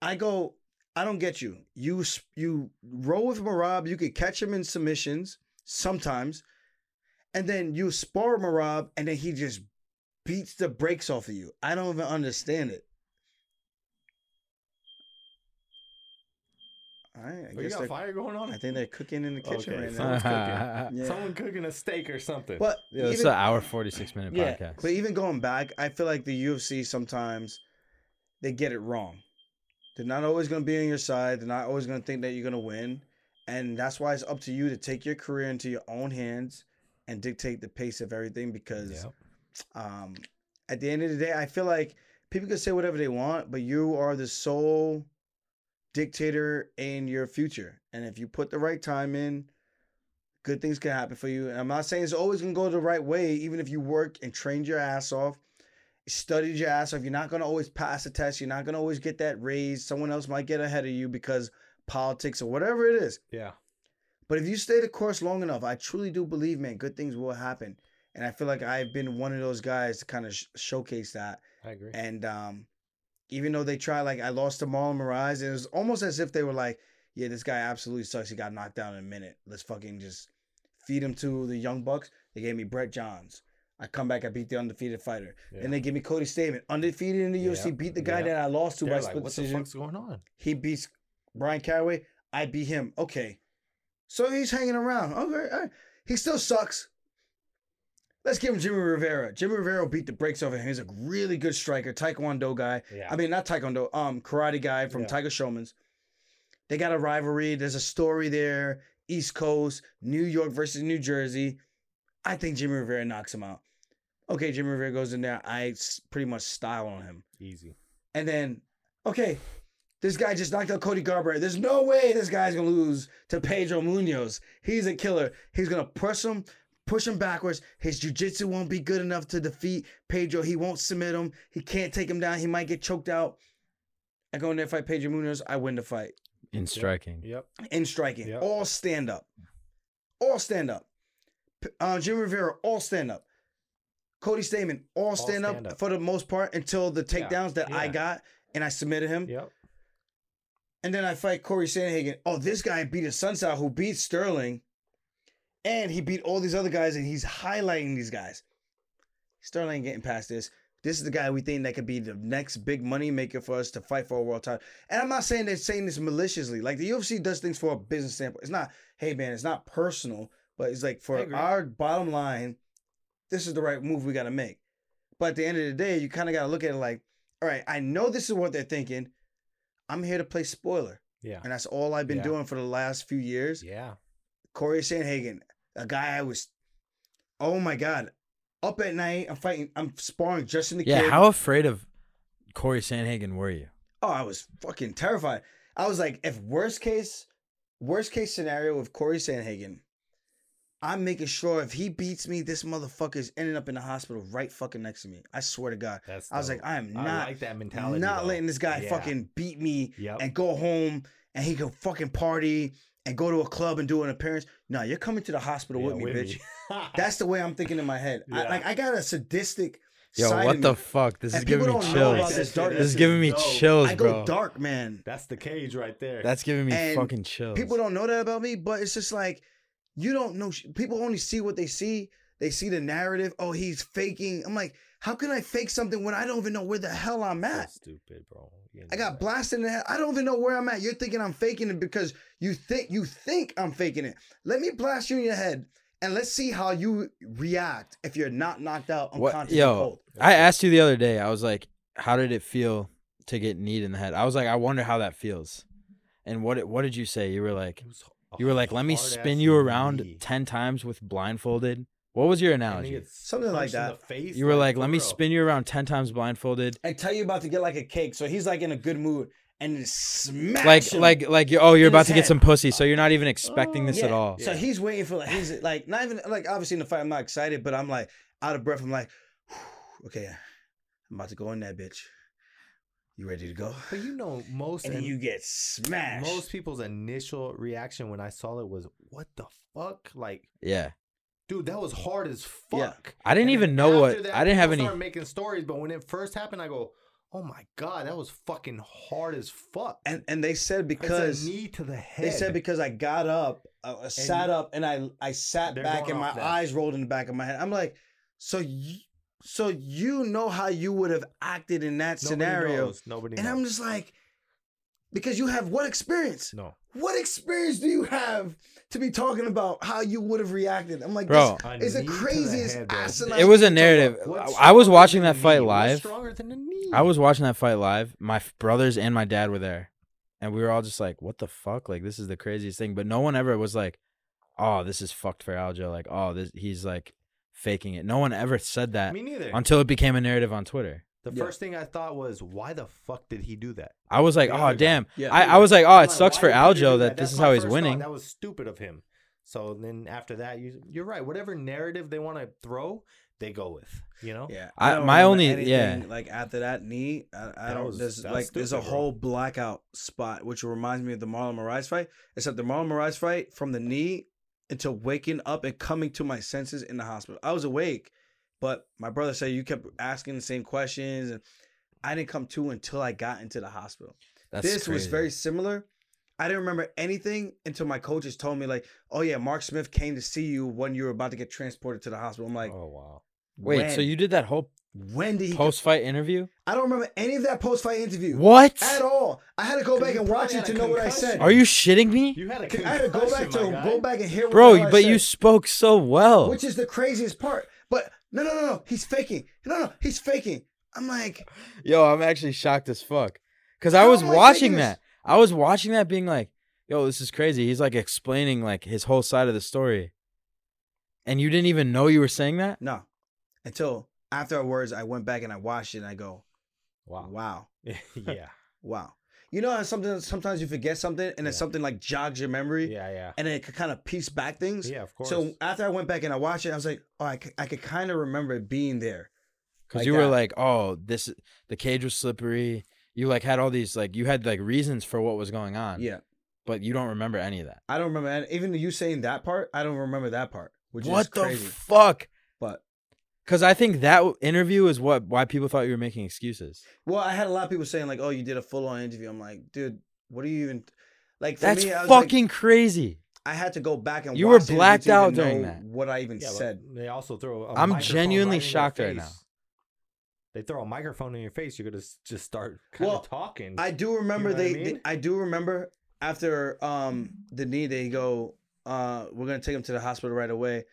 [SPEAKER 4] I go, I don't get you. You s- you roll with Marab, you could catch him in submissions sometimes, and then you spar Marab, and then he just beats the brakes off of you. I don't even understand it. All right, I
[SPEAKER 6] Oh, you
[SPEAKER 4] guess
[SPEAKER 6] got
[SPEAKER 4] they're-
[SPEAKER 6] fire going on?
[SPEAKER 4] I think they're cooking in the kitchen
[SPEAKER 6] Okay,
[SPEAKER 4] right
[SPEAKER 6] so-
[SPEAKER 4] now.
[SPEAKER 6] Someone's cooking.
[SPEAKER 5] yeah,
[SPEAKER 4] Yeah.
[SPEAKER 6] Someone cooking a steak or something.
[SPEAKER 4] But
[SPEAKER 5] it's
[SPEAKER 4] even-
[SPEAKER 5] an hour forty six minute podcast.
[SPEAKER 4] But even going back, I feel like the UFC sometimes they get it wrong. They're not always going to be on your side. They're not always going to think that you're going to win. And that's why it's up to you to take your career into your own hands and dictate the pace of everything because
[SPEAKER 6] yeah.
[SPEAKER 4] um, at the end of the day, I feel like people can say whatever they want, but you are the sole dictator in your future. And if you put the right time in, good things can happen for you. And I'm not saying it's always gonna go the right way, even if you work and trained your ass off, studied your ass off. You're not gonna always pass the test. You're not gonna always get that raise. Someone else might get ahead of you because politics or whatever it is.
[SPEAKER 6] Yeah.
[SPEAKER 4] But if you stay the course long enough, I truly do believe, man, good things will happen. And I feel like I've been one of those guys to kind of sh- showcase that.
[SPEAKER 6] I agree.
[SPEAKER 4] And um, even though they tried, like I lost to Marlon Moraes, it was almost as if they were like, "Yeah, this guy absolutely sucks. He got knocked down in a minute. Let's fucking just feed him to the young bucks." They gave me Brett Johns. I come back, I beat the undefeated fighter.
[SPEAKER 6] Yeah.
[SPEAKER 4] Then they give me Cody Stamen, undefeated in the UFC,
[SPEAKER 6] Yeah,
[SPEAKER 4] beat the guy
[SPEAKER 6] yeah.
[SPEAKER 4] that I lost to
[SPEAKER 6] They're
[SPEAKER 4] by
[SPEAKER 6] like,
[SPEAKER 4] split
[SPEAKER 6] what the
[SPEAKER 4] decision.
[SPEAKER 6] fuck's going on?
[SPEAKER 4] He beats Brian Caraway, I beat him. Okay. So he's hanging around. Okay. All right. He still sucks. Let's give him Jimmy Rivera. Jimmy Rivera beat the brakes off of him. He's a really good striker, Taekwondo guy.
[SPEAKER 7] Yeah.
[SPEAKER 4] I mean, not Taekwondo, um, karate guy from
[SPEAKER 7] Yeah.
[SPEAKER 4] Tiger Showman's. They got a rivalry. There's a story there. East Coast, New York versus New Jersey. I think Jimmy Rivera knocks him out. Okay, Jimmy Rivera goes in there. I s- pretty much style on him.
[SPEAKER 6] Easy.
[SPEAKER 4] And then, okay, this guy just knocked out Cody Garbrandt. There's no way this guy's gonna lose to Pedro Munoz. He's a killer. He's gonna push him, push him backwards. His jiu-jitsu won't be good enough to defeat Pedro. He won't submit him. He can't take him down. He might get choked out. I go in there, fight Pedro Munoz. I win the fight
[SPEAKER 5] in striking.
[SPEAKER 7] Yep.
[SPEAKER 4] in striking.
[SPEAKER 7] Yep.
[SPEAKER 4] All stand up. All stand up. P- Uh, Jim Rivera, all stand up. Cody Stamen, all, stand, up,
[SPEAKER 7] stand-up.
[SPEAKER 4] for the most part until the
[SPEAKER 7] Yeah,
[SPEAKER 4] takedowns that I
[SPEAKER 7] yeah.
[SPEAKER 4] got and I submitted him.
[SPEAKER 7] Yep.
[SPEAKER 4] And then I fight Corey Sandhagen. Oh, this guy beat his Sun Tzu, who beat Sterling. And he beat all these other guys, and he's highlighting these guys. Sterling ain't getting past this. This is the guy we think that could be the next big money maker for us to fight for a world title. And I'm not saying they're saying this maliciously. Like the UFC does things for a business standpoint. It's not, hey man, it's not personal, but it's like
[SPEAKER 7] I
[SPEAKER 4] for
[SPEAKER 7] agree.
[SPEAKER 4] our bottom line, this is the right move we got to make. But at the end of the day, you kind of got to look at it like, all right, I know this is what they're thinking. I'm here to play spoiler.
[SPEAKER 7] Yeah.
[SPEAKER 4] And that's all I've been
[SPEAKER 7] Yeah.
[SPEAKER 4] doing for the last few years.
[SPEAKER 7] Yeah.
[SPEAKER 4] Corey Sanhagen, a guy I was, oh my God, up at night. I'm fighting, I'm sparring Justin the
[SPEAKER 5] Yeah,
[SPEAKER 4] Kid.
[SPEAKER 5] how afraid of Corey Sanhagen were you?
[SPEAKER 4] oh, I was fucking terrified. I was like, if worst case, worst case scenario with Corey Sanhagen, I'm making sure if he beats me, this motherfucker's ending up in the hospital right fucking next to me. I swear to God.
[SPEAKER 7] That's.
[SPEAKER 4] I was
[SPEAKER 7] dope.
[SPEAKER 4] like, I am
[SPEAKER 7] I
[SPEAKER 4] not
[SPEAKER 7] like that mentality.
[SPEAKER 4] Not
[SPEAKER 7] though.
[SPEAKER 4] letting this guy
[SPEAKER 7] Yeah.
[SPEAKER 4] fucking beat me
[SPEAKER 7] Yep.
[SPEAKER 4] and go home and he could fucking party and go to a club and do an appearance. No, you're coming to the hospital
[SPEAKER 7] Yeah,
[SPEAKER 4] with me,
[SPEAKER 7] with
[SPEAKER 4] bitch.
[SPEAKER 7] me.
[SPEAKER 4] That's the way I'm thinking in my head. I,
[SPEAKER 7] Yeah.
[SPEAKER 4] like I got a sadistic.
[SPEAKER 5] Yo,
[SPEAKER 4] side
[SPEAKER 5] what
[SPEAKER 4] in
[SPEAKER 5] the
[SPEAKER 4] me.
[SPEAKER 5] fuck? This
[SPEAKER 4] And
[SPEAKER 5] is giving
[SPEAKER 4] people
[SPEAKER 5] me
[SPEAKER 4] don't know about
[SPEAKER 5] chills.
[SPEAKER 4] this
[SPEAKER 5] This
[SPEAKER 4] dark-
[SPEAKER 5] is giving me
[SPEAKER 7] Dope.
[SPEAKER 5] chills,
[SPEAKER 4] I go
[SPEAKER 5] bro.
[SPEAKER 4] dark, man.
[SPEAKER 7] That's the cage right there.
[SPEAKER 5] That's giving me
[SPEAKER 4] And
[SPEAKER 5] fucking chills.
[SPEAKER 4] People don't know that about me, but it's just like you don't know. sh- People only see what they see. They see the narrative. Oh, he's faking. I'm like, how can I fake something when I don't even know where the hell I'm
[SPEAKER 7] so
[SPEAKER 4] at?
[SPEAKER 7] stupid, bro. You
[SPEAKER 4] I
[SPEAKER 7] know
[SPEAKER 4] got
[SPEAKER 7] that.
[SPEAKER 4] blasted in the head. I don't even know where I'm at. You're thinking I'm faking it because you think you think I'm faking it. Let me blast you in your head and let's see how you react if you're not knocked out
[SPEAKER 5] What,
[SPEAKER 4] unconscious. and
[SPEAKER 5] yo,
[SPEAKER 4] cold.
[SPEAKER 5] I asked you the other day. I was like, "How did it feel to get kneed in the head?" I was like, "I wonder how that feels." And what what did you say? You were like,
[SPEAKER 7] It was a
[SPEAKER 5] you were like, "Let me
[SPEAKER 7] hard-ass
[SPEAKER 5] spin you around
[SPEAKER 7] knee.
[SPEAKER 5] ten times with blindfolded." What was your
[SPEAKER 7] And he
[SPEAKER 5] analogy?
[SPEAKER 7] gets
[SPEAKER 4] Something like
[SPEAKER 7] punched in
[SPEAKER 4] that.
[SPEAKER 7] the face,
[SPEAKER 5] You were like,
[SPEAKER 7] for
[SPEAKER 5] "Let me
[SPEAKER 7] real."
[SPEAKER 5] spin you around ten times blindfolded."
[SPEAKER 4] I tell you about to get like a cake, so he's like in a good mood and then smash
[SPEAKER 5] Like
[SPEAKER 4] him.
[SPEAKER 5] like like you oh you're
[SPEAKER 4] In
[SPEAKER 5] about
[SPEAKER 4] his
[SPEAKER 5] to get
[SPEAKER 4] head.
[SPEAKER 5] some pussy, so you're not even expecting this
[SPEAKER 4] Yeah.
[SPEAKER 5] at all.
[SPEAKER 4] So he's waiting for like he's like not even like obviously in the fight I'm not excited, but I'm like out of breath. I'm like, okay, I'm about to go in that bitch. You ready to go?
[SPEAKER 7] But you know, most
[SPEAKER 4] And then
[SPEAKER 7] and
[SPEAKER 4] you get smashed.
[SPEAKER 7] most people's initial reaction when I saw it was, "What the fuck?" Like,
[SPEAKER 5] Yeah.
[SPEAKER 7] dude, that was hard as fuck.
[SPEAKER 4] Yeah.
[SPEAKER 5] I
[SPEAKER 7] And
[SPEAKER 5] didn't even
[SPEAKER 7] then
[SPEAKER 5] know
[SPEAKER 7] after
[SPEAKER 5] what
[SPEAKER 7] that,
[SPEAKER 5] I didn't have
[SPEAKER 7] people
[SPEAKER 5] any
[SPEAKER 7] started making stories, but when it first happened, I go, "Oh my god, that was fucking hard as fuck."
[SPEAKER 4] and and they said because
[SPEAKER 7] it's a knee to the head.
[SPEAKER 4] They said because I got up, I I sat
[SPEAKER 7] you-
[SPEAKER 4] up, and I I sat
[SPEAKER 7] They're
[SPEAKER 4] back,
[SPEAKER 7] going
[SPEAKER 4] and my
[SPEAKER 7] off that.
[SPEAKER 4] eyes rolled in the back of my head. I'm like, so you, so you know how you would have acted in that
[SPEAKER 7] Nobody
[SPEAKER 4] scenario,
[SPEAKER 7] knows. Nobody.
[SPEAKER 4] and I'm
[SPEAKER 7] knows.
[SPEAKER 4] just like, because you have what experience?
[SPEAKER 7] no.
[SPEAKER 4] What experience do you have to be talking about how you would have reacted? I'm like,
[SPEAKER 5] Bro.
[SPEAKER 4] this
[SPEAKER 7] A
[SPEAKER 4] is the
[SPEAKER 7] knee to the
[SPEAKER 4] craziest
[SPEAKER 7] head, bro.
[SPEAKER 4] asinine.
[SPEAKER 5] It was
[SPEAKER 4] shit to
[SPEAKER 5] a
[SPEAKER 4] talk
[SPEAKER 5] narrative.
[SPEAKER 4] about.
[SPEAKER 7] What's
[SPEAKER 5] I was
[SPEAKER 7] stronger
[SPEAKER 5] watching
[SPEAKER 7] than
[SPEAKER 5] that
[SPEAKER 7] the
[SPEAKER 5] fight
[SPEAKER 7] knee? What's
[SPEAKER 5] live.
[SPEAKER 7] stronger than the knee?
[SPEAKER 5] I was watching that fight live. My f- brothers and my dad were there, and we were all just like, "What the fuck? Like, this is the craziest thing." But no one ever was like, "Oh, this is fucked for Aljo." Like, "Oh, this he's like faking it." No one ever said that
[SPEAKER 7] Me neither.
[SPEAKER 5] until it became a narrative on Twitter.
[SPEAKER 7] the
[SPEAKER 4] Yeah.
[SPEAKER 7] first thing I thought was, "Why the fuck did he do that?"
[SPEAKER 5] I was like,
[SPEAKER 7] The
[SPEAKER 5] "Oh,
[SPEAKER 7] other guy.
[SPEAKER 5] damn."
[SPEAKER 4] Yeah.
[SPEAKER 5] I, I was like, "Oh,
[SPEAKER 7] I'm like,
[SPEAKER 5] it sucks
[SPEAKER 7] why
[SPEAKER 5] for
[SPEAKER 7] did Peter do
[SPEAKER 5] Aljo that this
[SPEAKER 7] That's
[SPEAKER 5] is
[SPEAKER 7] my
[SPEAKER 5] how he's
[SPEAKER 7] first thought.
[SPEAKER 5] winning."
[SPEAKER 7] That was stupid of him. So then after that, you, you're right. Whatever narrative they want to throw, they go with. You know,
[SPEAKER 4] Yeah,
[SPEAKER 5] I-
[SPEAKER 4] don't
[SPEAKER 5] my
[SPEAKER 4] remember
[SPEAKER 5] only-
[SPEAKER 4] anything,
[SPEAKER 5] yeah.
[SPEAKER 4] Like after that knee, I, I
[SPEAKER 7] That
[SPEAKER 4] don't.
[SPEAKER 7] was-
[SPEAKER 4] there's
[SPEAKER 7] that
[SPEAKER 4] like
[SPEAKER 7] was
[SPEAKER 4] there's a
[SPEAKER 7] stupid, bro.
[SPEAKER 4] whole blackout spot, which reminds me of the Marlon Moraes fight. Except the Marlon Moraes fight from the knee until waking up and coming to my senses in the hospital. I was awake, but my brother said you kept asking the same questions, and I didn't come to until I got into the hospital.
[SPEAKER 5] That's
[SPEAKER 4] this was
[SPEAKER 5] crazy.
[SPEAKER 4] very similar. I didn't remember anything until my coaches told me like, "Oh yeah, Mark Smith came to see you when you were about to get transported to the hospital." I'm like,
[SPEAKER 7] oh wow.
[SPEAKER 5] Wait, so
[SPEAKER 4] when?
[SPEAKER 5] you did that whole
[SPEAKER 8] When did he?
[SPEAKER 5] Post fight interview?
[SPEAKER 8] I don't remember any of that post-fight interview
[SPEAKER 5] What?
[SPEAKER 8] at all. I had to go back and watch
[SPEAKER 7] probably
[SPEAKER 8] it to
[SPEAKER 7] had a
[SPEAKER 8] know what I said.
[SPEAKER 5] Are you shitting me?
[SPEAKER 7] You had a
[SPEAKER 8] I had to go back to
[SPEAKER 7] concussion, my guy.
[SPEAKER 8] go back and hear what the hell
[SPEAKER 5] Bro,
[SPEAKER 8] I
[SPEAKER 5] but
[SPEAKER 8] said,
[SPEAKER 5] you spoke so well.
[SPEAKER 8] which is the craziest part. But no, no, no, no, he's faking. No, no, he's faking. I'm like,
[SPEAKER 5] Yo, I'm actually shocked as fuck. Cause I
[SPEAKER 4] Oh
[SPEAKER 8] How
[SPEAKER 5] was
[SPEAKER 8] am I taking
[SPEAKER 5] watching
[SPEAKER 8] this?
[SPEAKER 5] that. I was watching that being like, yo, this is crazy. He's like explaining like his whole side of the story. And you didn't even know you were saying that?
[SPEAKER 4] No. Until afterwards, I went back and I watched it and I go, wow. Wow.
[SPEAKER 7] yeah,
[SPEAKER 4] Wow. You know how something, sometimes you forget something and then
[SPEAKER 7] Yeah.
[SPEAKER 4] something like jogs your memory
[SPEAKER 7] yeah, yeah,
[SPEAKER 4] and it could kind of piece back things?
[SPEAKER 7] yeah. Of course.
[SPEAKER 4] So after I went back and I watched it, I was like, oh, I c- I could kind of remember it being there.
[SPEAKER 5] Cause
[SPEAKER 4] Like
[SPEAKER 5] you were
[SPEAKER 4] that.
[SPEAKER 5] like, oh, this the cage was slippery. You like had all these like you had like reasons for what was going on.
[SPEAKER 4] Yeah.
[SPEAKER 5] But you don't remember any of that.
[SPEAKER 4] I don't remember. And even you saying that part, I don't remember that part, which is
[SPEAKER 5] what the
[SPEAKER 4] crazy.
[SPEAKER 5] fuck?
[SPEAKER 4] but
[SPEAKER 5] Cause I think that w- interview is what why people thought you were making excuses.
[SPEAKER 4] well, I had a lot of people saying like, "Oh, you did a full on interview." I'm like, dude, what are you even like? For
[SPEAKER 5] That's
[SPEAKER 4] me, I was like,
[SPEAKER 5] fucking crazy.
[SPEAKER 4] I had to go back and
[SPEAKER 5] You
[SPEAKER 4] watch
[SPEAKER 5] were
[SPEAKER 4] the interview
[SPEAKER 5] blacked
[SPEAKER 4] to even
[SPEAKER 5] out during
[SPEAKER 4] know
[SPEAKER 5] that.
[SPEAKER 4] What I even
[SPEAKER 7] yeah, but
[SPEAKER 4] said.
[SPEAKER 7] They also throw. i
[SPEAKER 5] I'm genuinely shocked right now.
[SPEAKER 7] They throw a microphone in your face. You're gonna s- just start kind
[SPEAKER 4] Well,
[SPEAKER 7] of talking.
[SPEAKER 4] I do remember
[SPEAKER 7] know what I
[SPEAKER 4] they,
[SPEAKER 7] mean?
[SPEAKER 4] they- I do remember after um the knee they go uh we're going to take him to the hospital right away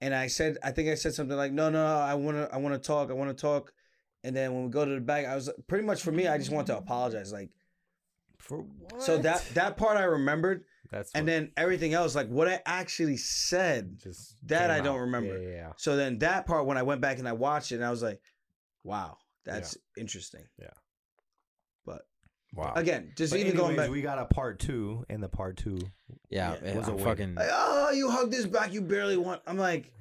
[SPEAKER 4] and I said I think I said something like no no, no I want to I want to talk I want to talk and then when we go to the back I was pretty much for me I just want to apologize like
[SPEAKER 7] for what?
[SPEAKER 4] so that that part I remembered
[SPEAKER 7] that's
[SPEAKER 4] and
[SPEAKER 7] what
[SPEAKER 4] then everything else like what I actually said
[SPEAKER 7] just
[SPEAKER 4] that
[SPEAKER 7] came
[SPEAKER 4] I don't
[SPEAKER 7] out.
[SPEAKER 4] remember.
[SPEAKER 7] Yeah, yeah,
[SPEAKER 4] so then that part when I went back and I watched it and I was like wow that's interesting
[SPEAKER 7] Yeah.
[SPEAKER 4] but
[SPEAKER 5] Wow.
[SPEAKER 4] again just
[SPEAKER 7] But
[SPEAKER 4] even going
[SPEAKER 7] anyways,
[SPEAKER 4] back
[SPEAKER 7] we got a part two, and the part two.
[SPEAKER 5] Yeah,
[SPEAKER 4] Yeah,
[SPEAKER 5] it
[SPEAKER 7] was
[SPEAKER 5] I'm
[SPEAKER 7] a win.
[SPEAKER 5] fucking
[SPEAKER 4] Like, oh, you hugged his back. You barely want. I'm like,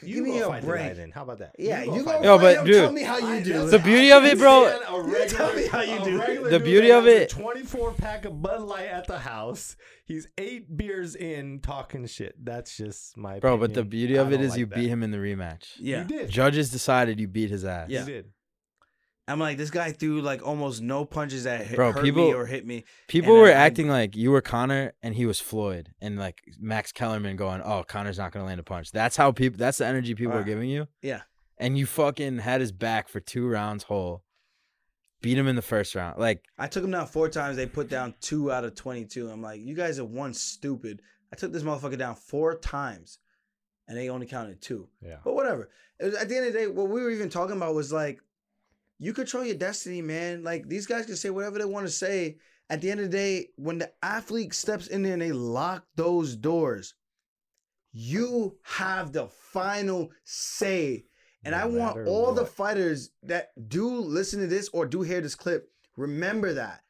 [SPEAKER 4] give me
[SPEAKER 7] go
[SPEAKER 4] a
[SPEAKER 7] fight the guy
[SPEAKER 4] break.
[SPEAKER 7] then. How about that?
[SPEAKER 4] Yeah, you,
[SPEAKER 7] fight
[SPEAKER 4] go.
[SPEAKER 7] the
[SPEAKER 5] Yo,
[SPEAKER 4] fight
[SPEAKER 5] but
[SPEAKER 4] him,
[SPEAKER 5] dude,
[SPEAKER 4] tell me how you do.
[SPEAKER 5] the
[SPEAKER 4] it.
[SPEAKER 5] beauty of it, bro.
[SPEAKER 7] understand a
[SPEAKER 4] You tell me how you
[SPEAKER 7] a
[SPEAKER 4] do it.
[SPEAKER 7] regular
[SPEAKER 5] The
[SPEAKER 7] dude
[SPEAKER 5] beauty
[SPEAKER 7] that
[SPEAKER 5] of
[SPEAKER 7] has a
[SPEAKER 5] it-
[SPEAKER 7] 24 pack of Bud Light at the house. He's eight beers in talking shit. That's just my
[SPEAKER 5] Bro, but the
[SPEAKER 7] opinion.
[SPEAKER 5] beauty
[SPEAKER 7] I
[SPEAKER 5] of it
[SPEAKER 7] don't
[SPEAKER 5] is
[SPEAKER 7] like
[SPEAKER 5] you
[SPEAKER 7] that.
[SPEAKER 5] beat him in the rematch.
[SPEAKER 4] Yeah,
[SPEAKER 7] You did.
[SPEAKER 5] Judges decided you beat his ass.
[SPEAKER 4] Yeah.
[SPEAKER 7] You did.
[SPEAKER 4] I'm like, this guy threw like almost no punches that hit,
[SPEAKER 5] Bro,
[SPEAKER 4] hurt
[SPEAKER 5] people-
[SPEAKER 4] me or hit me.
[SPEAKER 5] People
[SPEAKER 4] And
[SPEAKER 5] were
[SPEAKER 4] then I-
[SPEAKER 5] acting like you were Connor and he was Floyd and like Max Kellerman going, "Oh, Connor's not going to land a punch." That's how people that's the energy people are
[SPEAKER 4] Wow.
[SPEAKER 5] giving you.
[SPEAKER 4] Yeah.
[SPEAKER 5] And you fucking had his back for two rounds whole. Beat him in the first round. Like
[SPEAKER 4] I took him down four times. They put down two out of 22. I'm like, you guys are one stupid. I took this motherfucker down four times, and they only counted two.
[SPEAKER 7] Yeah.
[SPEAKER 4] But whatever. It was- at the end of the day, what we were even talking about was like, you control your destiny, man. Like these guys can say whatever they want to say. At the end of the day, when the athlete steps in there and they lock those doors, you have the final say. And
[SPEAKER 7] No
[SPEAKER 4] I want
[SPEAKER 7] matter
[SPEAKER 4] all the
[SPEAKER 7] what.
[SPEAKER 4] fighters that do listen to this or do hear this clip, remember that.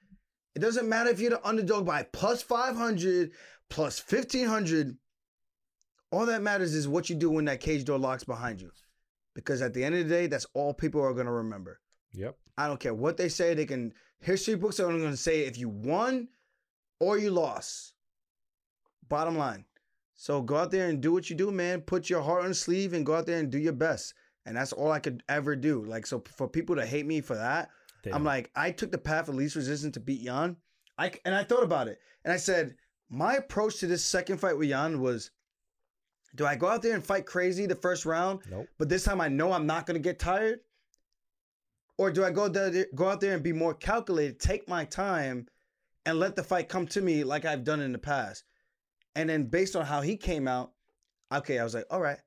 [SPEAKER 4] It doesn't matter if you're the underdog by plus 500, plus 1500. All that matters is what you do when that cage door locks behind you. Because at the end of the day, that's all people are going to remember.
[SPEAKER 7] Yep.
[SPEAKER 4] I don't care what they say. They can, history books are only going to say if you won or you lost. Bottom line. So go out there and do what you do, man. Put your heart on the sleeve and go out there and do your best. And that's all I could ever do. Like, so for people to hate me for that,
[SPEAKER 7] They
[SPEAKER 4] I'm
[SPEAKER 7] don't.
[SPEAKER 4] like, I took the path of least resistance to beat Yan. I and I thought about it, and I said, my approach to this second fight with Yan was, do I go out there and fight crazy the first round,
[SPEAKER 7] nope.
[SPEAKER 4] but this time I know I'm not gonna get tired, or do I go there, go out there and be more calculated, take my time, and let the fight come to me like I've done in the past, and then based on how he came out, okay, I was like, all right,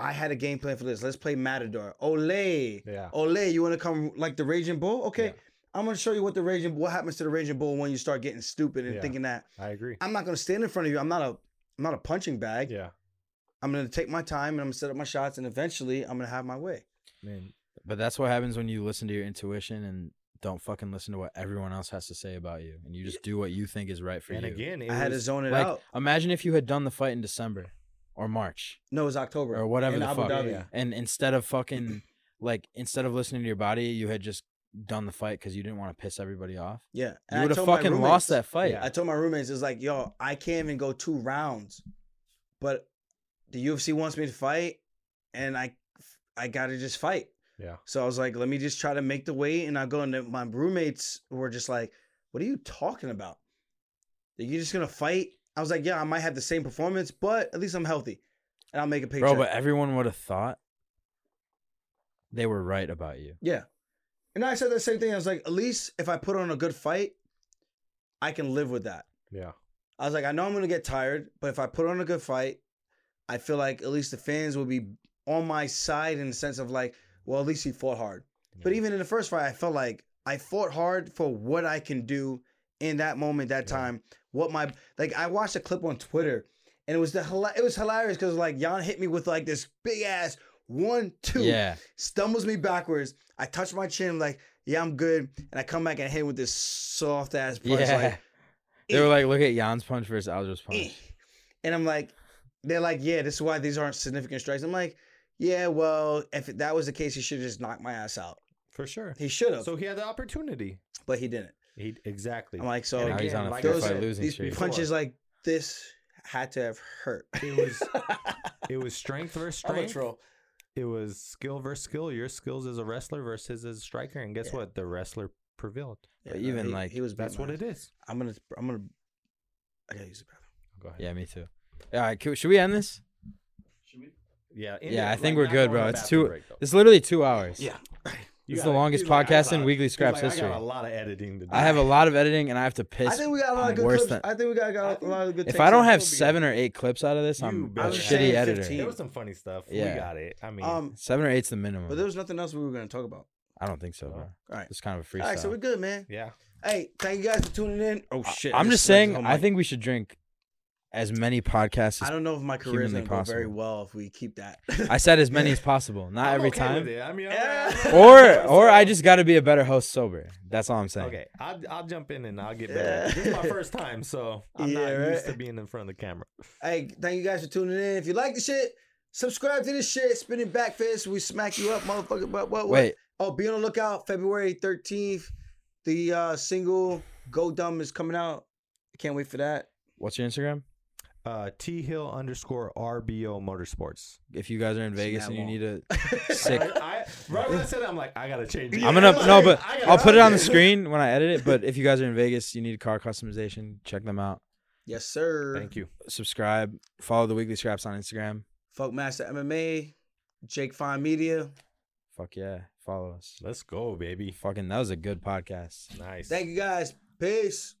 [SPEAKER 4] I had a game plan for this. Let's play Matador. Ole.
[SPEAKER 7] Yeah.
[SPEAKER 4] Ole, you want to come like the Raging Bull? Okay,
[SPEAKER 7] Yeah.
[SPEAKER 4] I'm gonna show you what the Raging what happens to the Raging Bull when you start getting stupid and
[SPEAKER 7] Yeah.
[SPEAKER 4] thinking that
[SPEAKER 7] I agree.
[SPEAKER 4] I'm not gonna stand in front of you. I'm not a I'm not a punching bag.
[SPEAKER 7] Yeah.
[SPEAKER 4] I'm gonna take my time and I'm gonna set up my shots and eventually I'm gonna have my way.
[SPEAKER 7] Man.
[SPEAKER 5] but that's what happens when you listen to your intuition and don't fucking listen to what everyone else has to say about you and you just do what you think is right for
[SPEAKER 7] and
[SPEAKER 5] you.
[SPEAKER 7] again, it
[SPEAKER 4] I had to
[SPEAKER 7] was,
[SPEAKER 4] zone it
[SPEAKER 5] like
[SPEAKER 4] out.
[SPEAKER 5] imagine if you had done the fight in December or March.
[SPEAKER 4] No, it was October
[SPEAKER 5] or whatever
[SPEAKER 4] in
[SPEAKER 5] the
[SPEAKER 4] Abu
[SPEAKER 5] fuck.
[SPEAKER 4] Dhabi.
[SPEAKER 5] And instead of fucking like instead of listening to your body, you had just done the fight because you didn't want to piss everybody off.
[SPEAKER 4] Yeah,
[SPEAKER 5] You
[SPEAKER 4] I
[SPEAKER 5] would have
[SPEAKER 4] told my
[SPEAKER 5] fucking
[SPEAKER 4] roommates-
[SPEAKER 5] lost that fight.
[SPEAKER 7] Yeah.
[SPEAKER 4] I told my roommates, it's like, yo, I can't even go two rounds, but the UFC wants me to fight, and I, I gotta just fight.
[SPEAKER 7] Yeah.
[SPEAKER 4] So I was like, let me just try to make the weight, and I go. And then my roommates were just like, what are you talking about? Are you just gonna fight? I was like, yeah, I might have the same performance, but at least I'm healthy, and I'll make a paycheck.
[SPEAKER 5] Bro, but everyone would have thought they were right about you.
[SPEAKER 4] Yeah. And I said the same thing. I was like, at least if I put on a good fight, I can live with that.
[SPEAKER 6] Yeah.
[SPEAKER 4] I was like, I know I'm gonna get tired, but if I put on a good fight, I feel like at least the fans will be on my side in the sense of like, well, at least he fought hard. But even in the first fight, I felt like I fought hard for what I can do in that moment, that time. What my like, I watched a clip on Twitter, and it was the hila- it was hilarious because like Jan hit me with like this big ass one two,
[SPEAKER 5] Yeah.
[SPEAKER 4] stumbles me backwards. I touch my chin like, yeah, I'm good, and I come back and hit him with this soft ass punch.
[SPEAKER 5] yeah.
[SPEAKER 4] Like,
[SPEAKER 5] they were like, look at Jan's punch versus Aljo's
[SPEAKER 4] Eh.
[SPEAKER 5] punch.
[SPEAKER 4] And I'm like, they're like, yeah, this is why these aren't significant strikes. I'm like, yeah, well, if that was the case, he should have just knocked my ass out.
[SPEAKER 6] For sure.
[SPEAKER 4] He should have,
[SPEAKER 6] So he had the opportunity.
[SPEAKER 4] but he didn't.
[SPEAKER 6] He exactly.
[SPEAKER 4] I'm like, so
[SPEAKER 5] now he's
[SPEAKER 6] again,
[SPEAKER 5] on a
[SPEAKER 6] like I
[SPEAKER 5] four fight
[SPEAKER 6] said,
[SPEAKER 5] losing
[SPEAKER 4] these
[SPEAKER 5] streak.
[SPEAKER 4] punches like this had to have hurt.
[SPEAKER 6] it was it was strength versus
[SPEAKER 4] I'm a
[SPEAKER 6] strength.
[SPEAKER 4] troll.
[SPEAKER 6] It was skill versus skill. Your skills as a wrestler versus as a striker, and guess
[SPEAKER 4] Yeah.
[SPEAKER 6] what? The wrestler prevailed.
[SPEAKER 5] But
[SPEAKER 4] no,
[SPEAKER 5] even,
[SPEAKER 4] he-
[SPEAKER 5] like,
[SPEAKER 4] he was.
[SPEAKER 6] That's what it is.
[SPEAKER 4] I'm gonna. I'm gonna. I gotta use the bathroom.
[SPEAKER 6] Go ahead.
[SPEAKER 5] Yeah, me too. All right, cool. should we end this?
[SPEAKER 6] Yeah,
[SPEAKER 5] yeah, I
[SPEAKER 6] like,
[SPEAKER 5] think we're
[SPEAKER 6] not
[SPEAKER 5] good,
[SPEAKER 6] going
[SPEAKER 5] bro.
[SPEAKER 6] on
[SPEAKER 5] It's
[SPEAKER 6] bathroom
[SPEAKER 5] two.
[SPEAKER 6] break, though.
[SPEAKER 5] it's literally two hours.
[SPEAKER 6] Yeah. You
[SPEAKER 5] It's the
[SPEAKER 6] gotta-
[SPEAKER 5] longest
[SPEAKER 6] he's like, I
[SPEAKER 5] podcast
[SPEAKER 6] gotta-
[SPEAKER 5] in Weekly
[SPEAKER 6] he's
[SPEAKER 5] Scraps
[SPEAKER 6] like,
[SPEAKER 5] history.
[SPEAKER 6] I got a lot of editing to do.
[SPEAKER 5] I have a lot of editing, and I have to piss.
[SPEAKER 4] I think we got a lot
[SPEAKER 5] I'm
[SPEAKER 4] of good
[SPEAKER 5] worse
[SPEAKER 4] clips.
[SPEAKER 5] than-
[SPEAKER 4] I think we got, got a lot of good.
[SPEAKER 5] if
[SPEAKER 4] takes
[SPEAKER 5] I
[SPEAKER 4] on
[SPEAKER 5] don't have
[SPEAKER 4] Kobe.
[SPEAKER 5] seven or eight clips out of this,
[SPEAKER 6] You
[SPEAKER 5] I'm a
[SPEAKER 6] better.
[SPEAKER 5] shitty
[SPEAKER 4] Say
[SPEAKER 5] editor.
[SPEAKER 4] 15.
[SPEAKER 6] There was some funny stuff.
[SPEAKER 5] Yeah.
[SPEAKER 6] We got it. I mean,
[SPEAKER 4] um,
[SPEAKER 5] Seven or eight's the minimum.
[SPEAKER 4] but there was nothing else we were gonna talk about.
[SPEAKER 5] I don't think so, bro.
[SPEAKER 4] All right,
[SPEAKER 5] It's kind of a freestyle.
[SPEAKER 4] all right, so we're good, man.
[SPEAKER 6] yeah.
[SPEAKER 4] Hey, thank you guys for tuning in. Oh shit!
[SPEAKER 5] I'm
[SPEAKER 4] this
[SPEAKER 5] just
[SPEAKER 4] is like-
[SPEAKER 5] saying,
[SPEAKER 4] oh,
[SPEAKER 5] I
[SPEAKER 4] my-
[SPEAKER 5] think we should drink as many podcasts
[SPEAKER 4] I
[SPEAKER 5] as
[SPEAKER 4] don't know if my career is
[SPEAKER 5] humanly
[SPEAKER 4] going to go very
[SPEAKER 5] possible.
[SPEAKER 4] well if we keep that.
[SPEAKER 5] I said as many as possible, not
[SPEAKER 6] I'm
[SPEAKER 5] every
[SPEAKER 6] okay
[SPEAKER 5] time.
[SPEAKER 6] with it. I mean, I'm-
[SPEAKER 4] Yeah.
[SPEAKER 5] Or or I just got to be a better host sober. That's all I'm saying.
[SPEAKER 6] Okay, I'll, I'll jump in and I'll get better. This is my first time, so I'm not
[SPEAKER 4] Yeah,
[SPEAKER 6] used to
[SPEAKER 4] right.
[SPEAKER 6] being in front of the camera.
[SPEAKER 4] hey, thank you guys for tuning in. If you like the shit, subscribe to this shit. Spinning back fist, we smack you up, motherfucker. But what? what?
[SPEAKER 5] Wait,
[SPEAKER 4] Oh, be on the lookout. February thirteenth, the uh, single "Go Dumb" is coming out. Can't wait for that.
[SPEAKER 5] what's your Instagram?
[SPEAKER 6] Uh, T Hill underscore RBO Motorsports.
[SPEAKER 5] If you guys are in Vegas
[SPEAKER 4] that
[SPEAKER 5] and you
[SPEAKER 4] long.
[SPEAKER 5] need a sick,
[SPEAKER 6] I, right when I said it, I'm like, I gotta change. it.
[SPEAKER 5] I'm gonna no, but
[SPEAKER 6] I gotta
[SPEAKER 5] I'll put it on the
[SPEAKER 6] update
[SPEAKER 5] screen when I edit it. But if you guys are in Vegas, you need car customization. Check them out.
[SPEAKER 4] Yes, sir.
[SPEAKER 6] Thank you.
[SPEAKER 5] Subscribe. Follow the Weekly Scraps on Instagram.
[SPEAKER 4] Folk Master MMA, Jake Fine Media.
[SPEAKER 5] Fuck yeah, follow us.
[SPEAKER 6] Let's go, baby.
[SPEAKER 5] Fucking that was a good podcast.
[SPEAKER 6] Nice.
[SPEAKER 4] Thank you guys. Peace.